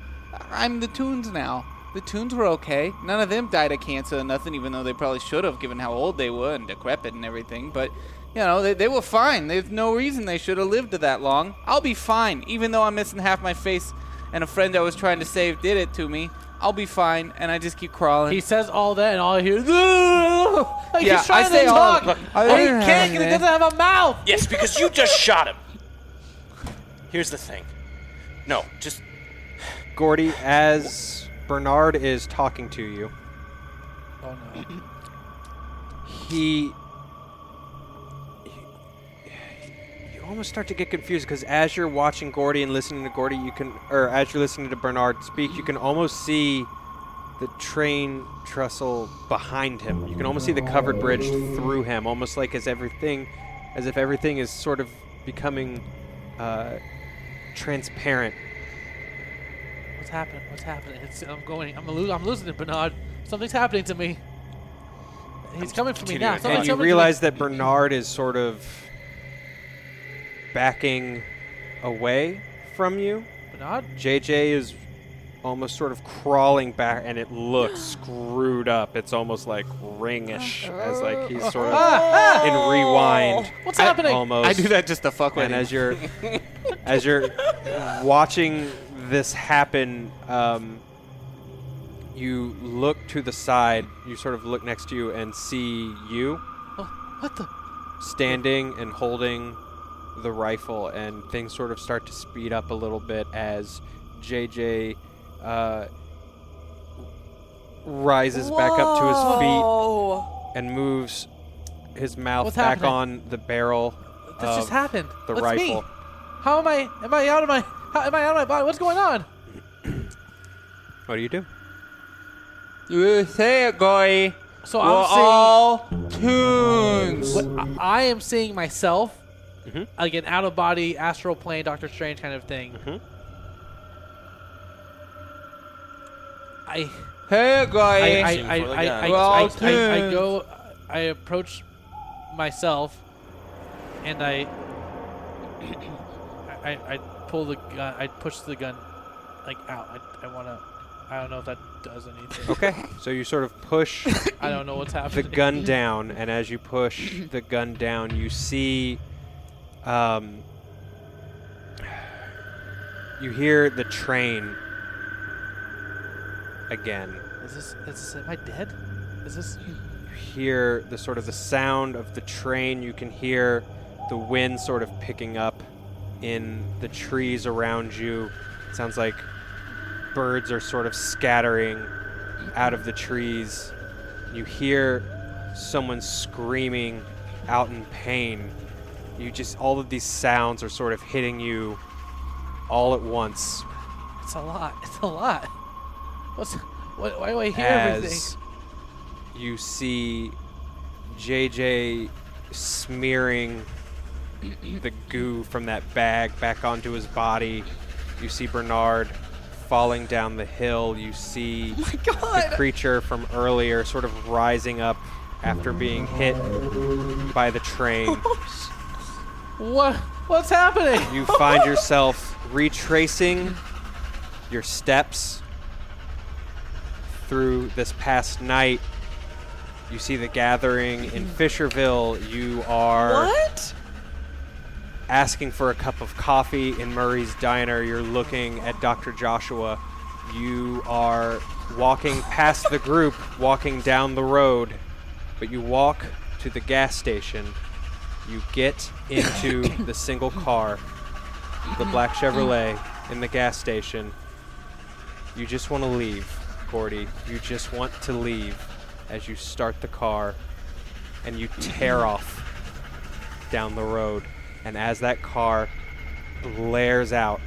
I'm the tunes now. The tunes were okay. None of them died of cancer or nothing, even though they probably should have, given how old they were and decrepit and everything. But you know, they, they were fine. There's no reason they should have lived that long. I'll be fine, even though I'm missing half my face, and a friend I was trying to save did it to me. I'll be fine, and I just keep crawling.
He says all that, and all I hear is like
Yeah,
he's trying
I say
to
all-
talk.
look, I
and he
don't have
can't because he
anything.
doesn't have a mouth.
Yes, because you just shot him. Here's the thing. No, just
Gordy, as Bernard is talking to you,
Oh no!
he, he- you almost start to get confused because as you're watching Gordy and listening to Gordy, you can, or as you're listening to Bernard speak, you can almost see the train trestle behind him. You can almost see the covered bridge through him, almost like as everything, as if everything is sort of becoming uh, transparent.
What's happening? What's happening? It's, I'm going. I'm, lo- I'm losing it, Bernard. Something's happening to me. He's coming for me now.
continuing to
Something's
and you
coming to me.
realize that Bernard is sort of backing away from you.
Bernard.
JJ is almost sort of crawling back, and it looks screwed up. It's almost like ringish, as like he's sort of
Ah,
in rewind.
What's
I-
happening?
Almost.
I do that just to fuck with
And
him.
as you're as you're watching this happen, um, you look to the side. You sort of look next to you and see you
ah. what the?
standing and holding the rifle, and things sort of start to speed up a little bit as JJ uh, rises back up to his feet
Whoa.
and moves his mouth
What's
back
happening?
on the barrel
This
of
just happened.
Uh, the
What's
rifle.
me? How am I? Am I out of my? How, am I out of my body? What's going on?
What do you do?
You say it, Goy.
So
We're
I'm seeing.
all tunes.
But I- I am seeing myself, like an out of body astral plane, Doctor Strange kind of thing. I,
Hey,
I,
Goy.
I,
Action
I,
for the
I, I,
guns.
I,
Well,
I, I
dude.
go, I approach myself, and I, I, I pull the gun, I push the gun, like out. I, I want to. I don't know if that does anything.
Okay, so you sort of push
I don't know what's
the
happening.
gun down, and as you push the gun down, you see um, you hear the train again.
Is this, is this, am I dead? Is this,
You hear the sort of the sound of the train. You can hear the wind sort of picking up in the trees around you. It sounds like birds are sort of scattering out of the trees. You hear someone screaming out in pain. You just all of these sounds are sort of hitting you all at once
it's a lot. It's a lot. What's, why, why do I hear everything?
as you see JJ smearing the goo from that bag back onto his body. You see Bernard falling down the hill. You see
Oh
the creature from earlier sort of rising up after being hit by the train.
What, what's happening?
You find yourself retracing your steps through this past night. You see the gathering in Fisherville. You are
What?
asking for a cup of coffee in Murray's Diner. You're looking at Dr. Joshua. You are walking past the group, walking down the road, but you walk to the gas station. You get into the single car, the black Chevrolet in the gas station. You just want to leave, Gordy. You just want to leave as you start the car and you tear off down the road. And as that car blares out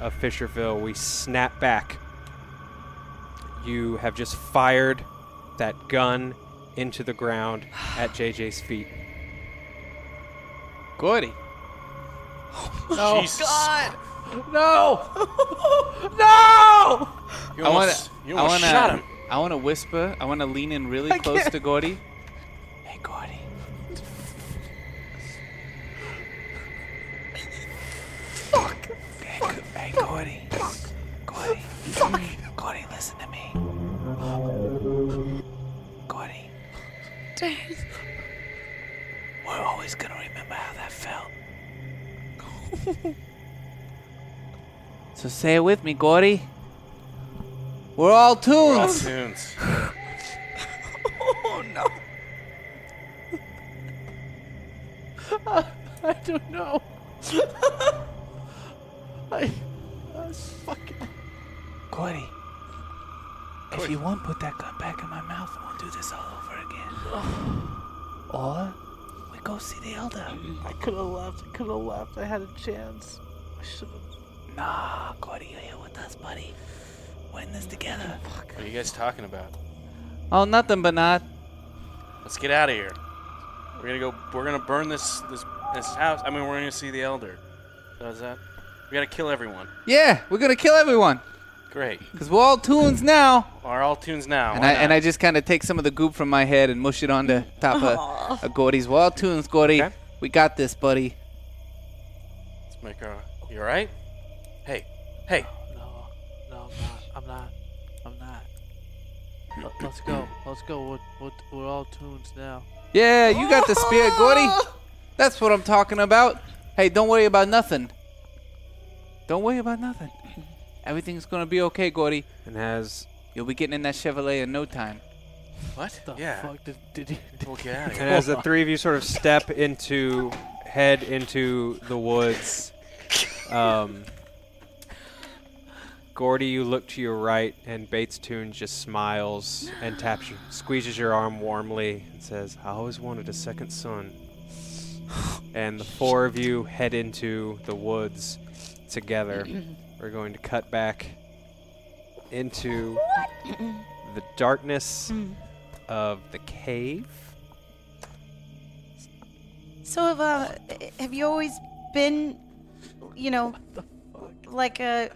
of Fisherville, we snap back. You have just fired that gun into the ground at JJ's feet.
Goody.
Oh,
No.
God.
No. no.
You
I want
almost-
to.
you
I
almost
want to.
shot him.
I want to whisper. I want to lean in really close to Gordy. Hey, Gordy. Fuck. Hey, Go- hey, Gordy. Gordy. Gordy, listen to me. Gordy. We're always gonna remember how that felt. so say it with me, Gordy. We're all
We're all
tunes.
tunes.
I don't know. I, I was fucking.
Gordy, if you want, put that gun back in my mouth and we'll do this all over again. or we go see the elder.
I could have left. I could have left. I had a chance. I should have.
Nah, Gordy, you're here with us, buddy. We're in this together.
What are you guys talking about?
Oh, nothing but not.
Let's get out of here. We're gonna go. We're gonna burn this this this house. I mean, we're gonna see the elder. Does that? We gotta kill everyone.
Yeah, we're gonna kill everyone.
Great.
Cause we're all tunes now.
Are all tunes now?
And
Why
I and
not?
I just kind of take some of the goop from my head and mush it on the top of, of Gordy's. We're all tunes, Gordy.
Okay.
We got this, buddy.
Let's make our. You all right? Hey, hey.
No, no, I'm not. I'm not. I'm not. Let- Let's go. Let's go. We're, we're, we're all tunes now.
Yeah, you got the spear, Gordy. That's what I'm talking about. Hey, don't worry about nothing. Don't worry about nothing. Everything's gonna be okay, Gordy.
And as
You'll be getting in that Chevrolet in no time.
What?
The
yeah.
fuck did, did you? Did,
We'll get out of
and
here.
as the three of you sort of step into head into the woods, um, Gordy, you look to your right, and Bates Toon just smiles and taps, you, squeezes your arm warmly, and says, "I always wanted a second son." And the four of you head into the woods together. We're going to cut back into the darkness of the cave.
So have uh, have you always been, you know, like a?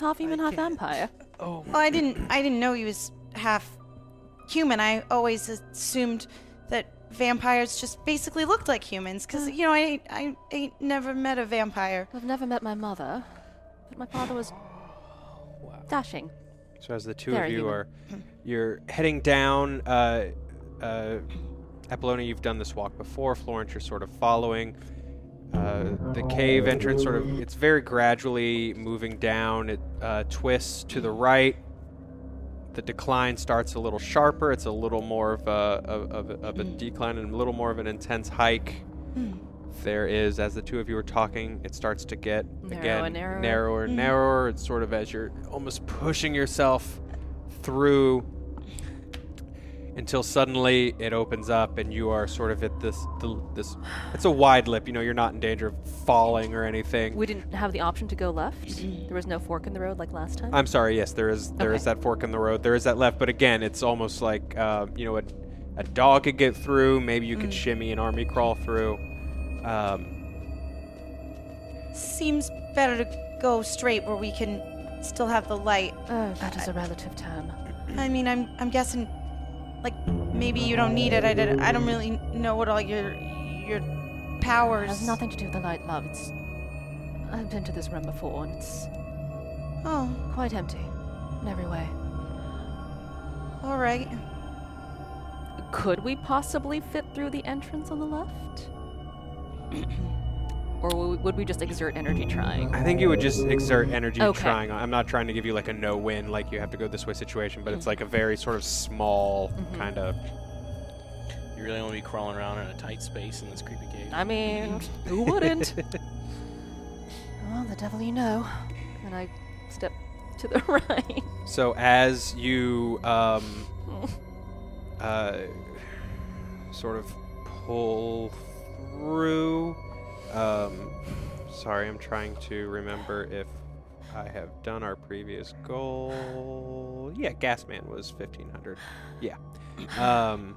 Half human, half vampire.
Well, I didn't I didn't know he was half human. I always assumed that vampires just basically looked like humans because you know I ain't, I ain't never met a vampire.
I've never met my mother, but my father was dashing.
So as the two
Very
of you
human.
are, you're heading down. Uh, uh, Apollonia, you've done this walk before. Florence, you're sort of following. uh, the cave entrance sort of it's very gradually moving down it uh, twists to the right the decline starts a little sharper it's a little more of a of, of, of a
Hmm.
decline and a little more of an intense hike there is as the two of you are talking it starts to get
Narrow
again
and narrower. Hmm.
narrower narrower it's sort of as you're almost pushing yourself through until suddenly it opens up and you are sort of at this the, this it's a wide lip you know you're not in danger of falling or anything
We didn't have the option to go left. there was no fork in the road like last time.
i'm sorry yes there is there is
Okay.
that fork in the road there is that left but again it's almost like uh, you know a, a dog could get through maybe you could
Mm.
shimmy an army crawl through um,
Seems better to go straight where we can still have the light.
oh, that is a relative term.
I mean, I'm I'm guessing, like maybe you don't need it. I did I don't really know what all your your
It has
powers.
nothing to do with the light, love. It's. I've been to this room before, and it's
Oh,
quite empty in every way.
all right.
Could we possibly fit through the entrance on the left? or w- would we just exert energy trying?
i think you would just exert energy
Okay.
trying i'm not trying to give you like a no win like you have to go this way situation but
Mm.
it's like a very sort of small
Mm-hmm.
kind of
You really want to be crawling around in a tight space in this creepy cave?
I mean, who wouldn't? well, the devil you know. And I step to the right.
So as you um, uh, sort of pull through, um, sorry, I'm trying to remember if I have done our previous goal. Yeah, Gasman was 1500. Yeah. Um,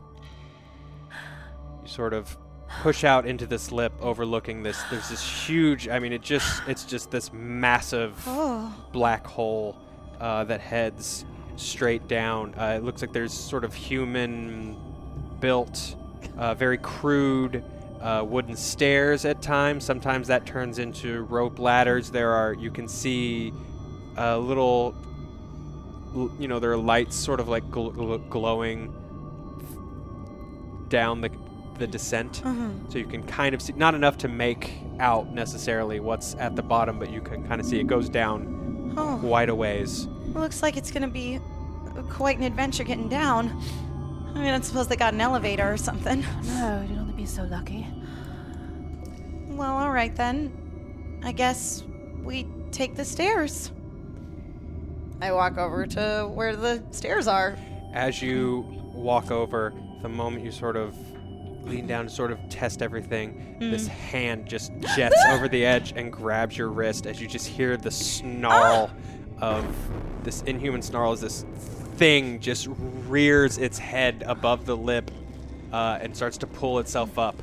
you sort of push out into this lip overlooking this there's this huge i mean it just it's just this massive
Oh,
black hole uh, that heads straight down. Uh, it looks like there's sort of human built, uh, very crude uh, wooden stairs at times. Sometimes that turns into rope ladders. There are, you can see uh, little, l- you know, there are lights sort of like gl- gl- glowing down the, the descent. So you can kind of see, not enough to make out necessarily what's at the bottom, but you can kind of see it goes down
oh.
quite a ways.
Looks like it's gonna be quite an adventure getting down. I mean, I suppose they got an elevator or something.
No, you'd only be so lucky.
Well, all right then. I guess we take the stairs. I walk over to where the stairs are.
As you walk over, the moment you sort of lean down to sort of test everything, this hand just jets over the edge and grabs your wrist as you just hear the snarl of this inhuman snarl as this thing just rears its head above the lip. Uh, and starts to pull itself up.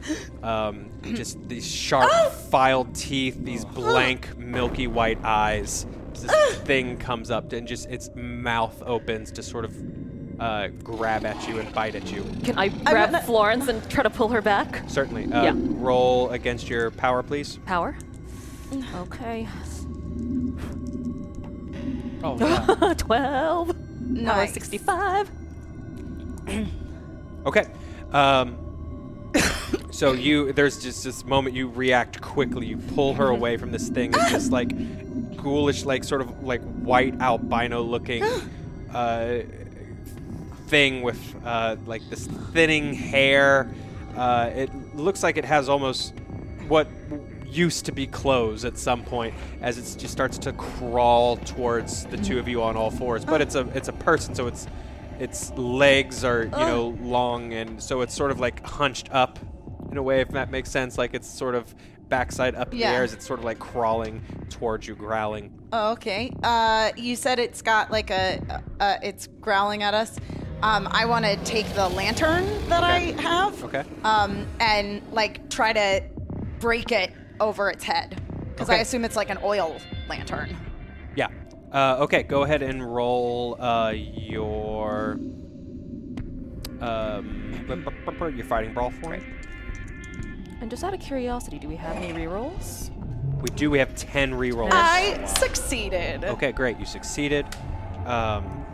Um, just these sharp, filed teeth, these blank, milky white eyes. This thing comes up and just its mouth opens to sort of uh, grab at you and bite at you.
Can I grab
wanna-
Florence and try to pull her back?
Certainly. Uh,
Yeah.
Roll against your power, please.
Power? Okay.
Oh, yeah.
12. Power
Nice.
65.
Okay. Um, so you, there's just this moment you react quickly. You pull her away from this thing. It's just like ghoulish, like sort of like white albino-looking uh, thing with uh, like this thinning hair. Uh, it looks like it has almost what used to be clothes at some point as it just starts to crawl towards the two of you on all fours but it's a it's a person so it's its legs are you know long and so it's sort of like hunched up in a way if that makes sense like it's sort of backside up in
Yeah.
the air as it's sort of like crawling towards you growling
Oh, okay. Uh, you said it's got like a, uh, uh, it's growling at us. Um, I want to take the lantern that I have.
Okay.
Um, and like try to break it over its head because I
Okay.
assume it's like an oil lantern.
yeah uh, okay go ahead and roll uh, your um, your fighting brawl for me
And just out of curiosity, do we have any rerolls?
we do we have 10 rerolls
I succeeded.
Okay, great. You succeeded. Um,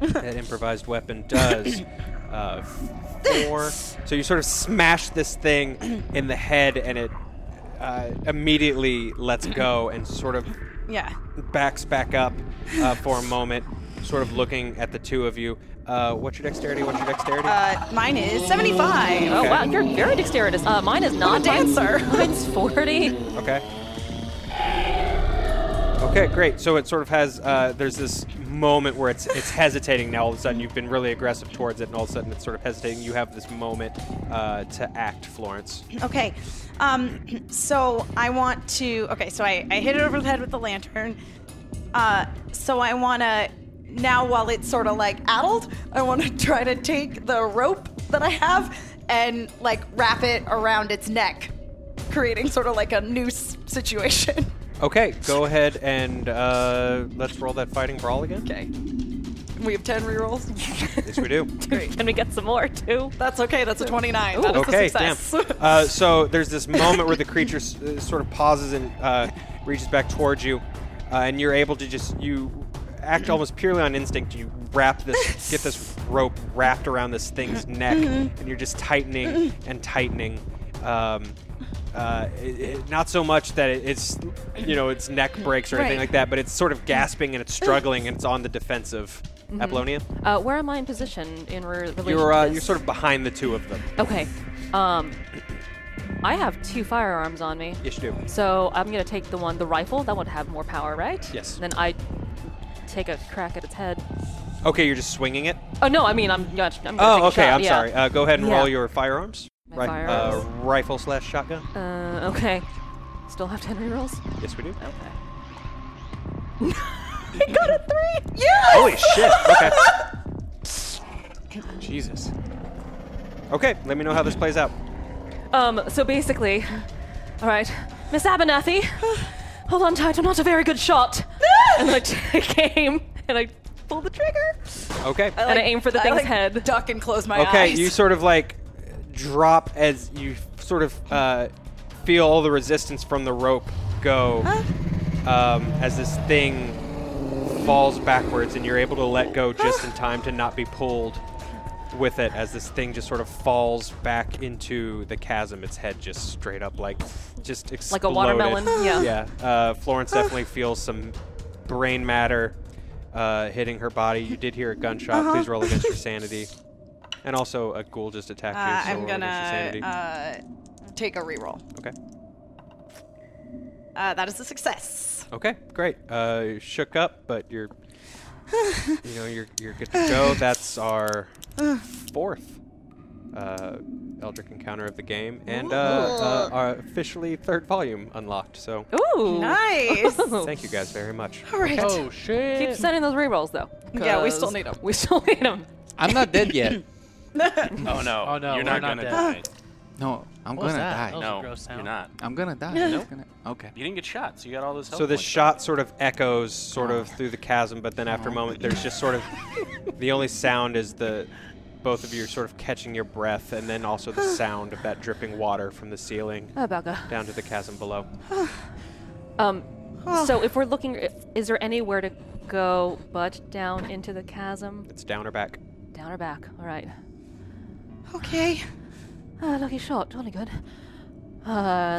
that improvised weapon does uh, four. so you sort of smash this thing in the head, and it uh, immediately lets go and sort of
Yeah.
backs back up uh, for a moment, sort of looking at the two of you. Uh, what's your dexterity? What's your dexterity?
Um,
Uh, mine is 75.
Oh
Okay.
wow, you're very dexterous. Uh, mine is not.
I'm a dancer.
Mine's, mine's 40.
Okay. Okay, great. So it sort of has. Uh, there's this moment where it's it's hesitating now. All of a sudden, you've been really aggressive towards it, and all of a sudden, it's sort of hesitating. You have this moment uh, to act, Florence.
Okay. Um, so I want to. Okay, so I, I hit it over the head with the lantern. Uh, so I want to. Now, while it's sort of like addled, I want to try to take the rope that I have and like wrap it around its neck, creating sort of like a noose situation.
Okay, go ahead and uh, let's roll that fighting brawl again.
Okay. We have 10 rerolls.
Yes, we do.
Can we get some more too?
That's okay. That's a 29. that is
okay,
a success.
damn. Uh, so there's this moment where the creature s- uh, sort of pauses and uh, reaches back towards you, uh, and you're able to just you act almost purely on instinct. You wrap this, get this rope wrapped around this
Mm-hmm.
thing's neck, and you're just tightening and tightening. Um, uh, it, it- not so much that it, it's, you know, its neck breaks or anything
Right.
like that, but it's sort of gasping and it's struggling and it's on the defensive.
Mm-hmm.
Apollonia,
Uh, where am I in position in re- relation
you're
to
uh,
this?
you're sort of behind the two of them.
Okay. Um, I have two firearms on me.
Yes, you do.
So I'm gonna take the one, the rifle. That would have more power, right?
Yes.
Then I take a crack at its head.
Okay, you're just swinging it.
Oh no, I mean I'm. Not, I'm gonna
Oh,
take a
okay.
shot,
I'm
yeah.
sorry. Uh, go ahead and roll
Yeah.
your firearms.
My
Right.
firearms.
Uh, rifle slash shotgun.
Uh, okay. Still have ten rerolls.
Yes, we do.
Okay.
Holy shit. Okay.
Jesus.
Okay. Let me know how this plays out.
Um. So basically, all right, Miss Abernathy, hold on tight. I'm not a very good shot. and I take aim and I pull the trigger
Okay.
and I aim for the thing's head.
Duck and close my
Okay.
eyes.
You sort of like drop as you sort of uh, feel all the resistance from the rope go um, as this thing falls backwards, and you're able to let go just in time to not be pulled with it as this thing just sort of falls back into the chasm. Its head just straight up like just exploded.
Like a watermelon. yeah.
yeah. Uh, Florence definitely feels some brain matter uh, hitting her body. You did hear a gunshot. Please roll against your sanity. And also, a ghoul just attacked
Uh,
you. So
I'm
roll against your sanity.
gonna uh, take a reroll.
okay.
Uh, that is a success.
Okay. Great. Uh, you're shook up, but you're, you know, you're you're good to go. That's our fourth uh, Eldritch encounter of the game, and uh, uh, our officially third volume unlocked. So,
Ooh.
Nice.
thank you guys very much.
All right.
Oh shit!
Keep sending those rerolls though.
Yeah, we still
'cause
need 'em.
We still need them.
I'm not dead yet.
Oh no.
Oh, no,
You're
we're not
not, gonna
dead.
die.
No, I'm
What was
gonna die.
that? That was a
No,
gross
you're
sound.
not.
I'm gonna die. It's gonna- okay.
You didn't get shot, so you got all those.
So this shot sort of echoes sort of through the chasm, but then after a moment, there's just sort of the only sound is the both of you are sort of catching your breath, and then also the sound of that dripping water from the ceiling
Oh, Belka.
down to the chasm below.
Um, so if we're looking, i- is there anywhere to go but down into the chasm?
It's down or back.
Down or back? All right.
Okay.
Ah, lucky shot. Jolly good. Uh,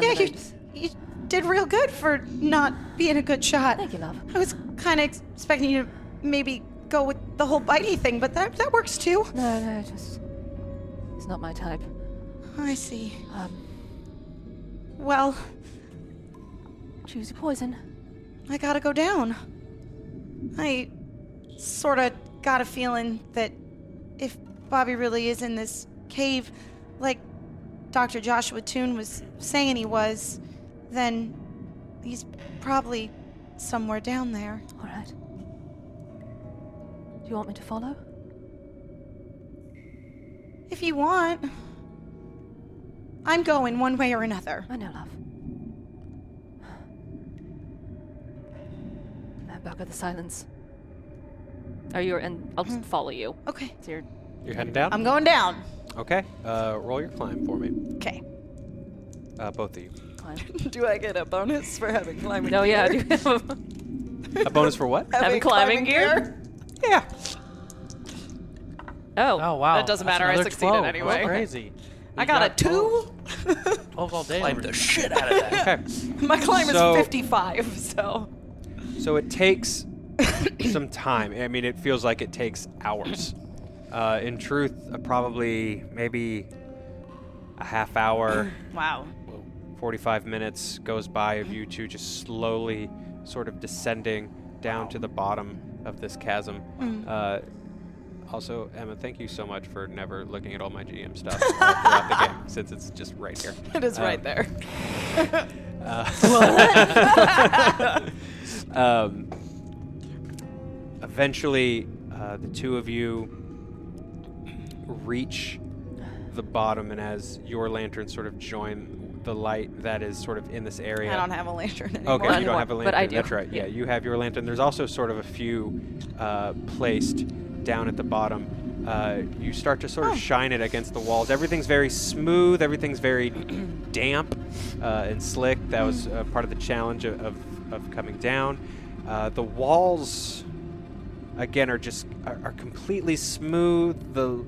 Yeah,
then I
you,
just-
you did real good for not being a good shot.
Thank you, love.
I was kind of expecting you to maybe go with the whole bitey thing, but that, that works too.
No, no, just it's not my type.
Oh, I see.
Um,
Well,
choose your poison.
I gotta go down. I sort of got a feeling that if Bobby really is in this cave, like Dr. Joshua Toon was saying he was, then he's probably somewhere down there.
All right. Do you want me to follow?
If you want, I'm going one way or another.
I know, love. Uh, Back of the silence. Are you? And I'll just follow you.
Okay.
So you're
You're heading down.
I'm going down.
okay. Uh, roll your climb for me,
Okay.
uh, both of you.
climbing.
Do I get a bonus for having climbing?
no, yeah, I do have a- Uh,
A bonus for what?
having climbing, gear.
Yeah.
Oh.
Oh wow.
That doesn't
That's
matter, I
another
succeeded
12.
anyway.
That's
Okay.
crazy.
I
You
got a two.
Twelve all day.
Climb the shit out of that.
Okay.
My climb
So-
is 55, so.
So it takes some time. I mean, it feels like it takes hours. Uh, in truth, uh, probably maybe a half hour,
Wow.
45 minutes goes by of you two just slowly sort of descending down to the bottom of this chasm.
Mm.
Uh, also, Emma, thank you so much for never looking at all my GM stuff uh, throughout the game, since it's just right here.
It is right there.
um, eventually, uh, the two of you reach the bottom, and as your lanterns sort of join the light that is sort of in this area.
I don't have a lantern anymore.
Okay, you don't have a lantern.
but I do.
That's right. Yeah, you have your lantern. There's also sort of a few uh, placed down at the bottom. Uh, you start to sort
Oh.
of shine it against the walls. Everything's very smooth. Everything's very damp uh, and slick. That was
Mm.
uh, part of the challenge of, of, of coming down. Uh, the walls, again, are just are, are completely smooth. The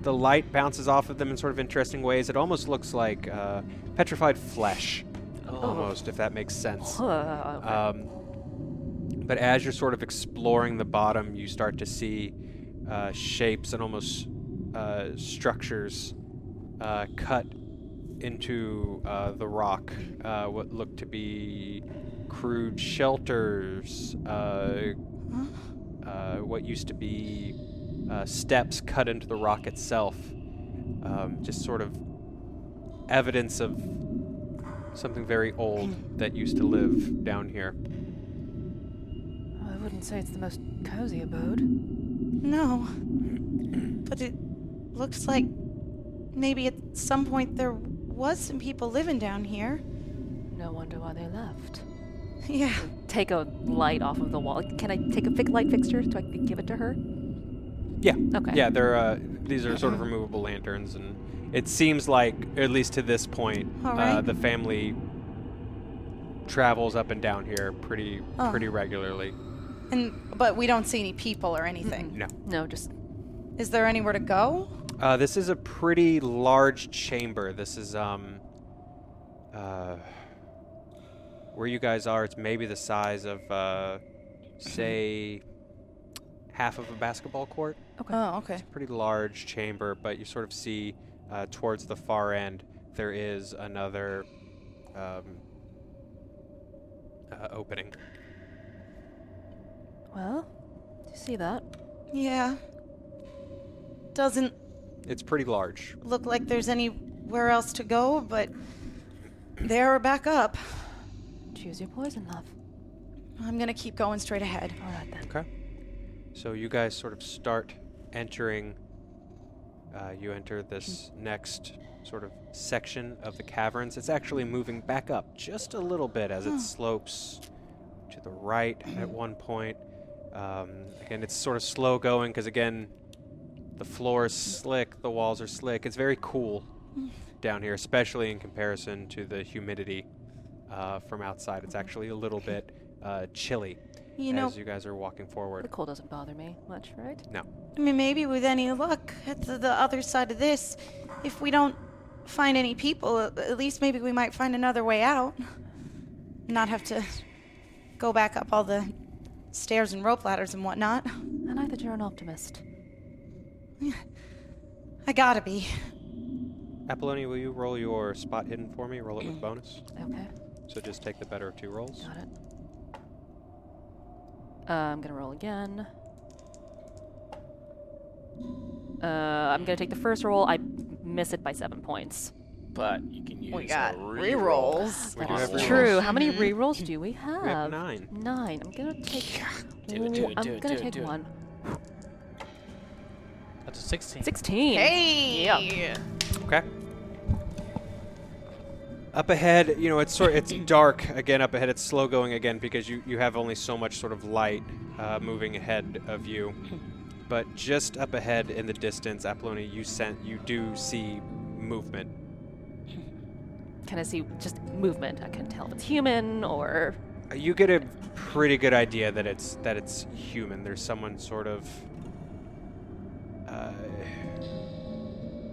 the light bounces off of them in sort of interesting ways. It almost looks like uh, petrified flesh,
Oh.
almost, if that makes sense.
Uh,
Um, but as you're sort of exploring the bottom, you start to see uh, shapes and almost uh, structures uh, cut into uh, the rock. Uh, what look to be crude shelters, uh, uh, what used to be uh, steps cut into the rock itself. Um, just sort of evidence of something very old that used to live down here.
I wouldn't say it's the most cozy abode.
No. But it looks like maybe at some point there was some people living down here.
No wonder why they left.
Yeah.
Take a light off of the wall. Can I take a fi- light fixture? Do I give it to her?
Yeah.
Okay.
Yeah, they're uh, these are
Uh-huh.
sort of removable lanterns, and it seems like, at least to this point,
All
uh,
right.
the family travels up and down here pretty
Oh.
pretty regularly.
And but we don't see any people or anything.
No.
No, just
Is there anywhere to go?
Uh, this is a pretty large chamber. This is um, uh, where you guys are. It's maybe the size of, uh,
Mm-hmm.
say, half of a basketball court.
Oh, okay.
It's a pretty large chamber, but you sort of see uh, towards the far end there is another um, uh, opening.
well. Do you see that?
Yeah. Doesn't
It's pretty large.
look like there's anywhere else to go, but there or back up.
Choose your poison, love.
I'm gonna keep going straight ahead.
All right then.
Okay. So you guys sort of start entering. Uh, you enter this next sort of section of the caverns. It's actually moving back up just a little bit as it slopes to the right at one point. Um, again, it's sort of slow going because, again, the floor is slick, the walls are slick. It's very cool down here, especially in comparison to the humidity uh, from outside. It's actually a little bit uh, chilly
You know,
as you guys are walking
The
forward.
cold doesn't bother me much, right?
No.
I mean, maybe with any luck at the, the other side of this, if we don't find any people, a- at least maybe we might find another way out. Not have to go back up all the stairs and rope ladders and whatnot.
I like that you're an optimist.
I gotta be.
Apollonia, will you roll your spot hidden for me? Roll it with bonus.
Okay,
So just take the better of two rolls.
got it. Uh, I'm gonna roll again. Uh, I'm gonna take the first roll. I miss it by seven points.
But you can use
We got
a
re
reroll.
rolls.
We do
That's
have rerolls.
true. How many rerolls do we have?
We have nine.
Nine. I'm gonna take.
Do it, do
Ooh,
it,
I'm
do it,
gonna
do it,
take
do it.
one.
That's a sixteen.
Sixteen.
Hey!
Okay. Up ahead, you know, it's sort it's dark again up ahead. It's slow going again because you, you have only so much sort of light uh, moving ahead of you. But just up ahead in the distance, Apollonia, you sent you do see movement.
Can I see just movement? I can tell if it's human or
Uh, You get a pretty good idea that it's that it's human. There's someone sort of uh,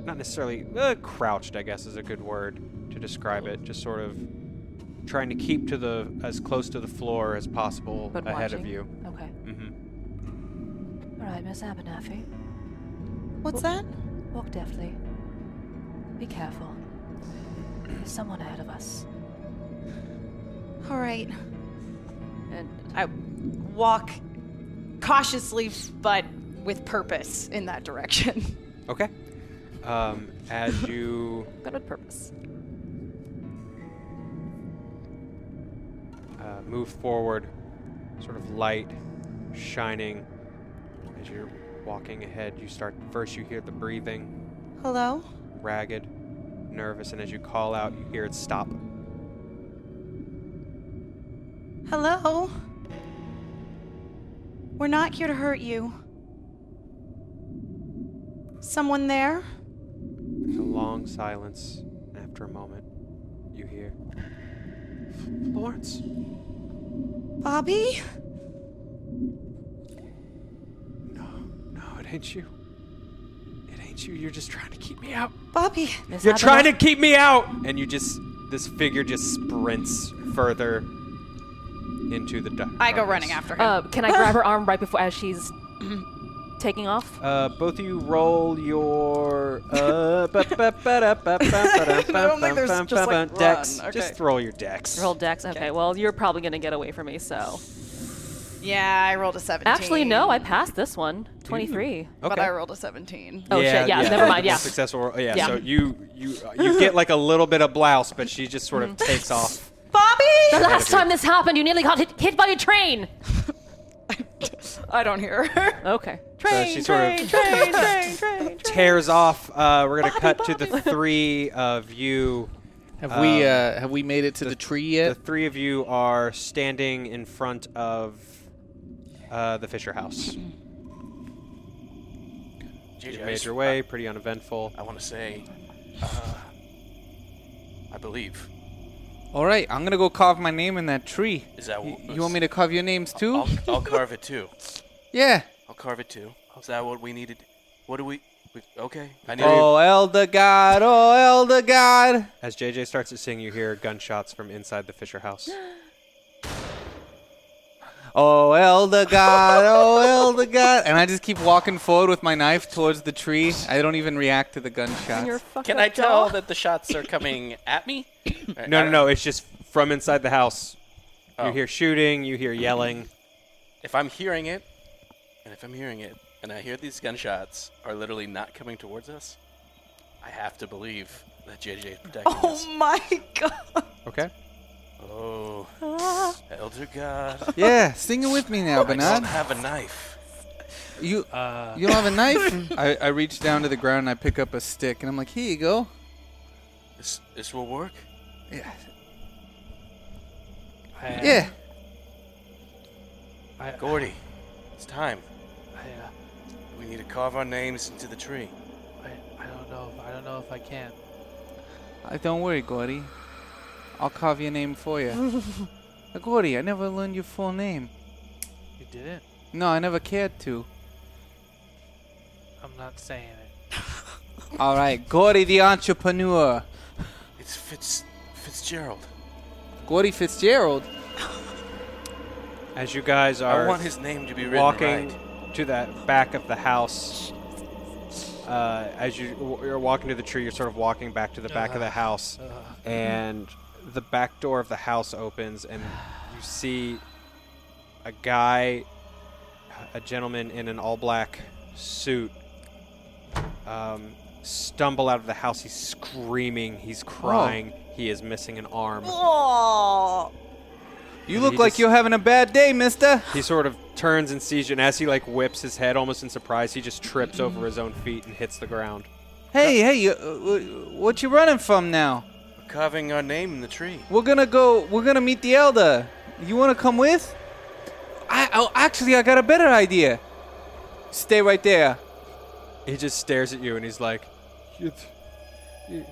not necessarily uh, crouched, I guess is a good word to describe it. Just sort of trying to keep to the as close to the floor as possible
But
ahead
watching.
of you.
Okay.
Mm-hmm.
All right, Miss Abernathy.
What's that?
Walk deftly. Be careful. There's someone ahead of us.
All right.
And I walk cautiously, but with purpose in that direction.
Okay. Um, as you
But with purpose.
uh, move forward, sort of light shining as you're walking ahead. You start first, you hear the breathing,
Hello?
ragged, nervous, and as you call out, you hear it stop.
Hello? We're not here to hurt you. Someone there?
There's a long silence. After a moment, you hear Florence.
Bobby?
No, no, it ain't you. It ain't you. You're just trying to keep me out.
Bobby,
Miss
You're trying to
Abernathy-
keep me out. And you just this figure just sprints further into the dark.
I go running after him.
Uh, can I grab her arm right before as she's taking off?
Uh, both of you roll your. Uh, ba- ba- ba- da- ba- ba- ba- da-
I don't think
ba-
there's
ba-
just,
ba-
like,
ba- dex.
run.
Just
Okay.
roll your dex.
Roll dex. Okay. Well, you're probably gonna get away from me, so.
yeah, I rolled a 17.
Actually, no. I passed this one. Twenty-three.
Mm-hmm. Okay.
But I rolled a 17.
Oh shit. Yeah. Never mind.
multiple
Yeah.
Successful. roll- Yeah,
Yeah.
So you you uh, you get like a little bit of blouse, but she just sort of
Mm-hmm.
takes off.
The
Bobby!
last time this happened, you nearly got hit, hit by a train.
I don't hear her.
Okay.
So she sort of tears off. Uh, we're gonna cut to the three of you.
Have we
Um,
uh, have we made it to the, tree
The
yet?
three of you are standing in front of uh, the Fisher House.
JJ,
You
I
made
just-
your way, pretty uneventful.
I, want to say, uh, I believe.
All right, I'm gonna go carve my name in that tree.
Is that
Y-
what-
you want me to carve your names too?
I'll, I'll carve it too.
yeah.
I'll carve it too. Is that what we needed? What do we? we okay. I need.
Oh, Elder God! Oh, Elder God!
As JJ starts to sing, you hear gunshots from inside the Fisher House.
Oh, Elder God! Oh, Elder God! And I just keep walking forward with my knife towards the tree. I don't even react to the gunshots.
Can I tell that the shots are coming at me?
No, no, no. It's just from inside the house.
Oh.
You hear shooting. You hear yelling.
If I'm hearing it, and if I'm hearing it, and I hear these gunshots are literally not coming towards us, I have to believe that JJ is protecting us.
Oh my god.
Okay.
Oh, Elder God,
Yeah, sing it with me now,
I don't
Bernard.
have a knife.
You
Uh,
you don't have a knife? I, I reach down to the ground and I pick up a stick and I'm like, here you go.
This this will work.
Yeah.
I,
Yeah.
I, I,
Gordy, it's time.
uh,
We need to carve our names into the tree.
I, I don't know. If, I don't know if I can.
Uh, don't worry, Gordy. I'll carve your name for you. uh, Gordy, I never learned your full name.
You didn't.
No, I never cared to.
I'm not saying it.
All right, Gordy the entrepreneur.
It's Fitz Fitzgerald.
Gordy Fitzgerald.
As you guys
I
are
want his name to be written
walking
right.
to the back of the house, uh, as you, you're walking to the tree, you're sort of walking back to the back of the house.
Uh,
and the back door of the house opens and you see a guy a gentleman in an all black suit um, stumble out of the house he's screaming he's crying he is missing an arm
Oh.
You
And
look
he
like
just-
you're having a bad day, mister.
he sort of turns and sees you and as he like whips his head almost in surprise he just trips over his own feet and hits the ground
Hey, hey, you, uh, wh- what you running from now?
We're carving our name in the tree.
We're gonna go. We're gonna meet the elder. You wanna come with? I oh, actually, I got a better idea. Stay right there.
he just stares at you and he's like you're, th-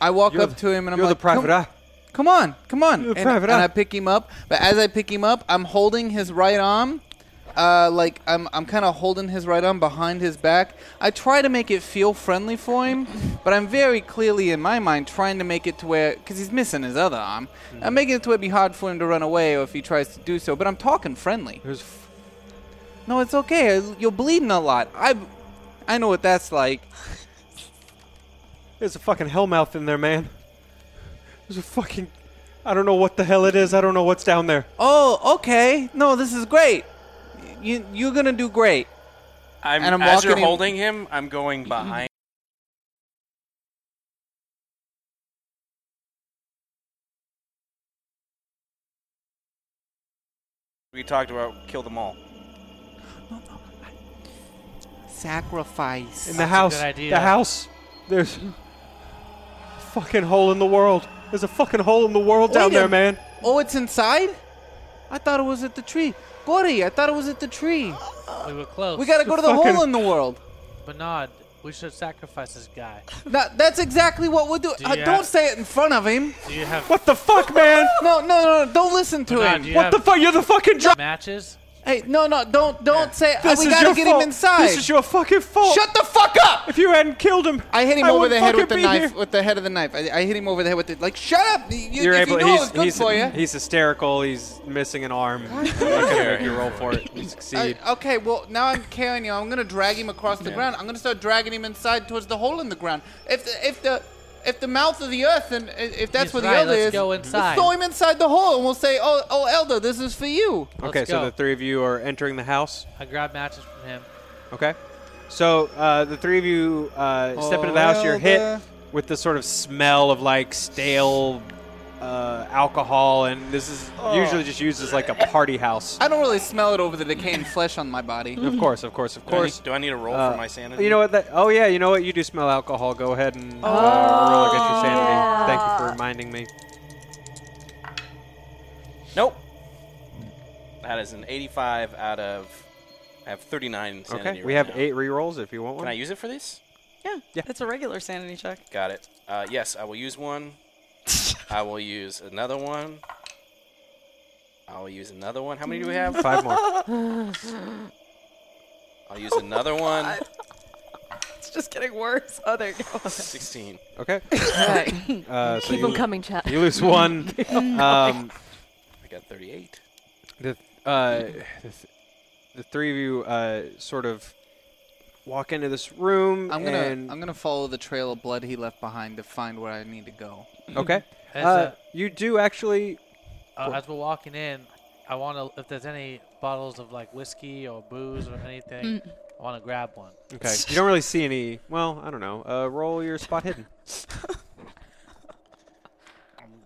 I walk
you're
up to him and I'm
you're
like,
the private
come,
eye
come on, come on.
You're the
and,
private
and
eye.
I pick him up. But as I pick him up, I'm holding his right arm.
uh, like I'm, I'm kind of holding his right arm behind his back. I try to make it feel friendly for him, but I'm very clearly in my mind trying to make it to where, because he's missing his other arm. I'm making it to where it'd be hard for him to run away or if he tries to do so. But I'm talking friendly.
There's f-
No, it's okay. You're bleeding a lot. I, I know what that's like.
there's a fucking hellmouth in there, man. There's a fucking I don't know what the hell it is. I don't know what's down there.
Oh, okay. No, this is great. You, you're gonna do great.
I'm,
And I'm
as you're
walking in-
holding him, I'm going behind. We talked about kill them all.
Sacrifice.
In the house.
good idea.
The house. There's a fucking hole in the world. There's a fucking hole in the world down
Wait a-
there, man.
Oh, it's inside? I thought it was at the tree. Gory, I thought it was at the tree.
We were close.
We gotta go to the
fucking-
hole in the world.
Bernard, we should sacrifice this guy.
That, that's exactly what we'll do.
Do
Uh,
you
don't
have-
say it in front of him.
Do you have
What the fuck, man?
No, no, no, no don't listen to
Bernard,
him.
do you
What the
have
fuck? You're the fucking dr-
matches?
Hey, no, no, don't, don't say. uh,
This
we
is
gotta
your
get
fault.
him inside.
This is your fucking fault.
Shut the fuck up!
If you hadn't killed him,
I hit him over
wouldn't
the head with the
fucking be
knife.
here.
With the head of the knife, I, I hit him over the head with it. Like, shut up! You, you-
You're
if
able.
you know
he's,
it's good
he's,
for you.
he's hysterical. He's missing an arm. I'm not gonna make you roll for it. You
Uh,
succeed.
okay, well now I'm carrying him. I'm gonna drag him across the ground. I'm gonna start dragging him inside towards the hole in the ground. If the if the if the mouth of the earth and if that's
He's
where the
right,
elder
let's
is,
go inside.
let's throw him inside the hole and we'll say, oh oh elder, this is for you.
okay,
Let's
so
go.
the three of you are entering the house.
I grabbed matches from him.
Okay. So uh, the three of you uh, step into the house. You're hit with the sort of smell of like stale uh, alcohol, and this is
Oh.
usually just used as like a party house.
I don't really smell it over the decaying flesh on my body.
Of course, of course, of
Do I,
course.
need, do I need a roll
Uh,
for my sanity?
You know what? That, oh yeah, you know what? You do smell alcohol. Go ahead and uh, roll against your sanity. Thank you for reminding me.
Nope. That is an 85 out of. I have 39 sanity.
Okay,
right
we have
now.
eight rerolls if you want one.
Can I use it for this?
Yeah,
Yeah.
It's a regular sanity check.
Got it. Uh, yes, I will use one. I will use another one. I will use another one. How many do we have?
Five more.
I'll use another one.
It's just getting worse. Oh, there you go.
16.
Okay. Uh, so
Keep
you,
them coming, chat.
you lose one. um,
I got 38.
the, uh, the, th- the three of you uh, sort of walk into this room.
I'm gonna
and,
I'm gonna follow the trail of blood he left behind to find where I need to go.
Okay.
As,
Uh, you do actually.
uh, as we're walking in, I want to, if there's any bottles of like whiskey or booze or anything, I want to grab one.
Okay. You don't really see any. Well, I don't know. Uh, roll your spot hidden.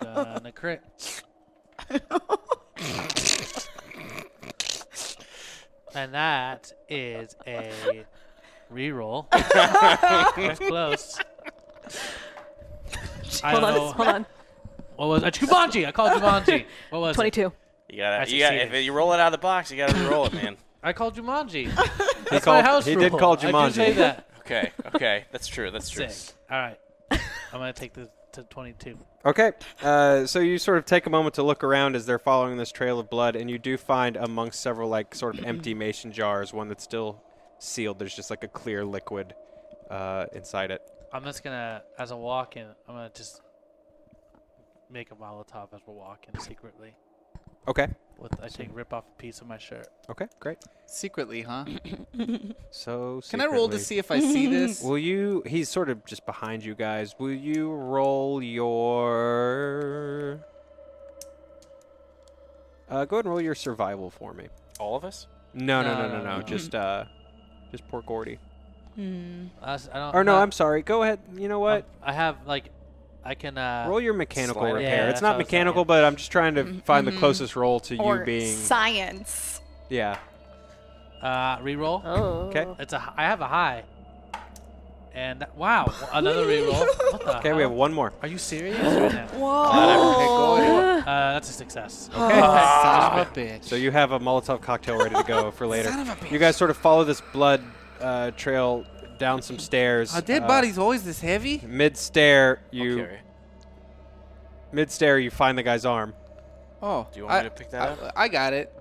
I'm gonna crit. and that is a reroll. That's close. I
Hold
don't
on,
know.
hold on.
What was it? Jumanji. I called Jumanji. What was it?
22.
You gotta,
I
you gotta,
succeeded.
if you roll it out of the box, you gotta roll it, man.
I called Jumanji.
He,
That's my
called,
house
he
rule.
did call
I do say
Jumanji.
that.
Okay, okay. That's true, that's true.
Sick. All right. I'm gonna take this to 22.
Okay. Uh, so you sort of take a moment to look around as they're following this trail of blood, and you do find amongst several like sort of empty mason jars one that's still sealed. There's just like a clear liquid uh, inside it.
I'm just gonna, as I walk in, I'm gonna just make a Molotov as we're walking secretly.
Okay.
With I take rip off a piece of my shirt.
Okay. Great.
Secretly, huh?
So
Can I roll
secretly-
to see if I see this?
Will you? He's sort of just behind you guys. Will you roll your? Uh, go ahead and roll your survival for me.
All of us?
No, no,
No,
no, no, no.
no, no.
Just, uh, just poor Gordy.
I s- I don't.
Uh,
Or no,
not-
I'm sorry. Go ahead. You know what?
I'm- I have like, I can. Uh,
roll your mechanical
Slide.
repair.
Yeah,
it's
that's
not
what I was
mechanical,
thinking.
but I'm just trying to find the closest roll to you
or
being.
science.
yeah.
uh, reroll.
Oh.
Okay.
It's a. h- I have a high. And that- wow, w- another reroll. What the
Okay, we have
hell?
one more.
Are you serious? right now?
Oh,
uh, that's a success.
son of a bitch.
So you have a Molotov cocktail ready to go for later. You guys sort of follow this blood uh, trail down some stairs.
Are dead
uh,
bodies always this heavy?
Mid stare, you
Okay.
mid stare, you find the guy's arm.
Oh,
Do you want me
I-
to pick that
I,
up?
I got it.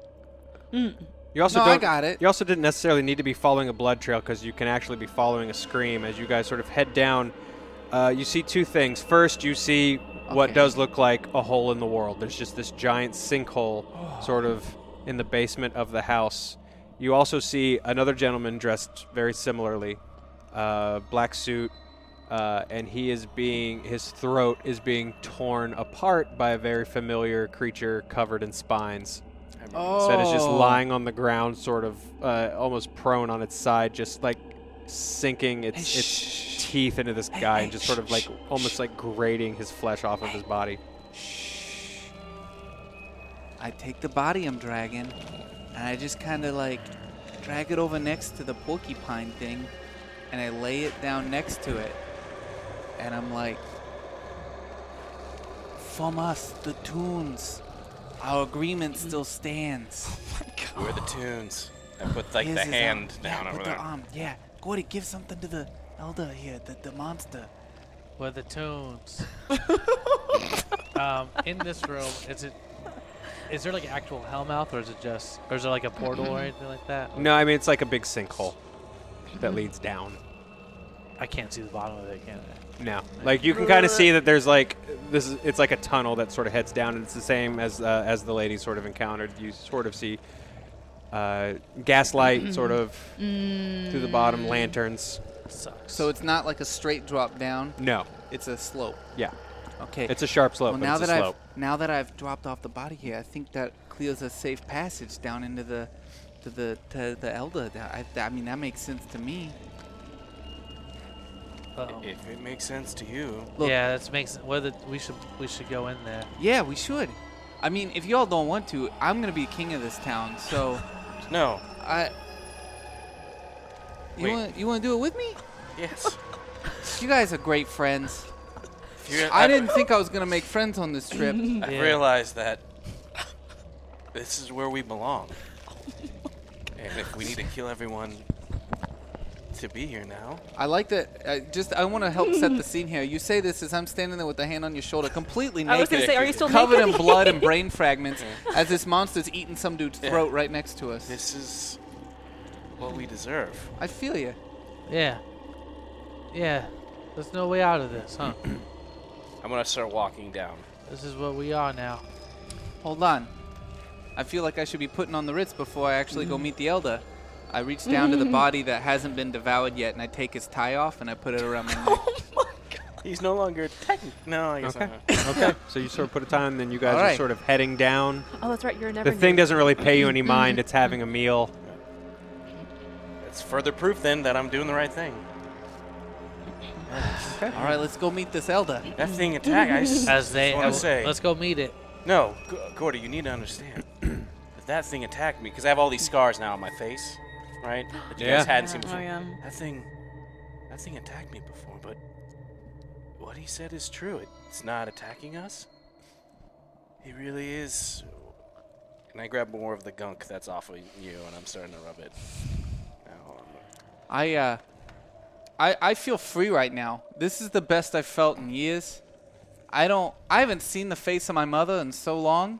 You also
No, I
don't,
got it.
You also didn't necessarily need to be following a blood trail because you can actually be following a scream as you guys sort of head down. Uh, you see two things. First, you see what
Okay.
does look like a hole in the world. There's just this giant
Oh.
sinkhole, sort of in the basement of the house. You also see another gentleman dressed very similarly, uh, black suit, uh, and he is being his throat is being torn apart by a very familiar creature covered in spines
Oh.
that is just lying on the ground, sort of uh, almost prone on its side, just like sinking its its teeth into this guy and just sort of like almost like grating his flesh off of his body.
I take the body I'm dragging, and I just kind of like drag it over next to the porcupine thing, and I lay it down next to it, and I'm like, "From us, the tunes, our agreement still stands."
We're the tunes. I put like
His
the
is
hand
up.
down
yeah,
over
put
there.
The arm. Yeah, Gordy, give something to the elder here, the, the monster.
Were the tombs. um, in this room, is it? Is there like actual hellmouth, or is it just? Or is there like a portal or anything like that?
No, I mean it's like a big sinkhole
Mm-hmm.
that leads down.
I can't see the bottom of it, can I?
No, like you can kind of see that there's like this is it's like a tunnel that sort of heads down, and it's the same as uh, as the lady sort of encountered. You sort of see uh,
Mm-hmm.
gaslight sort of through the
Mm.
bottom, lanterns.
Sucks.
So it's not like a straight drop down.
No,
It's a slope.
yeah,
Okay.
it's a sharp slope.
well,
but
now
it's
that
a slope.
I've now that I've dropped off the body here, I think that clears a safe passage down into the to the to the elder. That- I, that- I mean, that makes sense to me.
Uh-oh.
If it makes sense to you,
Look.
um, yeah, that makes. Whether we should we should go in there.
Yeah, we should. I mean, if y'all don't want to, I'm gonna be king of this town. So
no.
I. You
Wait.
want you want to do it with me?
Yes.
You guys are great friends.
If you-
I didn't think I was gonna make friends on this trip.
I
Yeah.
realized that this is where we belong. And if we need to kill everyone to be here now,
I like that. I just I want to help set the scene here. You say this as I'm standing there with a hand on your shoulder, completely
I was
naked,
going to say, are you still
covered
naked?
in blood and brain fragments, as this monster's eating some dude's
Yeah.
throat right next to us.
this is what we deserve.
I feel you.
Yeah. Yeah. There's no way out of this, huh?
I'm gonna start walking down.
this is what we are now.
Hold on. I feel like I should be putting on the Ritz before I actually go meet the elder. I reach down to the body that hasn't been devoured yet, and I take his tie off and I put it around my neck.
He's no longer technic. No, I guess
Okay.
not.
okay. So you sort of put a time, then you guys
All
are
right.
sort of heading down.
Oh, that's right. You're never.
The thing
new.
doesn't really pay you any mind. It's having a meal.
It's further proof then that I'm doing the right thing.
All right, let's go meet this elder.
That thing attack. I s-
As they
just wanna say.
let's go meet it.
no, G- Gordy, you need to understand. if that thing attacked me, because I have all these scars now on my face, right? That you
Yeah.
guys hadn't seen before.
yeah.
That thing, that thing attacked me before, but what he said is true. It, it's not attacking us. He really is. And I grab more of the gunk that's off of you, and I'm starting to rub it. Now, um,
I uh, I I feel free right now. This is the best I've felt in years. I don't. I haven't seen the face of my mother in so long.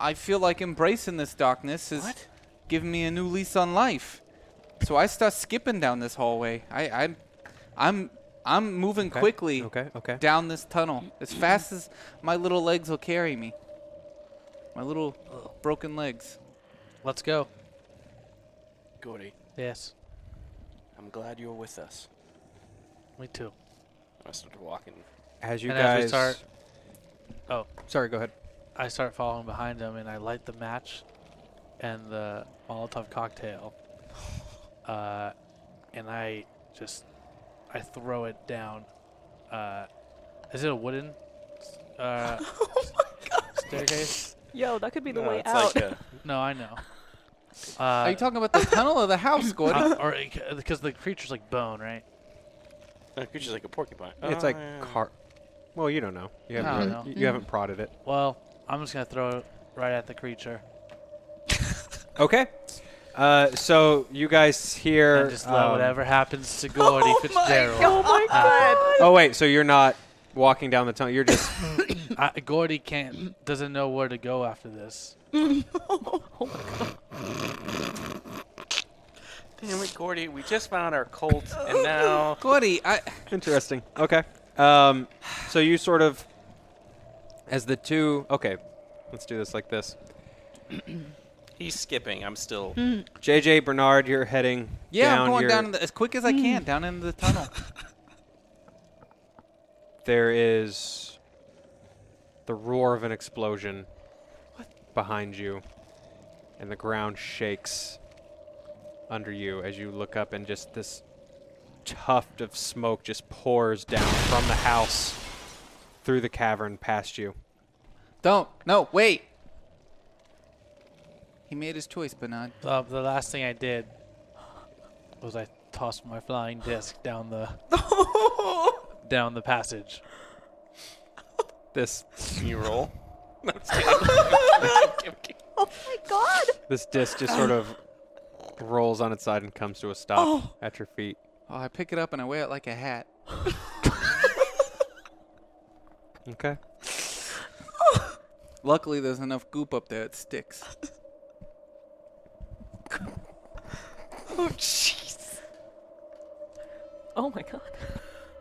I feel like embracing this darkness is
What?
giving me a new lease on life. So I start skipping down this hallway. I I'm I'm I'm moving quickly
okay, okay.
down this tunnel as fast as my little legs will carry me. My little broken legs.
Let's go.
Gordy,
Yes.
I'm glad you're with us.
Me too.
I start walking.
As you
and
guys
as we start Oh,
Sorry, go ahead.
I start following behind them and I light the match and the Molotov cocktail. Uh, and I just I throw it down. Uh, is it a wooden uh,
Oh
staircase?
Yo, that could be the
No,
way
it's
out.
like a,
No, I know. Uh,
Are you talking about the tunnel or the house, Gordon?
uh, or because the creature's like bone, right?
a creature's like a porcupine.
it's
Oh,
like
yeah.
car. Well, you don't know. You
I
haven't.
don't
really-
know.
you haven't prodded it.
Well, I'm just gonna throw it right at the creature.
Okay. Uh, so you guys hear.
and just let
um,
whatever happens to Gordy Fitzgerald.
Oh my god.
Oh wait, so you're not walking down the tunnel. You're just.
I, Gordy can't doesn't know where to go after this.
Damn it, Gordy, we just found our colt, and
Oh,
now
Gordy, I.
Interesting. Okay. Um, so you sort of, as the two. Okay, let's do this like this.
he's skipping. I'm still.
Hmm.
JJ Bernard, you're heading.
Yeah,
down
I'm going
your-
down in the, as quick as I can down into the tunnel.
there is the roar of an explosion behind you, and the ground shakes under you as you look up, and just this tuft of smoke just pours down from the house through the cavern past you.
Don't. No, wait. He made his choice, Bernard.
Uh, the last thing I did was I tossed my flying disc down the down the passage.
This
Can you roll?
Oh my god!
this disc just sort of rolls on its side and comes to a stop at your feet.
Oh, I pick it up and I wear it like a hat.
Okay.
Luckily, there's enough goop up there it sticks.
Oh my god.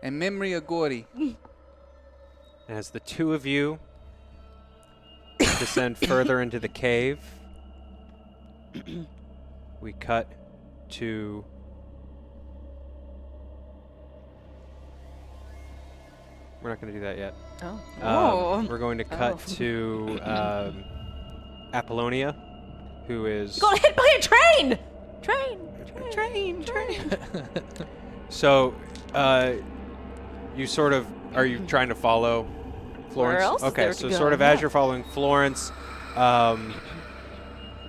And memory of Gordy.
As the two of you descend further into the cave, we cut to We're not going to do that yet.
Oh.
Um, we're going to cut
Oh.
to um, Apollonia, who is
Got hit by a train! Train! Train! Train!
So, uh, you sort of are you trying to follow Florence?
else is
okay,
there to
so
go?
sort of as
Yeah.
you're following Florence, um,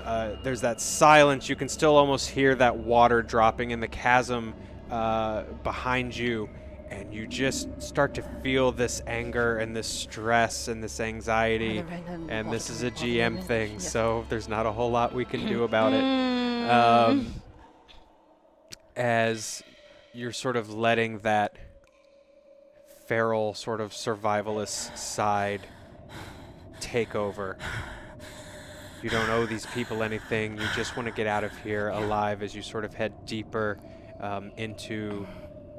uh, there's that silence. You can still almost hear that water dropping in the chasm uh, behind you, and you just start to feel this anger and this stress and this anxiety. And this is a GM thing, so there's not a whole lot we can do about it. Um, as you're sort of letting that feral sort of survivalist side take over. You don't owe these people anything. You just want to get out of here alive as you sort of head deeper um, into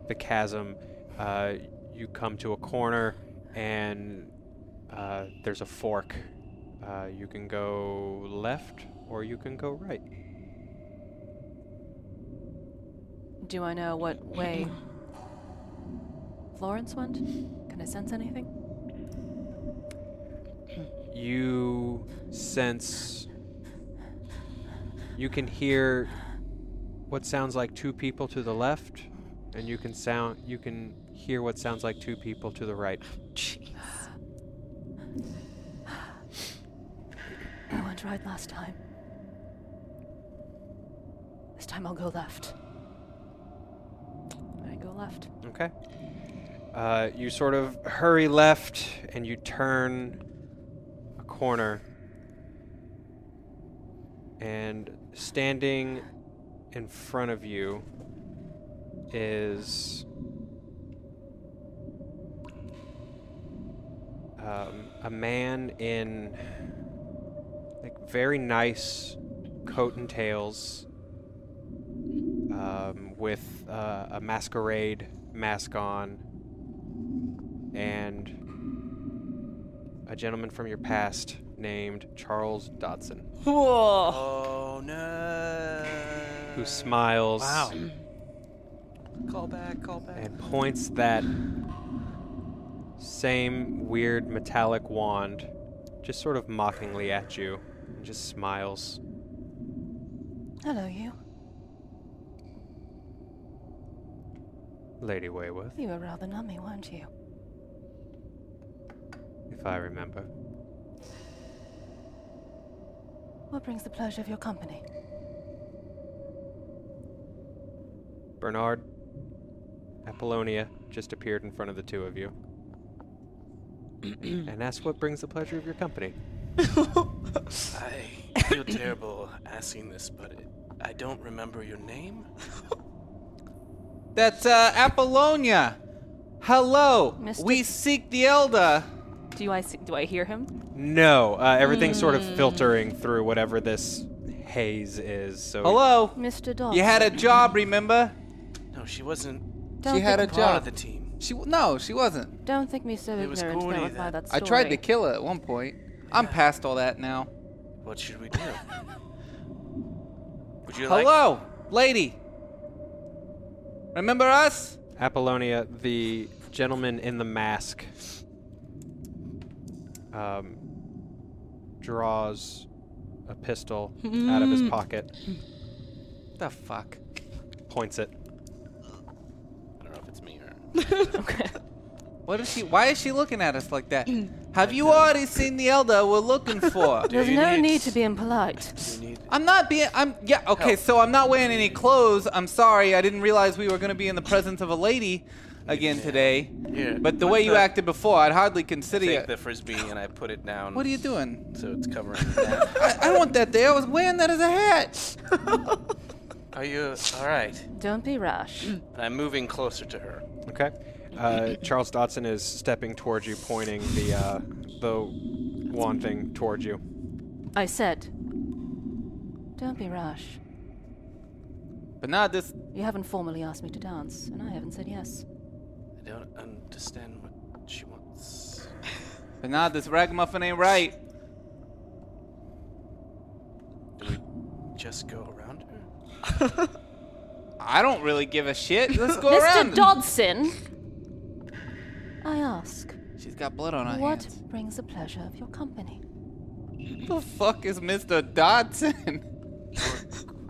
the chasm. Uh, you come to a corner and uh, there's a fork. Uh, you can go left or you can go right.
Do I know what way Florence went? Can I sense anything?
you sense you can hear what sounds like two people to the left and you can sound you can hear what sounds like two people to the right
I went right last time. This time I'll go left. I go left.
okay uh, you sort of hurry left and you turn a corner and standing in front of you is um, a man in like very nice coat and tails um, with uh, a masquerade mask on and a gentleman from your past named Charles Dodson
Whoa.
Oh no!
who smiles
Wow.
Call back, call back.
and points that same weird metallic wand just sort of mockingly at you and just smiles.
Hello, you.
Lady Wayworth,
You were rather nummy, weren't you?
if I remember.
What brings the pleasure of your company?
Bernard, Apollonia just appeared in front of the two of you. and that's what brings the pleasure of your company.
I feel terrible asking this, but it, I don't remember your name.
That's uh, Apollonia. Hello.
Mr.
We seek the Elder.
Do I see, do I hear him? Hmm.
No, uh, everything's sort of filtering through whatever this Hayes is. So
Hello?
Mr.
Oh.
Dawson.
You had a job, remember?
No, she wasn't
Don't
she had a
think-
part of
job.
the team.
She w- no, she wasn't.
Don't think me so
It was
ignorant
Gordy
now by
that-
that
I
story.
tried to kill her at one point. I'm past all that now.
What should we do? Would you like?
Hello, lady. Remember us?
Apollonia, the gentleman in the mask, um, draws a pistol out of his pocket,
The fuck.
points it.
I don't know if it's me or.
What is she? Why is she looking at us like that? Have you already seen the elder we're looking for?
There's
you
no
need-
need to be impolite.
You need.
I'm not being. I'm yeah. Okay, so I'm not wearing any clothes. I'm sorry. I didn't realize we were gonna be in the presence of a lady again today.
Here,
But the
put
way you acted before, I'd hardly consider
Take
you.
the frisbee and I put it down.
What are you doing?
So it's covering. that.
I, I want that there. I was wearing that as a hat.
Are you all right?
Don't be rash.
And I'm moving closer to her.
Okay. Uh, Charles Dodson is stepping towards you, pointing the uh, the wand thing towards you.
I said, don't be rash.
But not this.
You haven't formally asked me to dance, and I haven't said yes.
I don't understand what she wants.
But not this ragamuffin ain't right.
Do we just go around her?
I don't really give a shit. Let's go
Mr.
around.
Dodson! I ask,
She's got blood on her
what
hands.
brings the pleasure of your company?
What the fuck is Mr. Dodson?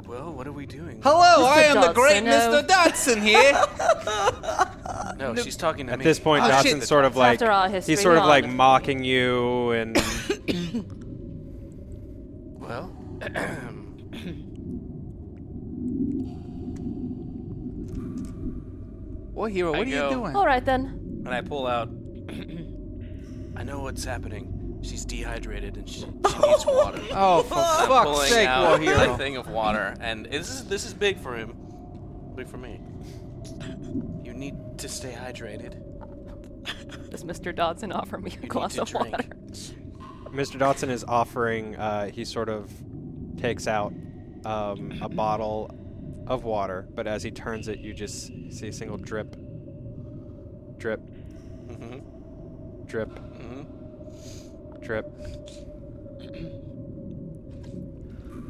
Well, what are we doing?
Hello, I am the
Dodson
great
of-
Mr. Dodson here.
No, she's talking to
At
me.
this point,
Oh, shit.
Dodson's sort of like
after our history
he's sort of like
bond.
mocking you, and
Well,
What hero? What
I
are you
go.
doing?
All right then.
and I pull out. I know what's happening. She's dehydrated and she, she needs water.
Oh, for fuck's
pulling
sake,
out
war
a
hero.
thing of water, and this is this is big for him, big for me. You need to stay hydrated.
Does Mr. Dodson offer me a
You
glass
need
of
to drink.
water?
Mr. Dodson is offering. Uh, he sort of takes out um,
Mm-hmm.
a bottle of water, but as he turns it, you just see a single drip, drip,
Mhm.
drip,
Mhm. Mm-hmm.
drip.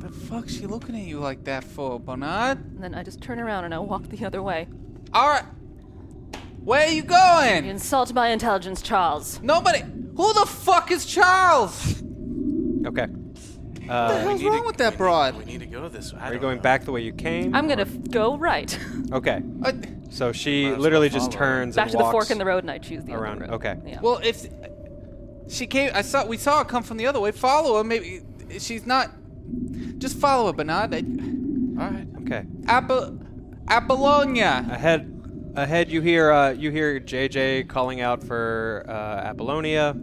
The fuck she looking at you like that for, Bernard?
And then I just turn around and I walk the other way.
All right. Where you
You
going?
insult my intelligence, Charles.
Nobody. Who the fuck is Charles?
Okay.
What the
Uh,
hell's
We need
wrong
to-
with
we
that
need- We
broad?
need to go this way.
are you going back the way you came?
I'm gonna
or-
f- go right.
Okay.
Uh,
So she
Might as
literally
well
just
follow her.
turns
Back
and
to the
walks
fork in the road, and I choose the
around-
other road.
okay.
Yeah.
well, if she came, I saw we saw her come from the other way. Follow her. Maybe she's not. Just follow her, Bernard.
All right.
Okay.
Apple, Apollonia.
Ahead, ahead. You hear uh, you hear JJ calling out for uh, Apollonia,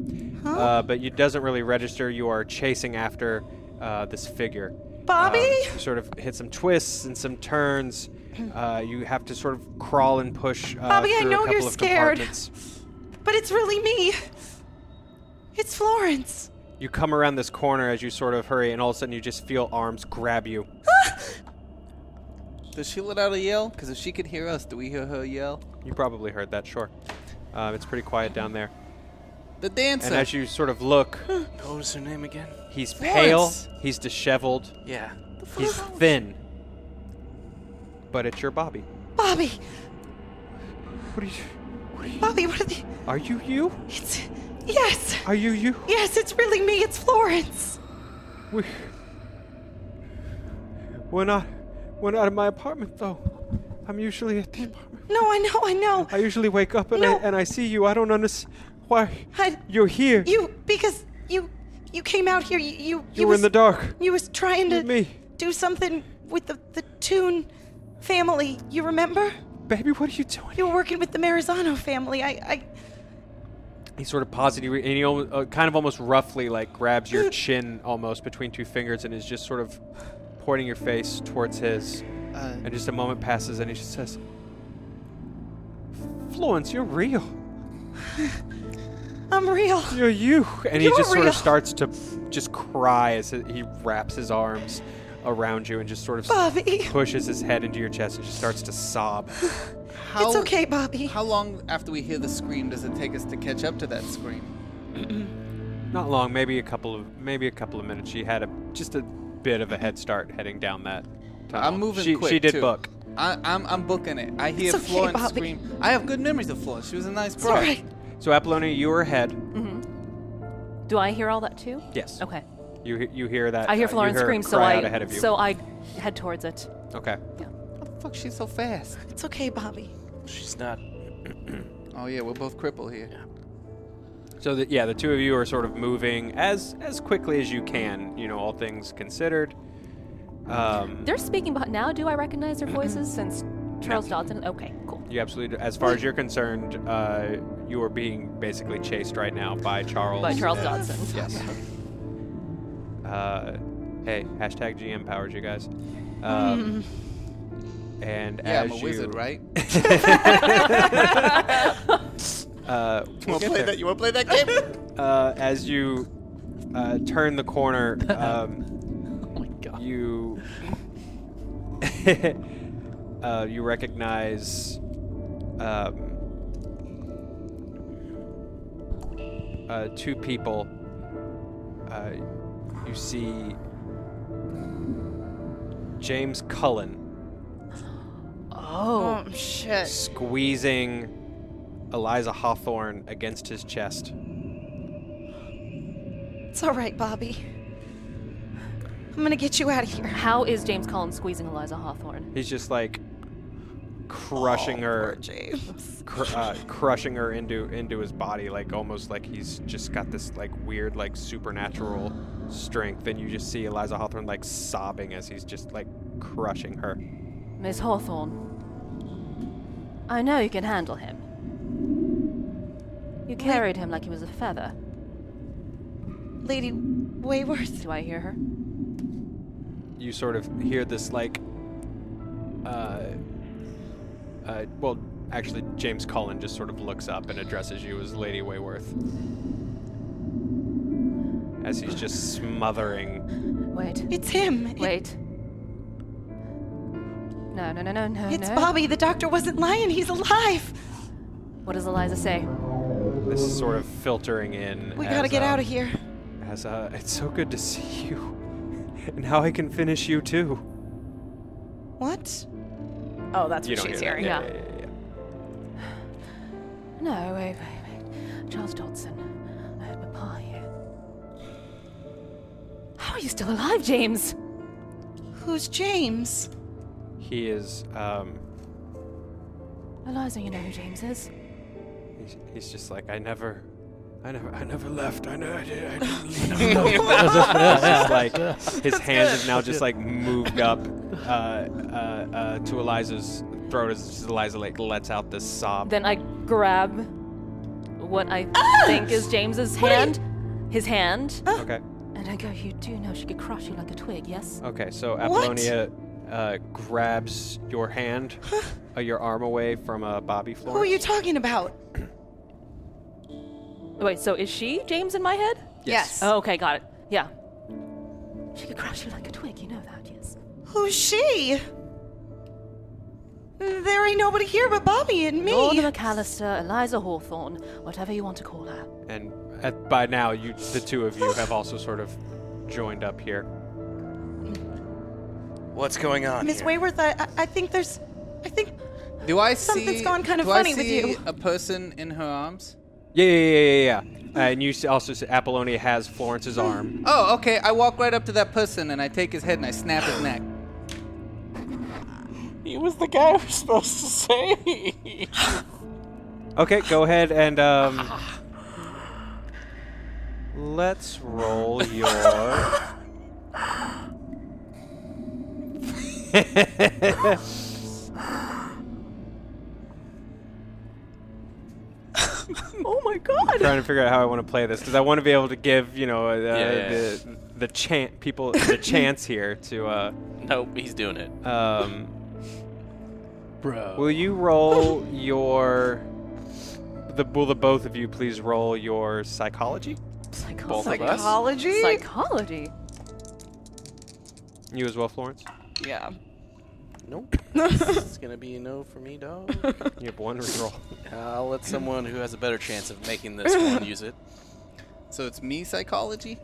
uh, but it doesn't really register. You are chasing after uh, this figure.
Bobby?
Um, you sort of hit some twists and some turns. Uh, you have to sort of crawl and push. Uh,
Bobby, I
through a
know you're
couple of
scared.
compartments.
But it's really me. It's Florence.
You come around this corner as you sort of hurry, and all of a sudden you just feel arms grab you.
Does she let out a yell? Because if she could hear us, do we hear her yell?
You probably heard that, sure. Um, it's pretty quiet down there.
The dancer.
And as you sort of look,
What was her name again?
he's pale,
Florence.
he's disheveled,
Yeah.
He's thin. But it's your Bobby.
Bobby.
What are you?
Bobby, what are they?
Are you you?
It's. Yes.
Are you you?
Yes, it's really me. It's Florence.
We, we're not. We're not in my apartment though. I'm usually at the apartment.
No, I know, I know.
I usually wake up and
No.
I and I see you. I don't understand why
I,
you're here.
you, because you, you came out here. You, you, you,
you were
was,
in the dark.
You was trying to
With me.
do something with the the Toon family. You remember?
Baby, what are you doing?
You were working with the Marizano family. I, I,
He sort of positive and he almost, uh, kind of almost roughly like grabs your chin almost between two fingers and is just sort of pointing your face towards his.
Uh,
And just a moment passes, and he just says, "Florence, you're real.
I'm real.
You're you." And he
You're
just sort
real.
of starts to just cry as he wraps his arms around you and just sort of
Bobby.
pushes his head into your chest and just starts to sob.
How,
It's okay, Bobby.
How long after we hear the scream does it take us to catch up to that scream?
Not long, maybe a couple of maybe a couple of minutes. She had a just a bit of a head start heading down that. Tunnel.
I'm moving
She,
quick.
she did
too.
book.
I, I'm, I'm booking it. I hear
It's okay,
Florence
Bobby.
scream. I have good memories of Florence. She was a nice
All
broad.
right.
So Apollonia, you were ahead.
Do I hear all that too?
Yes.
Mm-hmm. Okay.
You he- you hear that?
I hear
uh, you
Florence
her
scream, so
cry
I
out ahead of you.
so I head towards it.
okay.
How the fuck she's so fast?
It's okay, Bobby.
She's not.
Oh yeah, we're both crippled here.
So that yeah, the two of you are sort of moving as as quickly as you can. You know, all things considered. Um,
They're speaking behind now. Do I recognize
Mm-hmm.
their voices since Charles Dodson? Okay, cool.
you absolutely, as far as you're concerned, uh, you are being basically chased right now by Charles.
By Charles
and-
Dodson.
Yes. Uh, hey, hashtag GM powers, you guys. Um, And
Yeah,
as
I'm a
you,
wizard, right?
Uh, we'll get there.
You wanna play that game?
uh, as you uh, turn the corner, um,
Oh
you uh, you recognize um, uh, two people. Uh, you see James Cullen
Oh,
Oh, shit.
squeezing Eliza Hawthorne against his chest.
It's all right, Bobby. I'm gonna get you out of here.
how is James Collins squeezing Eliza Hawthorne?
He's just like crushing her, cr- uh, crushing her into into his body, like almost like he's just got this like weird like supernatural strength. And you just see Eliza Hawthorne like sobbing as he's just like crushing her.
Miss Hawthorne, I know you can handle him. You carried him like he was a feather.
Lady Wayworth.
Do I hear her?
You sort of hear this like, uh, uh, well, actually James Cullen just sort of looks up and addresses you as Lady Wayworth. As he's just smothering
Wait,
It's him. It-
wait. No, no, no, no, no,
it's
no.
Bobby. The doctor wasn't lying. He's alive.
What does Eliza say?
This is sort of filtering in.
We gotta
as,
get
um,
out of here.
As uh, it's so good to see you, and how I can finish you too.
What?
Oh, that's
you
what
don't
she's
hear that.
hearing.
Yeah,
yeah.
yeah, yeah, yeah.
No, wait, wait, wait. Charles Dodson, I had my pa here. How are you still alive, James?
Who's James?
He is. Um,
Eliza, you know who James is.
he's, he's just like I never, I never, I never left. I know I did. I didn't
Yeah, yeah.
like his hands have now just like moved up uh, uh, uh, to Eliza's throat as Eliza like lets out this sob.
Then I grab what I think is James's hand, his hand,
okay.
and I go, You do know she could crush you like a twig, yes?
Okay, so Apollonia uh, grabs your hand, uh, your arm away from uh, Bobby Florence.
Who are you talking about?
Wait, so is she James in my head?
Yes.
Oh, okay, got it. Yeah. She could crush you like a twig, you know that, yes.
Who's she? There ain't nobody here but Bobby and me.
Lorna McAllister, Eliza Hawthorne, whatever you want to call her.
and at, by now you the two of you have also sort of joined up here
What's going on?
Miss
here?
Wayworth, I, I, I think there's, I think
Do I see?
Something's gone kinda
do
funny
I
with
see
you.
A person in her arms.
yeah yeah yeah yeah, yeah, yeah. and you s- also see apollonia has florence's arm
Oh, okay. I walk right up to that person and I take his head and I snap his neck.
He was the guy we're supposed to say.
okay go ahead and um let's roll your
Oh my god!
trying to figure out how i want to play this because i want to be able to give you know uh,
yeah,
the the chan people the chance here to uh
nope, he's doing it.
um
Bro.
Will you roll your the will the both of you please roll your psychology?
Psychology.
Both of us.
psychology.
Psychology?
You as well, Florence.
Yeah.
Nope. it's gonna be a no for me, dog.
You have one reroll.
I'll let someone who has a better chance of making this one use it.
So it's me psychology.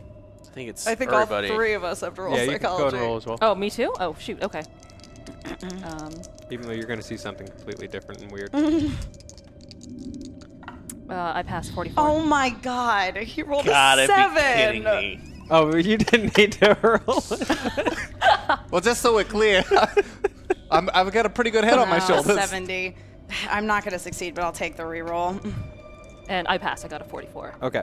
I think it's
I think
everybody.
all three of us have to roll
yeah, you can go and
psychology.
roll as well.
Oh, me too? Oh, shoot. Okay. um,
Even though you're going to see something completely different and weird.
uh, I passed 44.
Oh my god, he rolled
Gotta
a seven.
be kidding me.
oh, you didn't need to roll.
Well, just so we're clear, I'm, I've got a pretty good head on my
Wow,
shoulders.
70. I'm not going to succeed, but I'll take the reroll.
And I passed. I got a 44.
okay.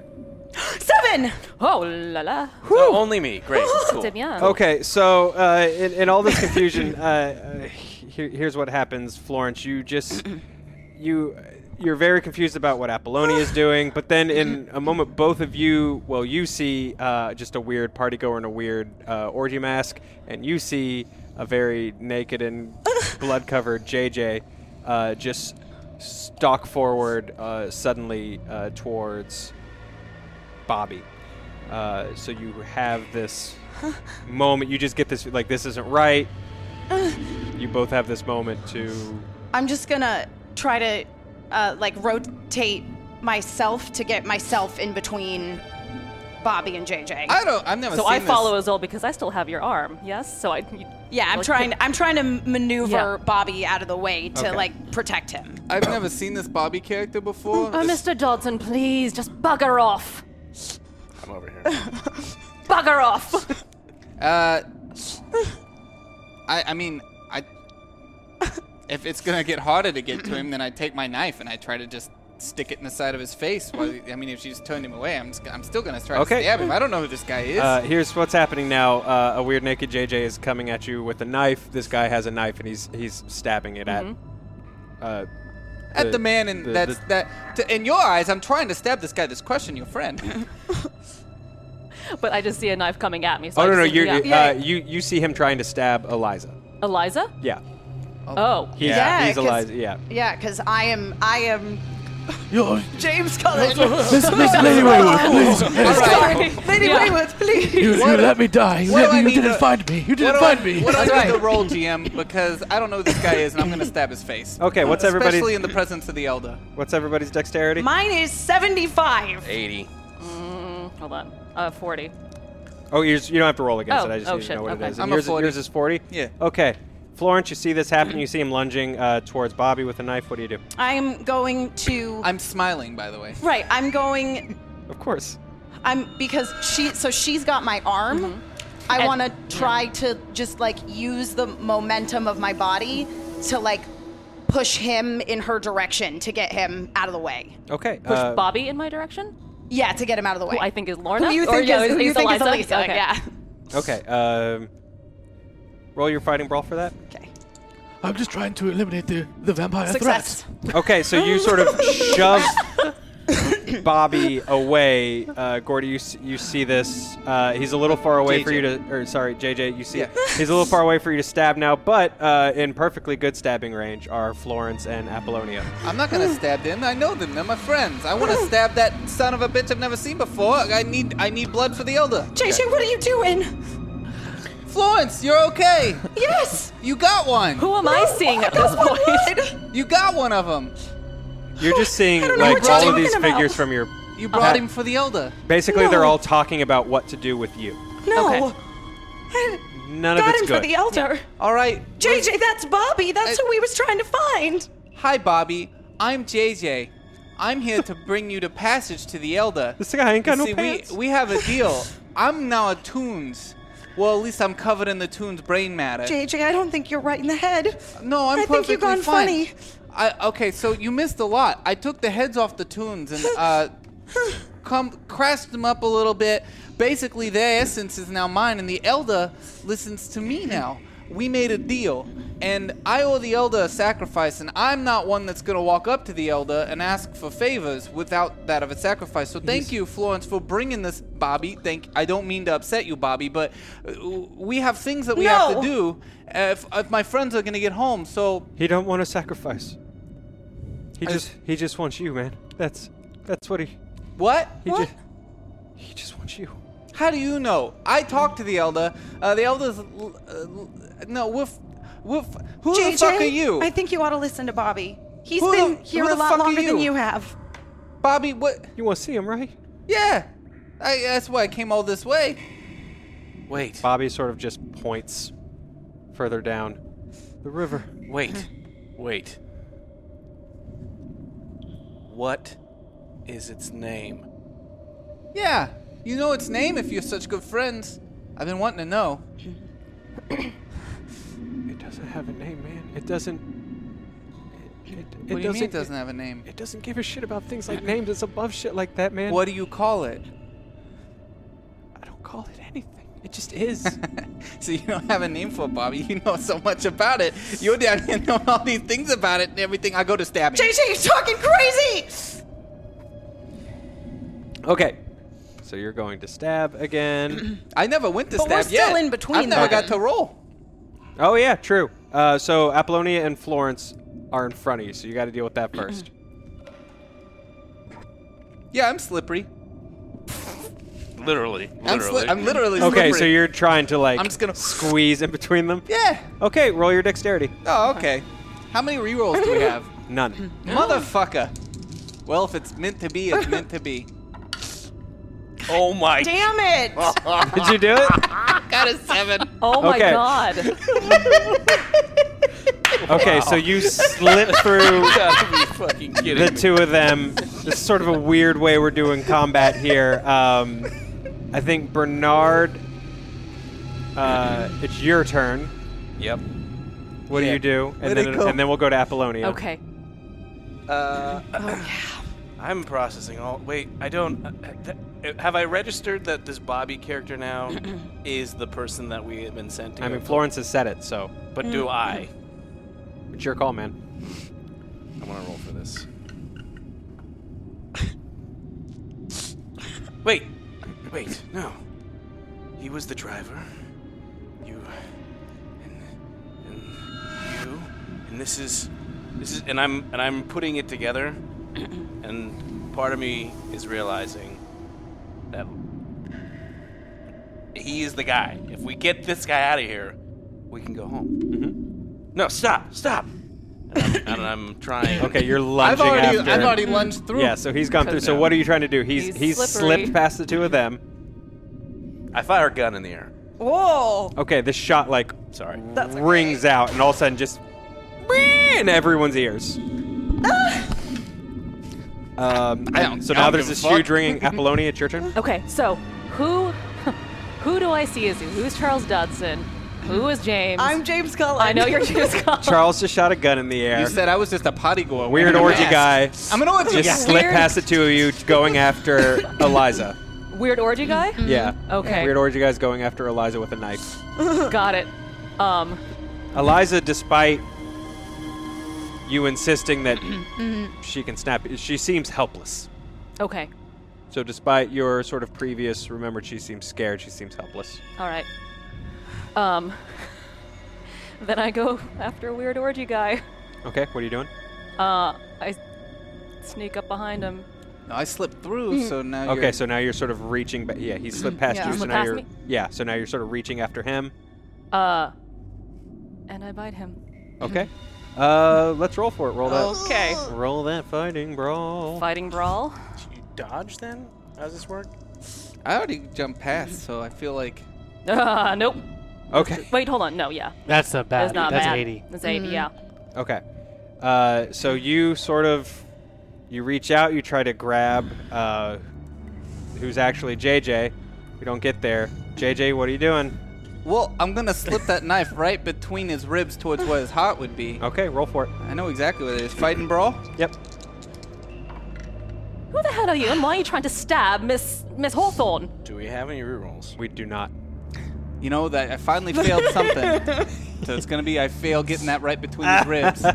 Seven!
Oh, la la.
So only me. Great. Cool.
Did ya?
Okay, so uh, in, in all this confusion, uh, uh, here, here's what happens, Florence. You just you you're very confused about what Apollonia is doing, but then in a moment, both of you, well, you see uh, just a weird party goer in a weird uh, orgy mask, and you see a very naked and blood covered JJ uh, just stalk forward uh, suddenly uh, towards Bobby. Uh, so you have this moment. You just get this like this isn't right. You both have this moment to.
I'm just going to try to, uh, like, rotate myself to get myself in between Bobby and JJ.
I don't. I've never.
So
seen
I
this.
follow Azul because I still have your arm, yes? So I. you-
yeah, I'm
like,
trying. I'm trying to maneuver
Yeah.
Bobby out of the way to
Okay.
like protect him.
I've never seen this Bobby character before.
Oh,
This-
Mr. Dodson, please just bugger off.
I'm over here.
Bugger off.
Uh, I, I mean, I. If it's gonna get harder to get to him, then I take my knife and I try to just stick it in the side of his face. While I mean, if she just turned him away, I'm just, I'm still gonna try
Okay.
to stab him. I don't know who this guy is.
Uh, here's what's happening now. Uh, a weird naked JJ is coming at you with a knife. This guy has a knife and he's he's stabbing it
Mm-hmm.
at. Uh,
At the, man, and
the-
that's that. To, in your eyes, I'm trying to stab this guy that's questioning your friend.
but I just see a knife coming at me. So
Oh
I
no
just
no
think,
you
yeah.
uh, you you see him trying to stab Eliza.
Eliza?
Yeah.
Oh.
He's,
Yeah,
he's
'cause-
Eliza. Yeah.
Yeah, because I am. I am.
Yo,
James Cullen.
this, this lady Waywood, please.
Sorry, Lady
Yeah.
Wayward, please.
You, you let me die. You,
what
let
do
me,
I
you
need
didn't
to-
find me. You
what
didn't
do I,
find me.
What do
That's
I
right.
need to roll, GM? Because I don't know who this guy is, and I'm gonna stab his face.
Okay. What's everybody's
Especially in the presence of the elder.
what's everybody's dexterity?
Mine is 75.
80.
Hold on. Uh, 40.
Oh, yours, you don't have to roll against
Oh,
it. I just
oh,
need to
shit,
know what
okay.
it is.
I'm
And
a
yours,
40.
yours is 40?
Yeah.
Okay. Florence, you see this happen. You see him lunging uh, towards Bobby with a knife. What do you do?
I'm going to.
I'm smiling, by the way.
right, I'm going.
Of course.
I'm because she. So she's got my arm. I
And-
want to try to just like use the momentum of my body to like push him in her direction to get him out of the way.
Okay.
Push
uh,
Bobby in my direction?
Yeah, to get him out of the way.
Who I think is Lorna.
Who you
Or,
think
yeah,
is, who you think is
Eliza?
Elisa?
Okay.
Yeah.
Okay. Um, roll your fighting brawl for that.
Okay.
I'm just trying to eliminate the, the vampire
Success.
threat.
Okay, so you sort of shove Bobby away. Uh, Gordy, you, s- you see this. Uh, he's a little far away for you to, or sorry, JJ, you see
Yeah.
he's a little far away for you to stab now, but uh, in perfectly good stabbing range are Florence and Apollonia.
I'm not gonna stab them. I know them. They're my friends. I want to stab that son of a bitch I've never seen before. I need, I need blood for the elder.
JJ, what are you doing?
Florence, you're okay.
Yes.
You got one.
Who am I seeing at this point?
You got one of them.
You're just seeing
know
like
what
all
you're
of these
talking about.
figures from your.
You brought
Okay.
him for the elder.
Basically,
No.
they're all talking about what to do with you.
No.
Okay.
I
None of
got
it's
him
good.
for the elder.
All right.
JJ, that's Bobby. That's
I-
who we was trying to find.
Hi, Bobby. I'm JJ. I'm here to bring you the passage to the elder.
this guy ain't got
see,
no pants.
we we have a deal. I'm now a Toons. Well, at least I'm covered in the Toons brain matter.
JJ, I don't think you're right in the head.
Uh, No, I'm perfectly
I think you've gone
fine.
funny.
I okay, so you missed a lot. I took the heads off the tunes and uh, come crashed them up a little bit. Basically, their essence is now mine, and the elder listens to me now. We made a deal, and I owe the elder a sacrifice, and I'm not one that's gonna walk up to the elder and ask for favors without that of a sacrifice. So thank you, Florence, for bringing this, Bobby. Thank. I don't mean to upset you, Bobby, but uh, we have things that we have to
No.
do uh, if, if my friends are gonna get home. So
he don't want to sacrifice. He
I-
just he just wants you, man. That's that's what he
What?
he just he just wants you.
How do you know? I talked to the Elder. Uh, the Elder's. l- Uh, l- no, woof. Woof. Who the fuck are you?
I think you ought to listen to Bobby. He's
Who
been
the-
here
who
a
the fuck
lot
are
longer than
you?
you have.
Bobby, what?
You want to see him, right?
Yeah. I, that's why I came all this way.
Wait,
Bobby sort of just points further down the river.
wait, wait. What is its name?
Yeah. You know its name if you're such good friends. I've been wanting to know.
It doesn't have a name, man. It doesn't. It, it,
What do you mean it doesn't have a name?
It doesn't give a shit about things like names. It's above shit like that, man.
What do you call it?
I don't call it anything. It just is.
so you don't have a name for it, Bobby. You know so much about it. You're down here knowing all these things about it and everything. I go to stab it.
JJ, you're talking crazy!
okay. So you're going to stab again.
I never went to
But
stab
we're still
yet.
in between
I've never
them.
got to roll.
oh yeah, true. Uh, so Apollonia and Florence are in front of you, so you got to deal with that first.
Yeah, I'm slippery.
Literally, literally.
I'm, sli- I'm literally slippery.
okay, so you're trying to like
I'm just gonna-
squeeze in between them.
Yeah.
Okay, roll your dexterity.
Oh, okay. How many rerolls do we have?
None.
Motherfucker. Well, if it's meant to be, it's meant to be.
oh my
Damn it!
Did you do it?
Got a seven.
Oh my
Okay.
god.
Okay, so you slip through
god! Are you fucking kidding
the
me?
two of them. This is sort of a weird way we're doing combat here. Um, I think Bernard, uh, it's your turn.
Yep.
What
Yeah.
do you do? And
Let
then,
it go.
and then we'll go to Apollonia.
okay.
Uh, I'm processing all. Wait, I don't. Uh, th- have I registered that this Bobby character now is the person that we have been sent to?
I mean,
go
Florence has said it, so
for? But do I?
it's your call, man.
I want to roll for this. wait, wait, no. He was the driver. You and and you and this is this is and I'm and I'm putting it together. and part of me is realizing that he is the guy. If we get this guy out of here, we can go home. Mm-hmm. No, stop, stop. And I'm, and I'm trying.
Okay, you're
I've
lunging
already,
after.
I've already lunged through.
yeah, so he's gone through. So
Yeah.
what are you trying to do? He's
He's
he's
slippery.
slipped past the two of them.
I fire a gun in the air.
Whoa!
Okay, this shot like
Sorry.
rings out, and all of a sudden just in everyone's ears. Um,
don't-
so
Ah.
now
I don't
there's
give a
this huge
fuck.
ringing. Apollonia, it's your turn.
Okay, so who who do I see as you? Who's Charles Dodson? Who is James?
I'm James Cullen.
I know you're James Cullen.
Charles just shot a gun in the
You
air.
said I was just a potty goer.
Weird
wearing a
orgy
mask.
guy.
I'm an orgy guy.
Just slipped
Weird.
past the two of you, going after Eliza.
Weird orgy guy?
Yeah.
Okay.
Weird orgy guy's going after Eliza with a knife.
Got it. Um,
Eliza, despite you insisting that
Mm-hmm.
she can snap, she seems helpless.
okay.
So, despite your sort of previous, remember, she seems scared. She seems helpless.
All right. Um, then I go after Weird Orgy Guy.
Okay, what are you doing?
Uh, I sneak up behind him.
No, I slipped through,
Mm.
so now
Okay,
you're...
so now you're sort of reaching. Ba- yeah, he slipped past
Yeah. He
you. So
slipped
now
past
you're.
me?
Yeah, so now you're sort of reaching after him.
Uh, and I bite him.
Okay. Uh, let's roll for it. Roll that.
Okay.
Roll that fighting brawl.
Fighting brawl.
You dodge then? How does this work?
I already jumped past, so I feel like...
Uh, nope.
Okay.
Wait, hold on. No, yeah.
That's a bad.
That's not
that's
bad.
80.
That's 80, yeah.
Okay. Uh, so you sort of you reach out, you try to grab uh, who's actually JJ. You don't get there. JJ, what are you doing?
Well, I'm gonna slip that knife right between his ribs towards where his heart would be.
Okay, roll for it.
I know exactly what it is. Fighting brawl?
Yep.
Who the hell are you, and why are you trying to stab Miss Miss Hawthorne?
Do we have any rerolls?
We do not.
You know that I finally failed something. so it's gonna be I fail getting that right between his ribs.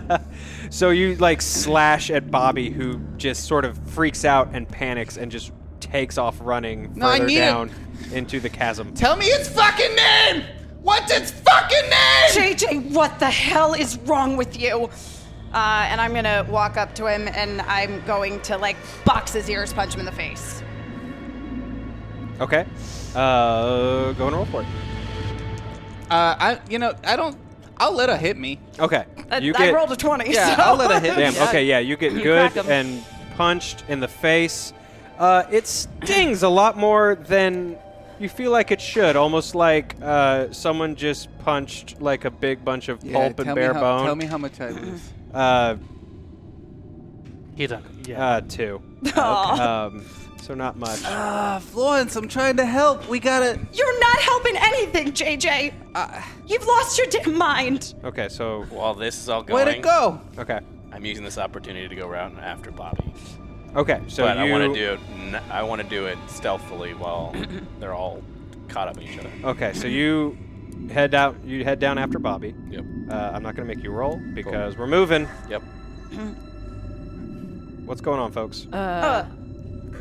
So you like slash at Bobby, who just sort of freaks out and panics and just takes off running
No, I
further
need it.
down into the chasm.
Tell me its fucking name! What's its fucking name?
JJ, what the hell is wrong with you?
Uh, and I'm gonna walk up to him and I'm going to like box his ears, punch him in the face.
Okay. Uh, go and roll for it.
Uh, I, you know, I don't. I'll let her hit me.
Okay.
I,
you
I
get,
rolled a 20.
Yeah,
so.
I'll let her hit me.
Damn. Okay. Yeah, you get good
crack 'em.
and punched in the face. Uh, it stings a lot more than you feel like it should. Almost like uh, someone just punched like a big bunch of
Yeah,
pulp and
tell
bare
me how,
bone.
Tell me how much I lose.
Uh,
He done. Yeah.
uh, two. Um, so not much.
Ah, Florence, I'm trying to help. We gotta.
You're not helping anything, JJ. You've lost your damn mind.
Okay. So
While this is all
Way
going,
to go!
okay.
I'm using this opportunity to go around after Bobby.
Okay. So
but
you
I want to do it. n- I want to do it stealthily while they're all caught up in each other.
Okay, so you head out. You head down after Bobby.
Yep.
Uh, I'm not gonna make you roll because we're moving.
Yep.
What's going on, folks?
Uh,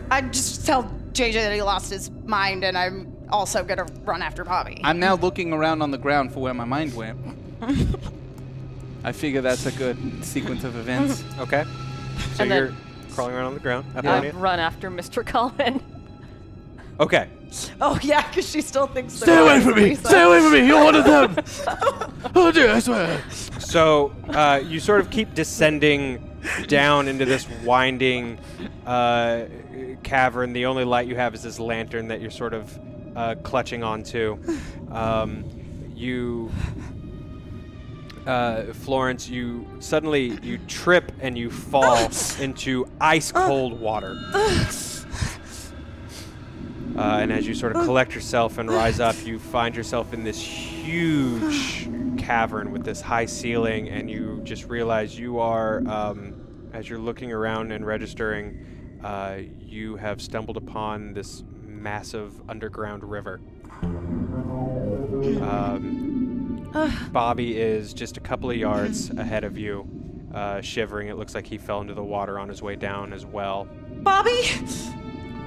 I just tell JJ that he lost his mind, and I'm also gonna run after Bobby.
I'm now looking around on the ground for where my mind went. I figure that's a good sequence of events.
Okay. So
And then-
you're crawling around on the ground.
I
Apollonia?
run after Mr. Cullen.
Okay.
Oh yeah, because she still thinks.
Stay away from me! Stay away from me! You're one of them! Oh dear, I swear!
So uh, you sort of keep descending down into this winding uh, cavern. The only light you have is this lantern that you're sort of uh, clutching onto. Um, you, uh, Florence, you suddenly you trip and you fall into ice cold water. Uh, and as you sort of collect yourself and rise up, you find yourself in this huge cavern with this high ceiling, and you just realize you are, um, as you're looking around and registering, uh, you have stumbled upon this massive underground river. Um, Bobby is just a couple of yards ahead of you, uh, shivering. It looks like he fell into the water on his way down as well.
Bobby,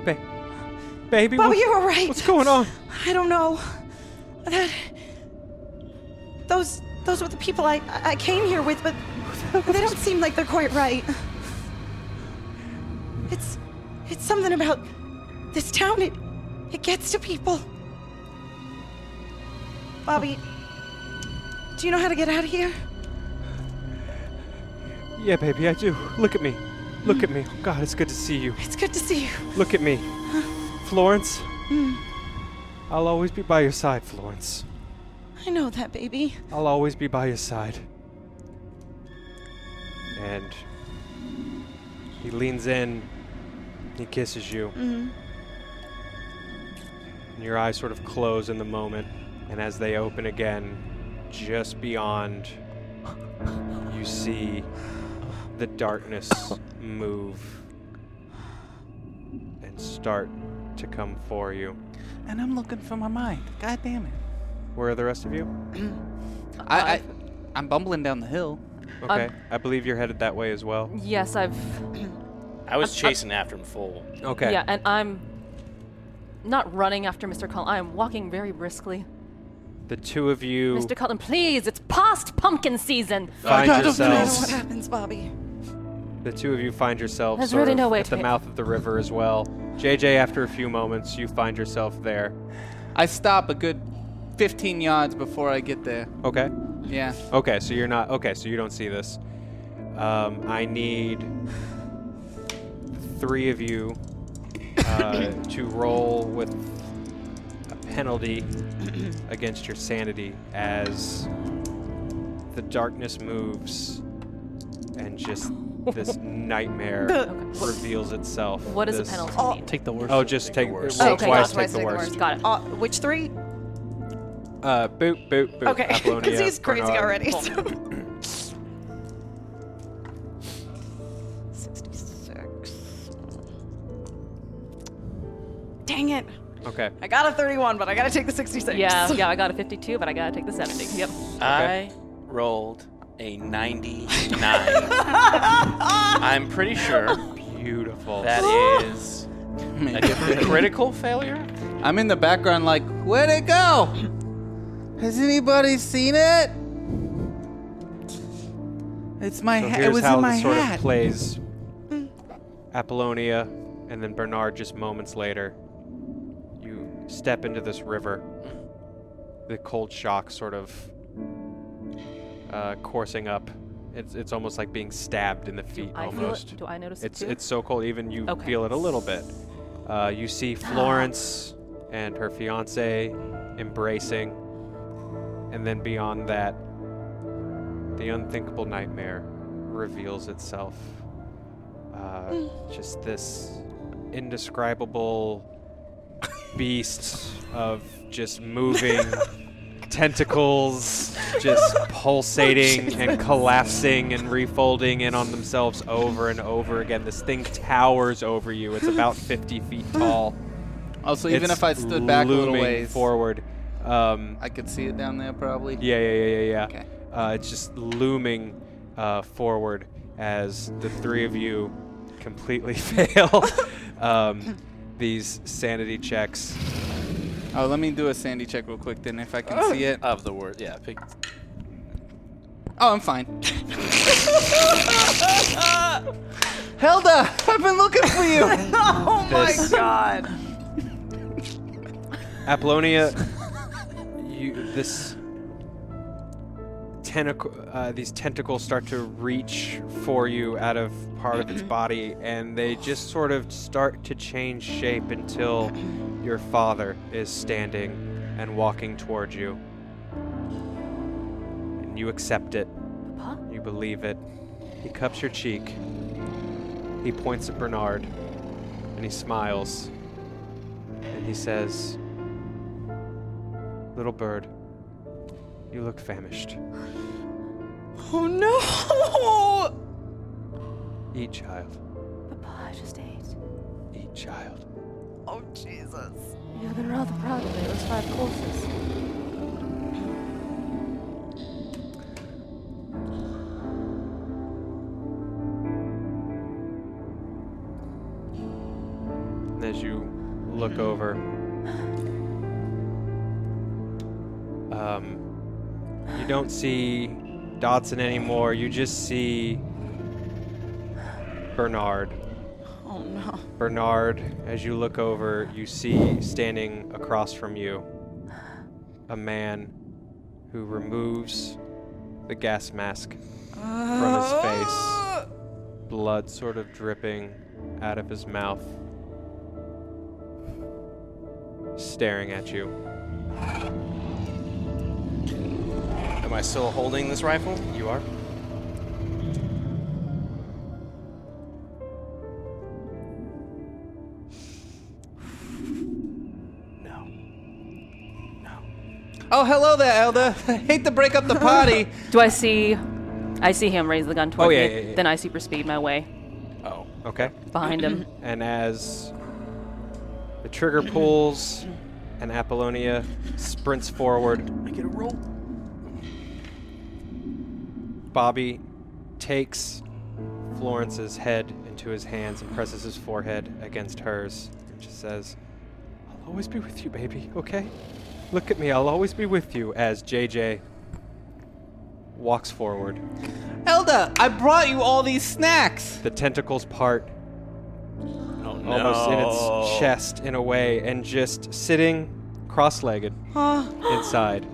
Ba- baby,
Bobby,
what-
you're all right.
what's going on?
I don't know. That those those were the people I I came here with, but they don't seem like they're quite right. It's it's something about this town. It it gets to people. Bobby, do you know how to get out of here?
Yeah, baby, I do. Look at me. Look at me. Oh, God, it's good to see you.
It's good to see you.
Look at me. Florence.
Hmm.
I'll always be by your side, Florence.
I know that, baby.
I'll always be by your side. And he leans in, he kisses you. And your eyes sort of close in the moment, and as they open again, just beyond, you see the darkness move and start to come for you.
and I'm looking for my mind. God damn it.
Where are the rest of you?
I, I, I'm bumbling down the hill.
Okay. I believe you're headed that way as well.
Yes, I've.
I was chasing after him full.
Okay.
Yeah, and I'm not running after Mr. Cullen. I am walking very briskly.
The two of you
Mr. Cullen, please, it's past pumpkin season.
find
God, don't
I know what
yourselves.
happens, Bobby.
The two of you find yourselves
There's
sort
really
of
no way
at
to
the
hit-
mouth of the river as well. JJ, after a few moments, you find yourself there.
I stop a good 15 yards before I get there.
Okay.
Yeah.
Okay. So you're not. Okay. So you don't see this. Um, I need three of you uh, to roll with a penalty against your sanity as the darkness moves and just this nightmare
Okay.
reveals itself.
What is the
this-
penalty?
Oh.
mean?
Take the worst.
Oh, just take roll
worst.
okay,
twice,
got it.
take the worst.
Got it.
Uh, which three?
Uh, boot, boot, boot.
Okay, because
Apollonia,
he's crazy
Bernard.
already. So. 66. Dang it.
Okay.
I got a 31, but I gotta take the 66.
Yeah, yeah, I got a 52, but I gotta take the 70. Yep.
I rolled a 99. I'm pretty sure
Beautiful.
that is a critical failure.
I'm in the background, like, where'd it go? Has anybody seen it? It's my
so
hat.
here's
It was
how
in my
this sort
hat. Mm.
of plays. Apollonia, and then Bernard. Just moments later, you step into this river, the cold shock sort of uh, coursing up. It's, it's almost like being stabbed in the feet
I feel it-
almost.
do I notice it
It's
too?
it's so cold. Even you
Okay. Ah.
feel it a little bit. Uh, you see Florence and her fiance embracing, and then beyond that, the unthinkable nightmare reveals itself. Uh, just this indescribable beast of just moving tentacles just pulsating and collapsing and refolding in on themselves over and over again. This thing towers over you. It's about 50 feet tall.
Also, even
It's
if I stood back a little
looming
ways,
forward, um,
I could see it down there probably.
yeah, yeah, yeah, yeah, yeah.
Okay.
Uh, it's just looming uh, forward as the three of you completely fail um, these sanity checks.
Oh, let me do a sandy check real quick then if I can see it.
Oh. Of the word, yeah. Pick,
Oh, I'm fine. Helda, I've been looking for you.
Oh my
This-
god.
Apollonia, you this tentacle, uh, these tentacles start to reach for you out of part of its body, and they just sort of start to change shape until your father is standing and walking toward you, and you accept it.
Papa?
You believe it. He cups your cheek. He points at Bernard, and he smiles, and he says. Little bird, you look famished.
Oh no.
Eat, child.
Papa, I just ate.
Eat, child.
Oh Jesus.
You've been rather proud of me those five courses.
And as you look over, um, you don't see Dodson anymore. You just see Bernard.
Oh no.
Bernard, as you look over, you see standing across from you a man who removes the gas mask from his
Oh.
face, blood sort of dripping out of his mouth, staring at you.
am I still holding this rifle?
You are?
No.
Oh, hello there, Helda. Hate to break up the party.
Do I see? I see him raise the gun toward
Oh, yeah,
me.
yeah, yeah.
Then I super speed my way
Oh.
Okay.
behind him.
And as the trigger pulls and Apollonia sprints forward,
I get a roll.
Bobby takes Florence's head into his hands and presses his forehead against hers and just says, I'll always be with you, baby, okay? Look at me, I'll always be with you as JJ walks forward.
Helda, I brought you all these snacks.
The tentacles part
Oh no.
almost in its chest in a way, and just sitting cross legged inside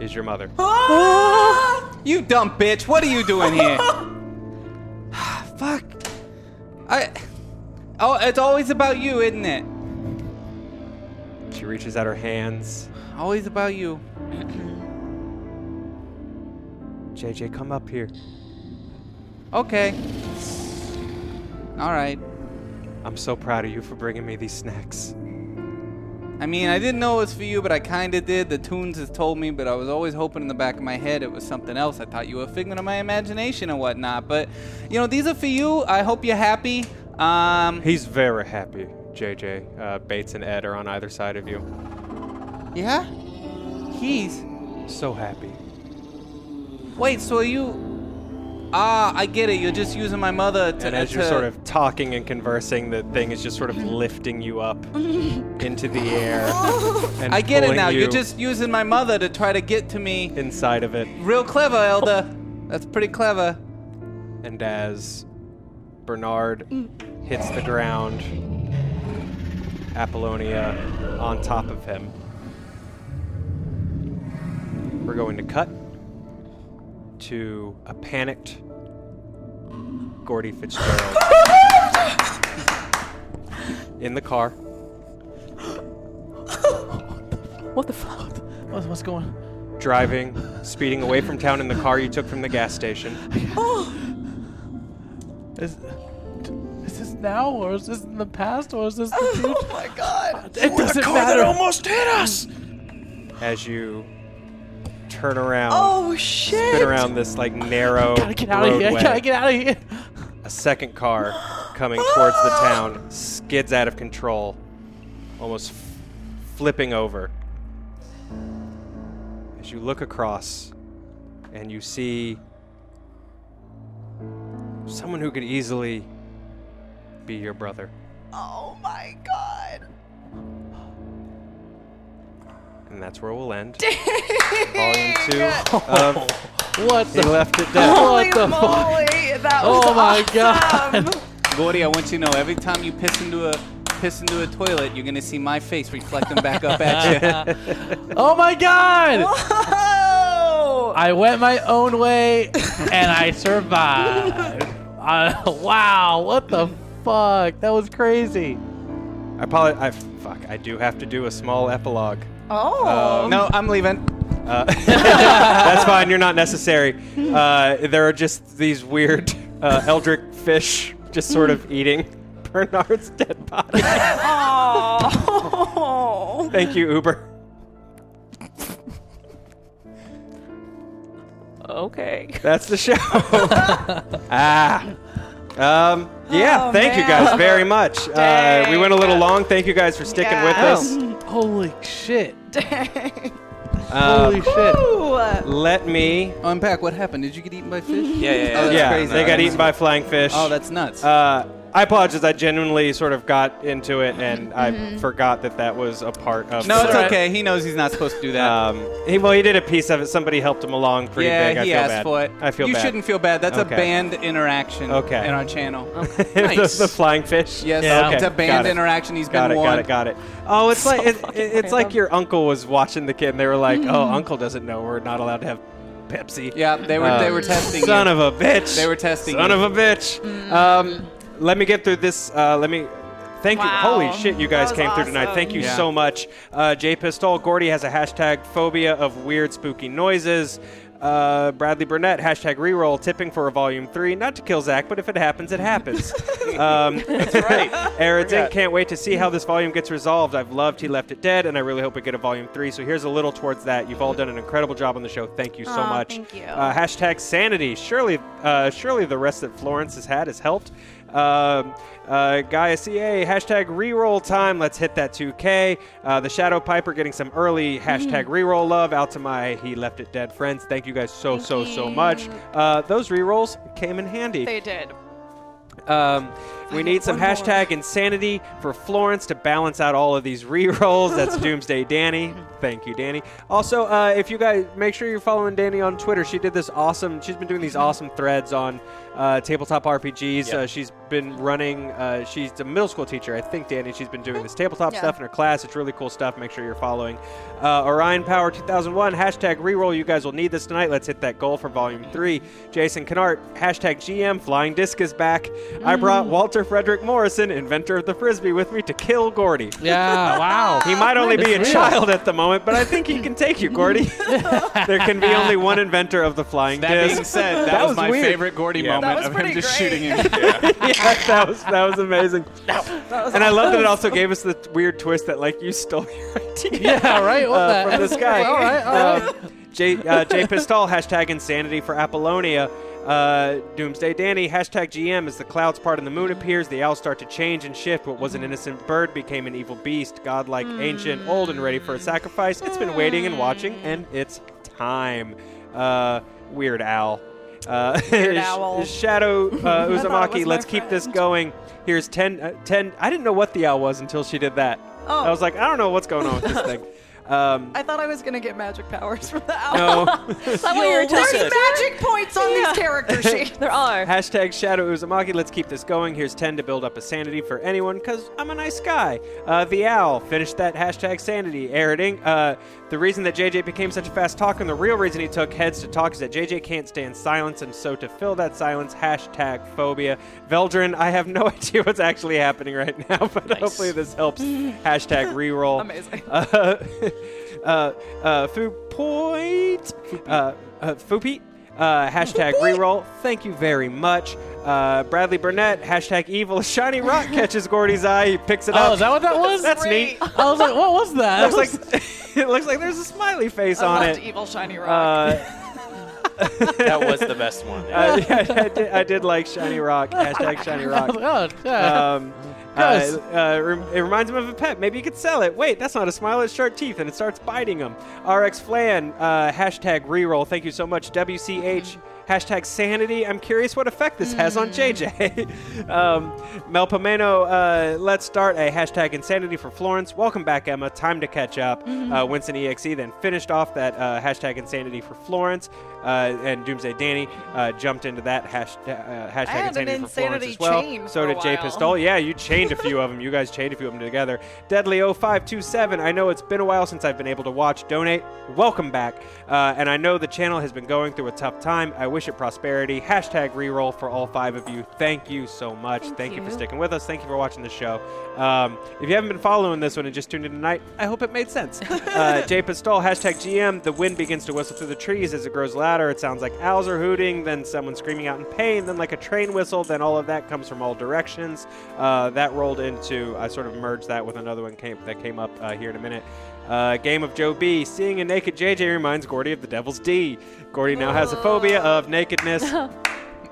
is your mother.
You dumb bitch. What are you doing here? Fuck. I. Oh, it's always about you, isn't it?
She reaches out her hands.
Always about you.
JJ, come up here.
Okay. All right.
I'm so proud of you for bringing me these snacks.
I mean, I didn't know it was for you, but I kinda did. The tunes has told me, but I was always hoping in the back of my head it was something else. I thought you were a figment of my imagination and whatnot. But, you know, these are for you. I hope you're happy. Um,
He's very happy, JJ. Uh, Bates and Ed are on either side of you.
yeah? He's.
So happy.
Wait, so are you. Ah, I get it. You're just using my mother to.
And as you're
to-
sort of talking and conversing, the thing is just sort of lifting you up into the air. And
I get it
pulling
now.
You
You're just using my mother to try to get to me.
inside of it.
Real clever, Elda. That's pretty clever.
And as Bernard hits the ground, Apollonia on top of him. We're going to cut to a panicked Gordy Fitzgerald in the car.
What the fuck?
What's, what's going?
driving, speeding away from town in the car you took from the gas station.
Is, is this now, or is this in the past, or is this the future?
Oh my god.
It doesn't matter.
almost hit us.
As you turn around,
Oh shit.
spin around this like narrow
Gotta get out of here!
roadway,
Gotta get out of here!
a second car coming towards the town skids out of control, almost f- flipping over. As you look across and you see someone who could easily be your brother.
Oh my god.
And that's where we'll end. Volume two of
What
He
the?
Left It Dead.
Holy
What the fuck?
moly, that was
Oh my
awesome.
god!
Gordy, I want you to know every time you piss into a piss into a toilet, you're gonna see my face reflecting back up at you.
Oh my god!
Whoa.
I went my own way, and I survived. Uh, wow! What the fuck? That was crazy.
I apologize. I, fuck, I do have to do a small epilogue.
oh.
No, I'm leaving.
Uh, that's fine. You're not necessary. Uh, there are just these weird uh, eldritch fish just sort of eating Bernard's dead body.
Oh.
Thank you, Uber.
Okay.
That's the show. ah. Um, yeah,
Oh,
thank you
man.
guys very much. Uh, we went a little long. Thank you guys for sticking
Yeah.
with
Holy shit!
us. Um,
Uh,
Holy shit!
Oh,
Ooh.
let me.
Unpack what happened. Did you get eaten by fish?
Yeah, yeah, yeah.
Oh, that's
yeah,
crazy.
they got eaten by flying fish.
Oh, that's nuts.
Uh, I apologize. I genuinely sort of got into it, and I forgot that that was a part of.
no,
the-
it's
alright.
okay. He knows he's not supposed to do that.
Um, he well, he did a piece of it. Somebody helped him along pretty
yeah,
big. I
he
feel
asked
bad.
for it.
I feel
you
bad.
shouldn't feel bad. That's
Okay.
a band interaction.
Okay.
In our channel.
the, the flying fish.
Yes,
Yeah.
it's a
Okay, got
band
it.
interaction. He's
Got it,
been
got
warned.
it, got it. Oh, it's like it, it- it's like your uncle was watching the kid, and they were like,
Mm-hmm.
"Oh, uncle doesn't know we're not allowed to have Pepsi."
Yeah, they were
Um,
they were testing.
Son
you.
of a bitch.
They were testing
Son
you. Mm.
of a bitch. Um, let me get through this. Uh, let me. Thank you.
Wow.
Holy shit, you guys
was
came through tonight.
awesome.
Thank you
Yeah.
so much. Uh, J Pistol Gordy has a hashtag phobia of weird, spooky noises. Uh, Bradley Burnett, hashtag reroll, tipping for a volume three. Not to kill Zach, but if it happens, it happens. um, That's right. Aridin, can't wait to see how this volume gets resolved. I've loved He Left It Dead, and I really hope we get a volume three. So here's a little towards that. You've all done an incredible job on the show. Thank you so
Aw,
much.
thank you.
Uh, hashtag sanity. Surely, uh, surely the rest that Florence has had has helped. Um, uh, Gaia CA, hashtag reroll time. Let's hit that 2K. Uh, the Shadow Piper getting some early hashtag reroll love out to my He Left It Dead friends. Thank you guys so, so, so much. Uh, those rerolls came in handy.
They did.
Um, we need some hashtag insanity for Florence to balance out all of these rerolls. That's Doomsday Danny. Thank you, Danny. Also, uh, if you guys make sure you're following Danny on Twitter, she did this awesome. She's been doing these awesome threads on uh, tabletop RPGs. Uh, she's been running. Uh, she's a middle school teacher, I think, Danny. She's been doing this tabletop
Yeah.
stuff in her class. It's really cool stuff. Make sure you're following. Uh, Orion Power 2001 hashtag reroll. You guys will need this tonight. Let's hit that goal for Volume Three. Jason Kennard hashtag GM flying disc is back. I
Mm.
brought Walter Frederick Morrison, inventor of the frisbee, with me to kill Gordy.
Yeah! Wow!
He might only be a
It's real.
child at the moment, but I think he can take you, Gordy. there can be only one inventor of the flying
That
disc.
being said, that,
That
was,
was
my
weird.
favorite Gordy
Yeah.
moment
was
of him
pretty
just
great.
shooting him.
yeah, that was that was amazing. and I love that it also gave us the weird twist that like you stole your idea.
Yeah! Right? What
uh,
the?
from this guy.
All right. All right.
Um, J, uh, J Pistol, hashtag insanity for Apollonia. Uh, Doomsday Danny, hashtag GM. As the clouds part and the moon appears, the owls start to change and shift. What was an innocent bird became an evil beast, godlike,
Hmm.
ancient, old, and ready for a sacrifice. It's been waiting and watching, and it's time. Uh, weird owl. Uh,
Weird owl.
Shadow uh,
I thought it
Uzumaki,
was my
let's keep this
friend.
going. Here's 10, uh, 10. I didn't know what the owl was until she did that.
Oh.
I was like, I don't know what's going on with this thing. Um,
I thought I was gonna get magic powers from the owl.
no.
Is that what you were
There's
talking
Listen.
magic points on
Yeah.
these character sheets.
There are.
Hashtag Shadow Uzumaki. Let's keep this going. Here's 10 to build up a sanity for anyone, because I'm a nice guy. Uh, the Owl finished that hashtag sanity erroring. Uh, the reason that JJ became such a fast talker and the real reason he took heads to talk is that JJ can't stand silence, and so to fill that silence, hashtag phobia. Veldrin, I have no idea what's actually happening right now, but hopefully this helps. hashtag reroll.
Amazing.
Uh, uh, uh, Foo Point. Uh, uh, Foo Pete. Uh, hashtag reroll. Thank you very much. Uh, Bradley Burnett. Hashtag evil. Shiny rock catches Gordy's eye. He picks it
Oh,
up.
is that what that was?
That's neat.
I was like, what was that?
looks like it looks like there's a smiley face
I
on
loved
it.
evil shiny rock.
Uh,
That was the best one.
I, I, I did, I did like shiny rock. Hashtag shiny
I
rock.
was like, oh, yeah.
Um,
Gross.
uh, uh, rem- it reminds him of a pet. Maybe you could sell it. Wait, that's not a smile. It's sharp teeth, and it starts biting him. RX Flan, uh, hashtag reroll. Thank you so much. WCH, hashtag sanity. I'm curious what effect this has on JJ. um, Melpomeno, uh, let's start a hashtag insanity for Florence. Welcome back, Emma. Time to catch up. Uh, Winston EXE then finished off that uh, hashtag insanity for Florence. Uh, and Doomsday Danny uh, jumped into that hashtag, uh, hashtag
had an
insanity for Florence
insanity
as well.
chain
so
for a
did Jay
while.
Pistol. Oh yeah, you chained a few of them. You guys chained a few of them together. Deadly 0527. I know it's been a while since I've been able to watch. Donate. Welcome back. Uh, and I know the channel has been going through a tough time. I wish it prosperity. Hashtag reroll for all five of you. Thank you so much. Thank,
Thank
you. for
you.
sticking with us. Thank you for watching the show. Um, if you haven't been following this one and just tuned in tonight, I hope it made sense. uh, Jay Pistol. Hashtag GM. The wind begins to whistle through the trees as it grows louder. It sounds like owls are hooting, then someone screaming out in pain, then like a train whistle. Then all of that comes from all directions. Uh, that rolled into I sort of merged that with another one came, that came up uh, here in a minute. Uh, game of Joe B. Seeing a naked JJ reminds Gordy of the Devil's D. Gordy now has a phobia of nakedness.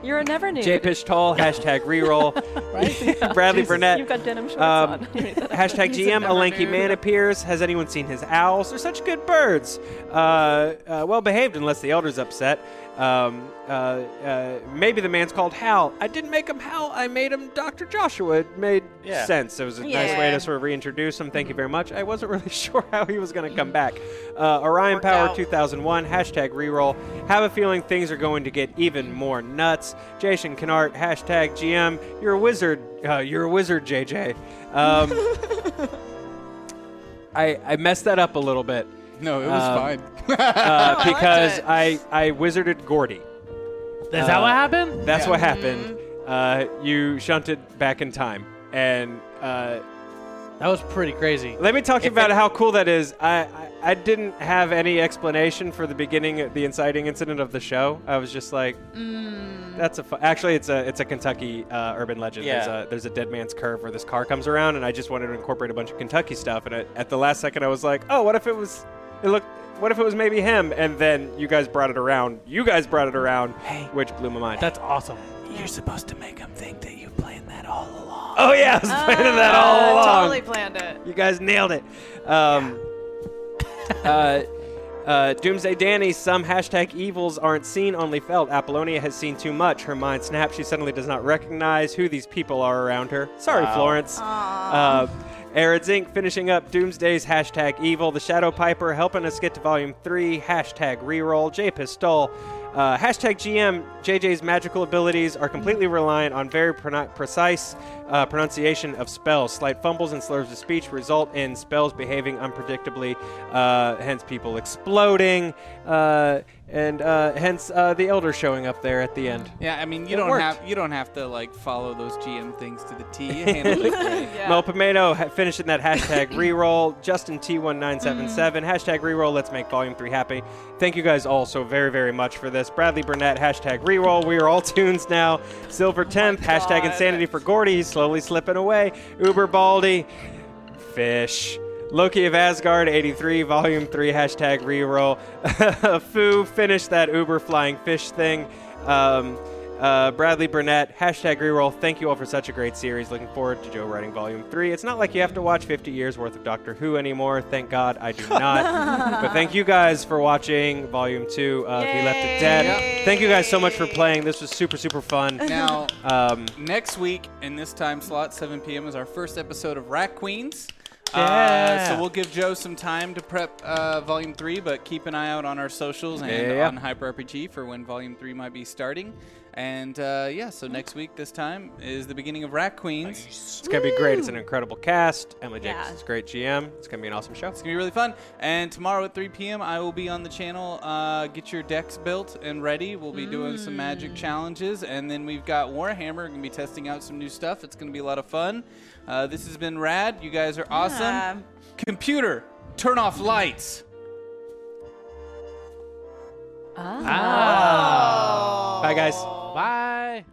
You're a never new.
J Pistol, hashtag reroll. Bradley Burnett.
You've got denim shorts
Um,
on. underneath that.
Hashtag
He's a
GM, a
never
lanky
dude.
man appears. Has anyone seen his owls? They're such good birds. Uh, uh, well behaved, unless the elder's upset. Um, uh, uh, maybe the man's called Hal. I didn't make him Hal. I made him Dr. Joshua. It made
Yeah.
sense. It was a nice way
Yeah.
to sort of reintroduce him. Thank you very much. I wasn't really sure how he was going to come back. Uh, Orion
Worked
Power
out.
2001, hashtag reroll. Have a feeling things are going to get even more nuts. Jason Kennart, hashtag GM. You're a wizard. Uh, you're a wizard, JJ. Um, I, I messed that up a little bit
No, it was
Um,
fine.
uh,
liked
because
it.
I, I wizarded Gordy.
Is
uh,
that what happened?
That's
Yeah.
what
Mm-hmm.
happened. Uh, you shunted back in time. And uh,
That was pretty crazy.
let me talk to you about how cool that is. I, I, I didn't have any explanation for the beginning, the inciting incident of the show. I was just like, that's a. Fu-. Actually, it's a it's a Kentucky uh, urban legend.
Yeah.
There's a there's a dead man's curve where this car comes around, and I just wanted to incorporate a bunch of Kentucky stuff. And I, at the last second, I was like, oh, what if it was? It looked. What if it was maybe him? And then you guys brought it around. You guys brought it around, which blew my mind.
That's awesome.
You're supposed to make him think that you planned that all along.
oh yeah, I was planning that all
Uh,
along.
Totally planned it.
You guys nailed it. Um, uh, uh, Doomsday Danny, some hashtag evils aren't seen, only felt. Apollonia has seen too much. Her mind snaps. She suddenly does not recognize who these people are around her. Sorry, Florence. Uh, Arid Zinc finishing up Doomsday's hashtag evil. The Shadow Piper helping us get to volume three. Hashtag reroll. J Pistol. Uh, hashtag GM. JJ's magical abilities are completely reliant on very prono- precise uh, pronunciation of spells. Slight fumbles and slurs of speech result in spells behaving unpredictably, uh, hence people exploding, uh, and uh, hence uh, the elder showing up there at the end.
yeah, I mean,
it
you don't
worked.
have you don't have to like follow those GM things to the T. You handled it great.
Yeah.
Mel Pomano ha- finishing that hashtag reroll. Justin T1977
Mm-hmm.
hashtag reroll. Let's make volume three happy. Thank you guys all so very very much for this. Bradley Burnett hashtag reroll. We are all tunes now. Silver tenth hashtag
Oh God.
insanity for Gordy. He's slowly slipping away. Uber Baldy, fish. Loki of Asgard 83 volume three hashtag reroll. Foo finish that Uber flying fish thing. Um, uh, Bradley Burnett, hashtag reroll. Thank you all for such a great series. Looking forward to Joe writing volume three. It's not like you have to watch 50 years worth of Doctor Who anymore. Thank God I do not. but thank you guys for watching volume two of He Left It Dead.
Yay.
Thank you guys so much for playing. This was super, super fun.
Now,
Um,
next week in this time slot, 7 p.m. is our first episode of Rat Queens.
Uh,
Yeah.
so we'll give Joe some time to prep uh, Volume 3, but keep an eye out on our socials and
Yeah.
on Hyper RPG for when Volume 3 might be starting. And uh, yeah, so next week, this time, is the beginning of Rat Queens.
It's gonna be great. It's an incredible cast. Emily
Yeah.
Jacobson's great GM. It's gonna be an awesome show.
It's going to be really fun. And tomorrow at 3 p.m., I will be on the channel. Uh, get your decks built and ready. We'll be doing some magic challenges. And then we've got Warhammer. We're going to be testing out some new stuff. It's going to be a lot of fun. Uh, this has been rad. You guys are awesome.
Yeah.
Computer, turn off lights.
Ah.
Bye, guys.
Bye.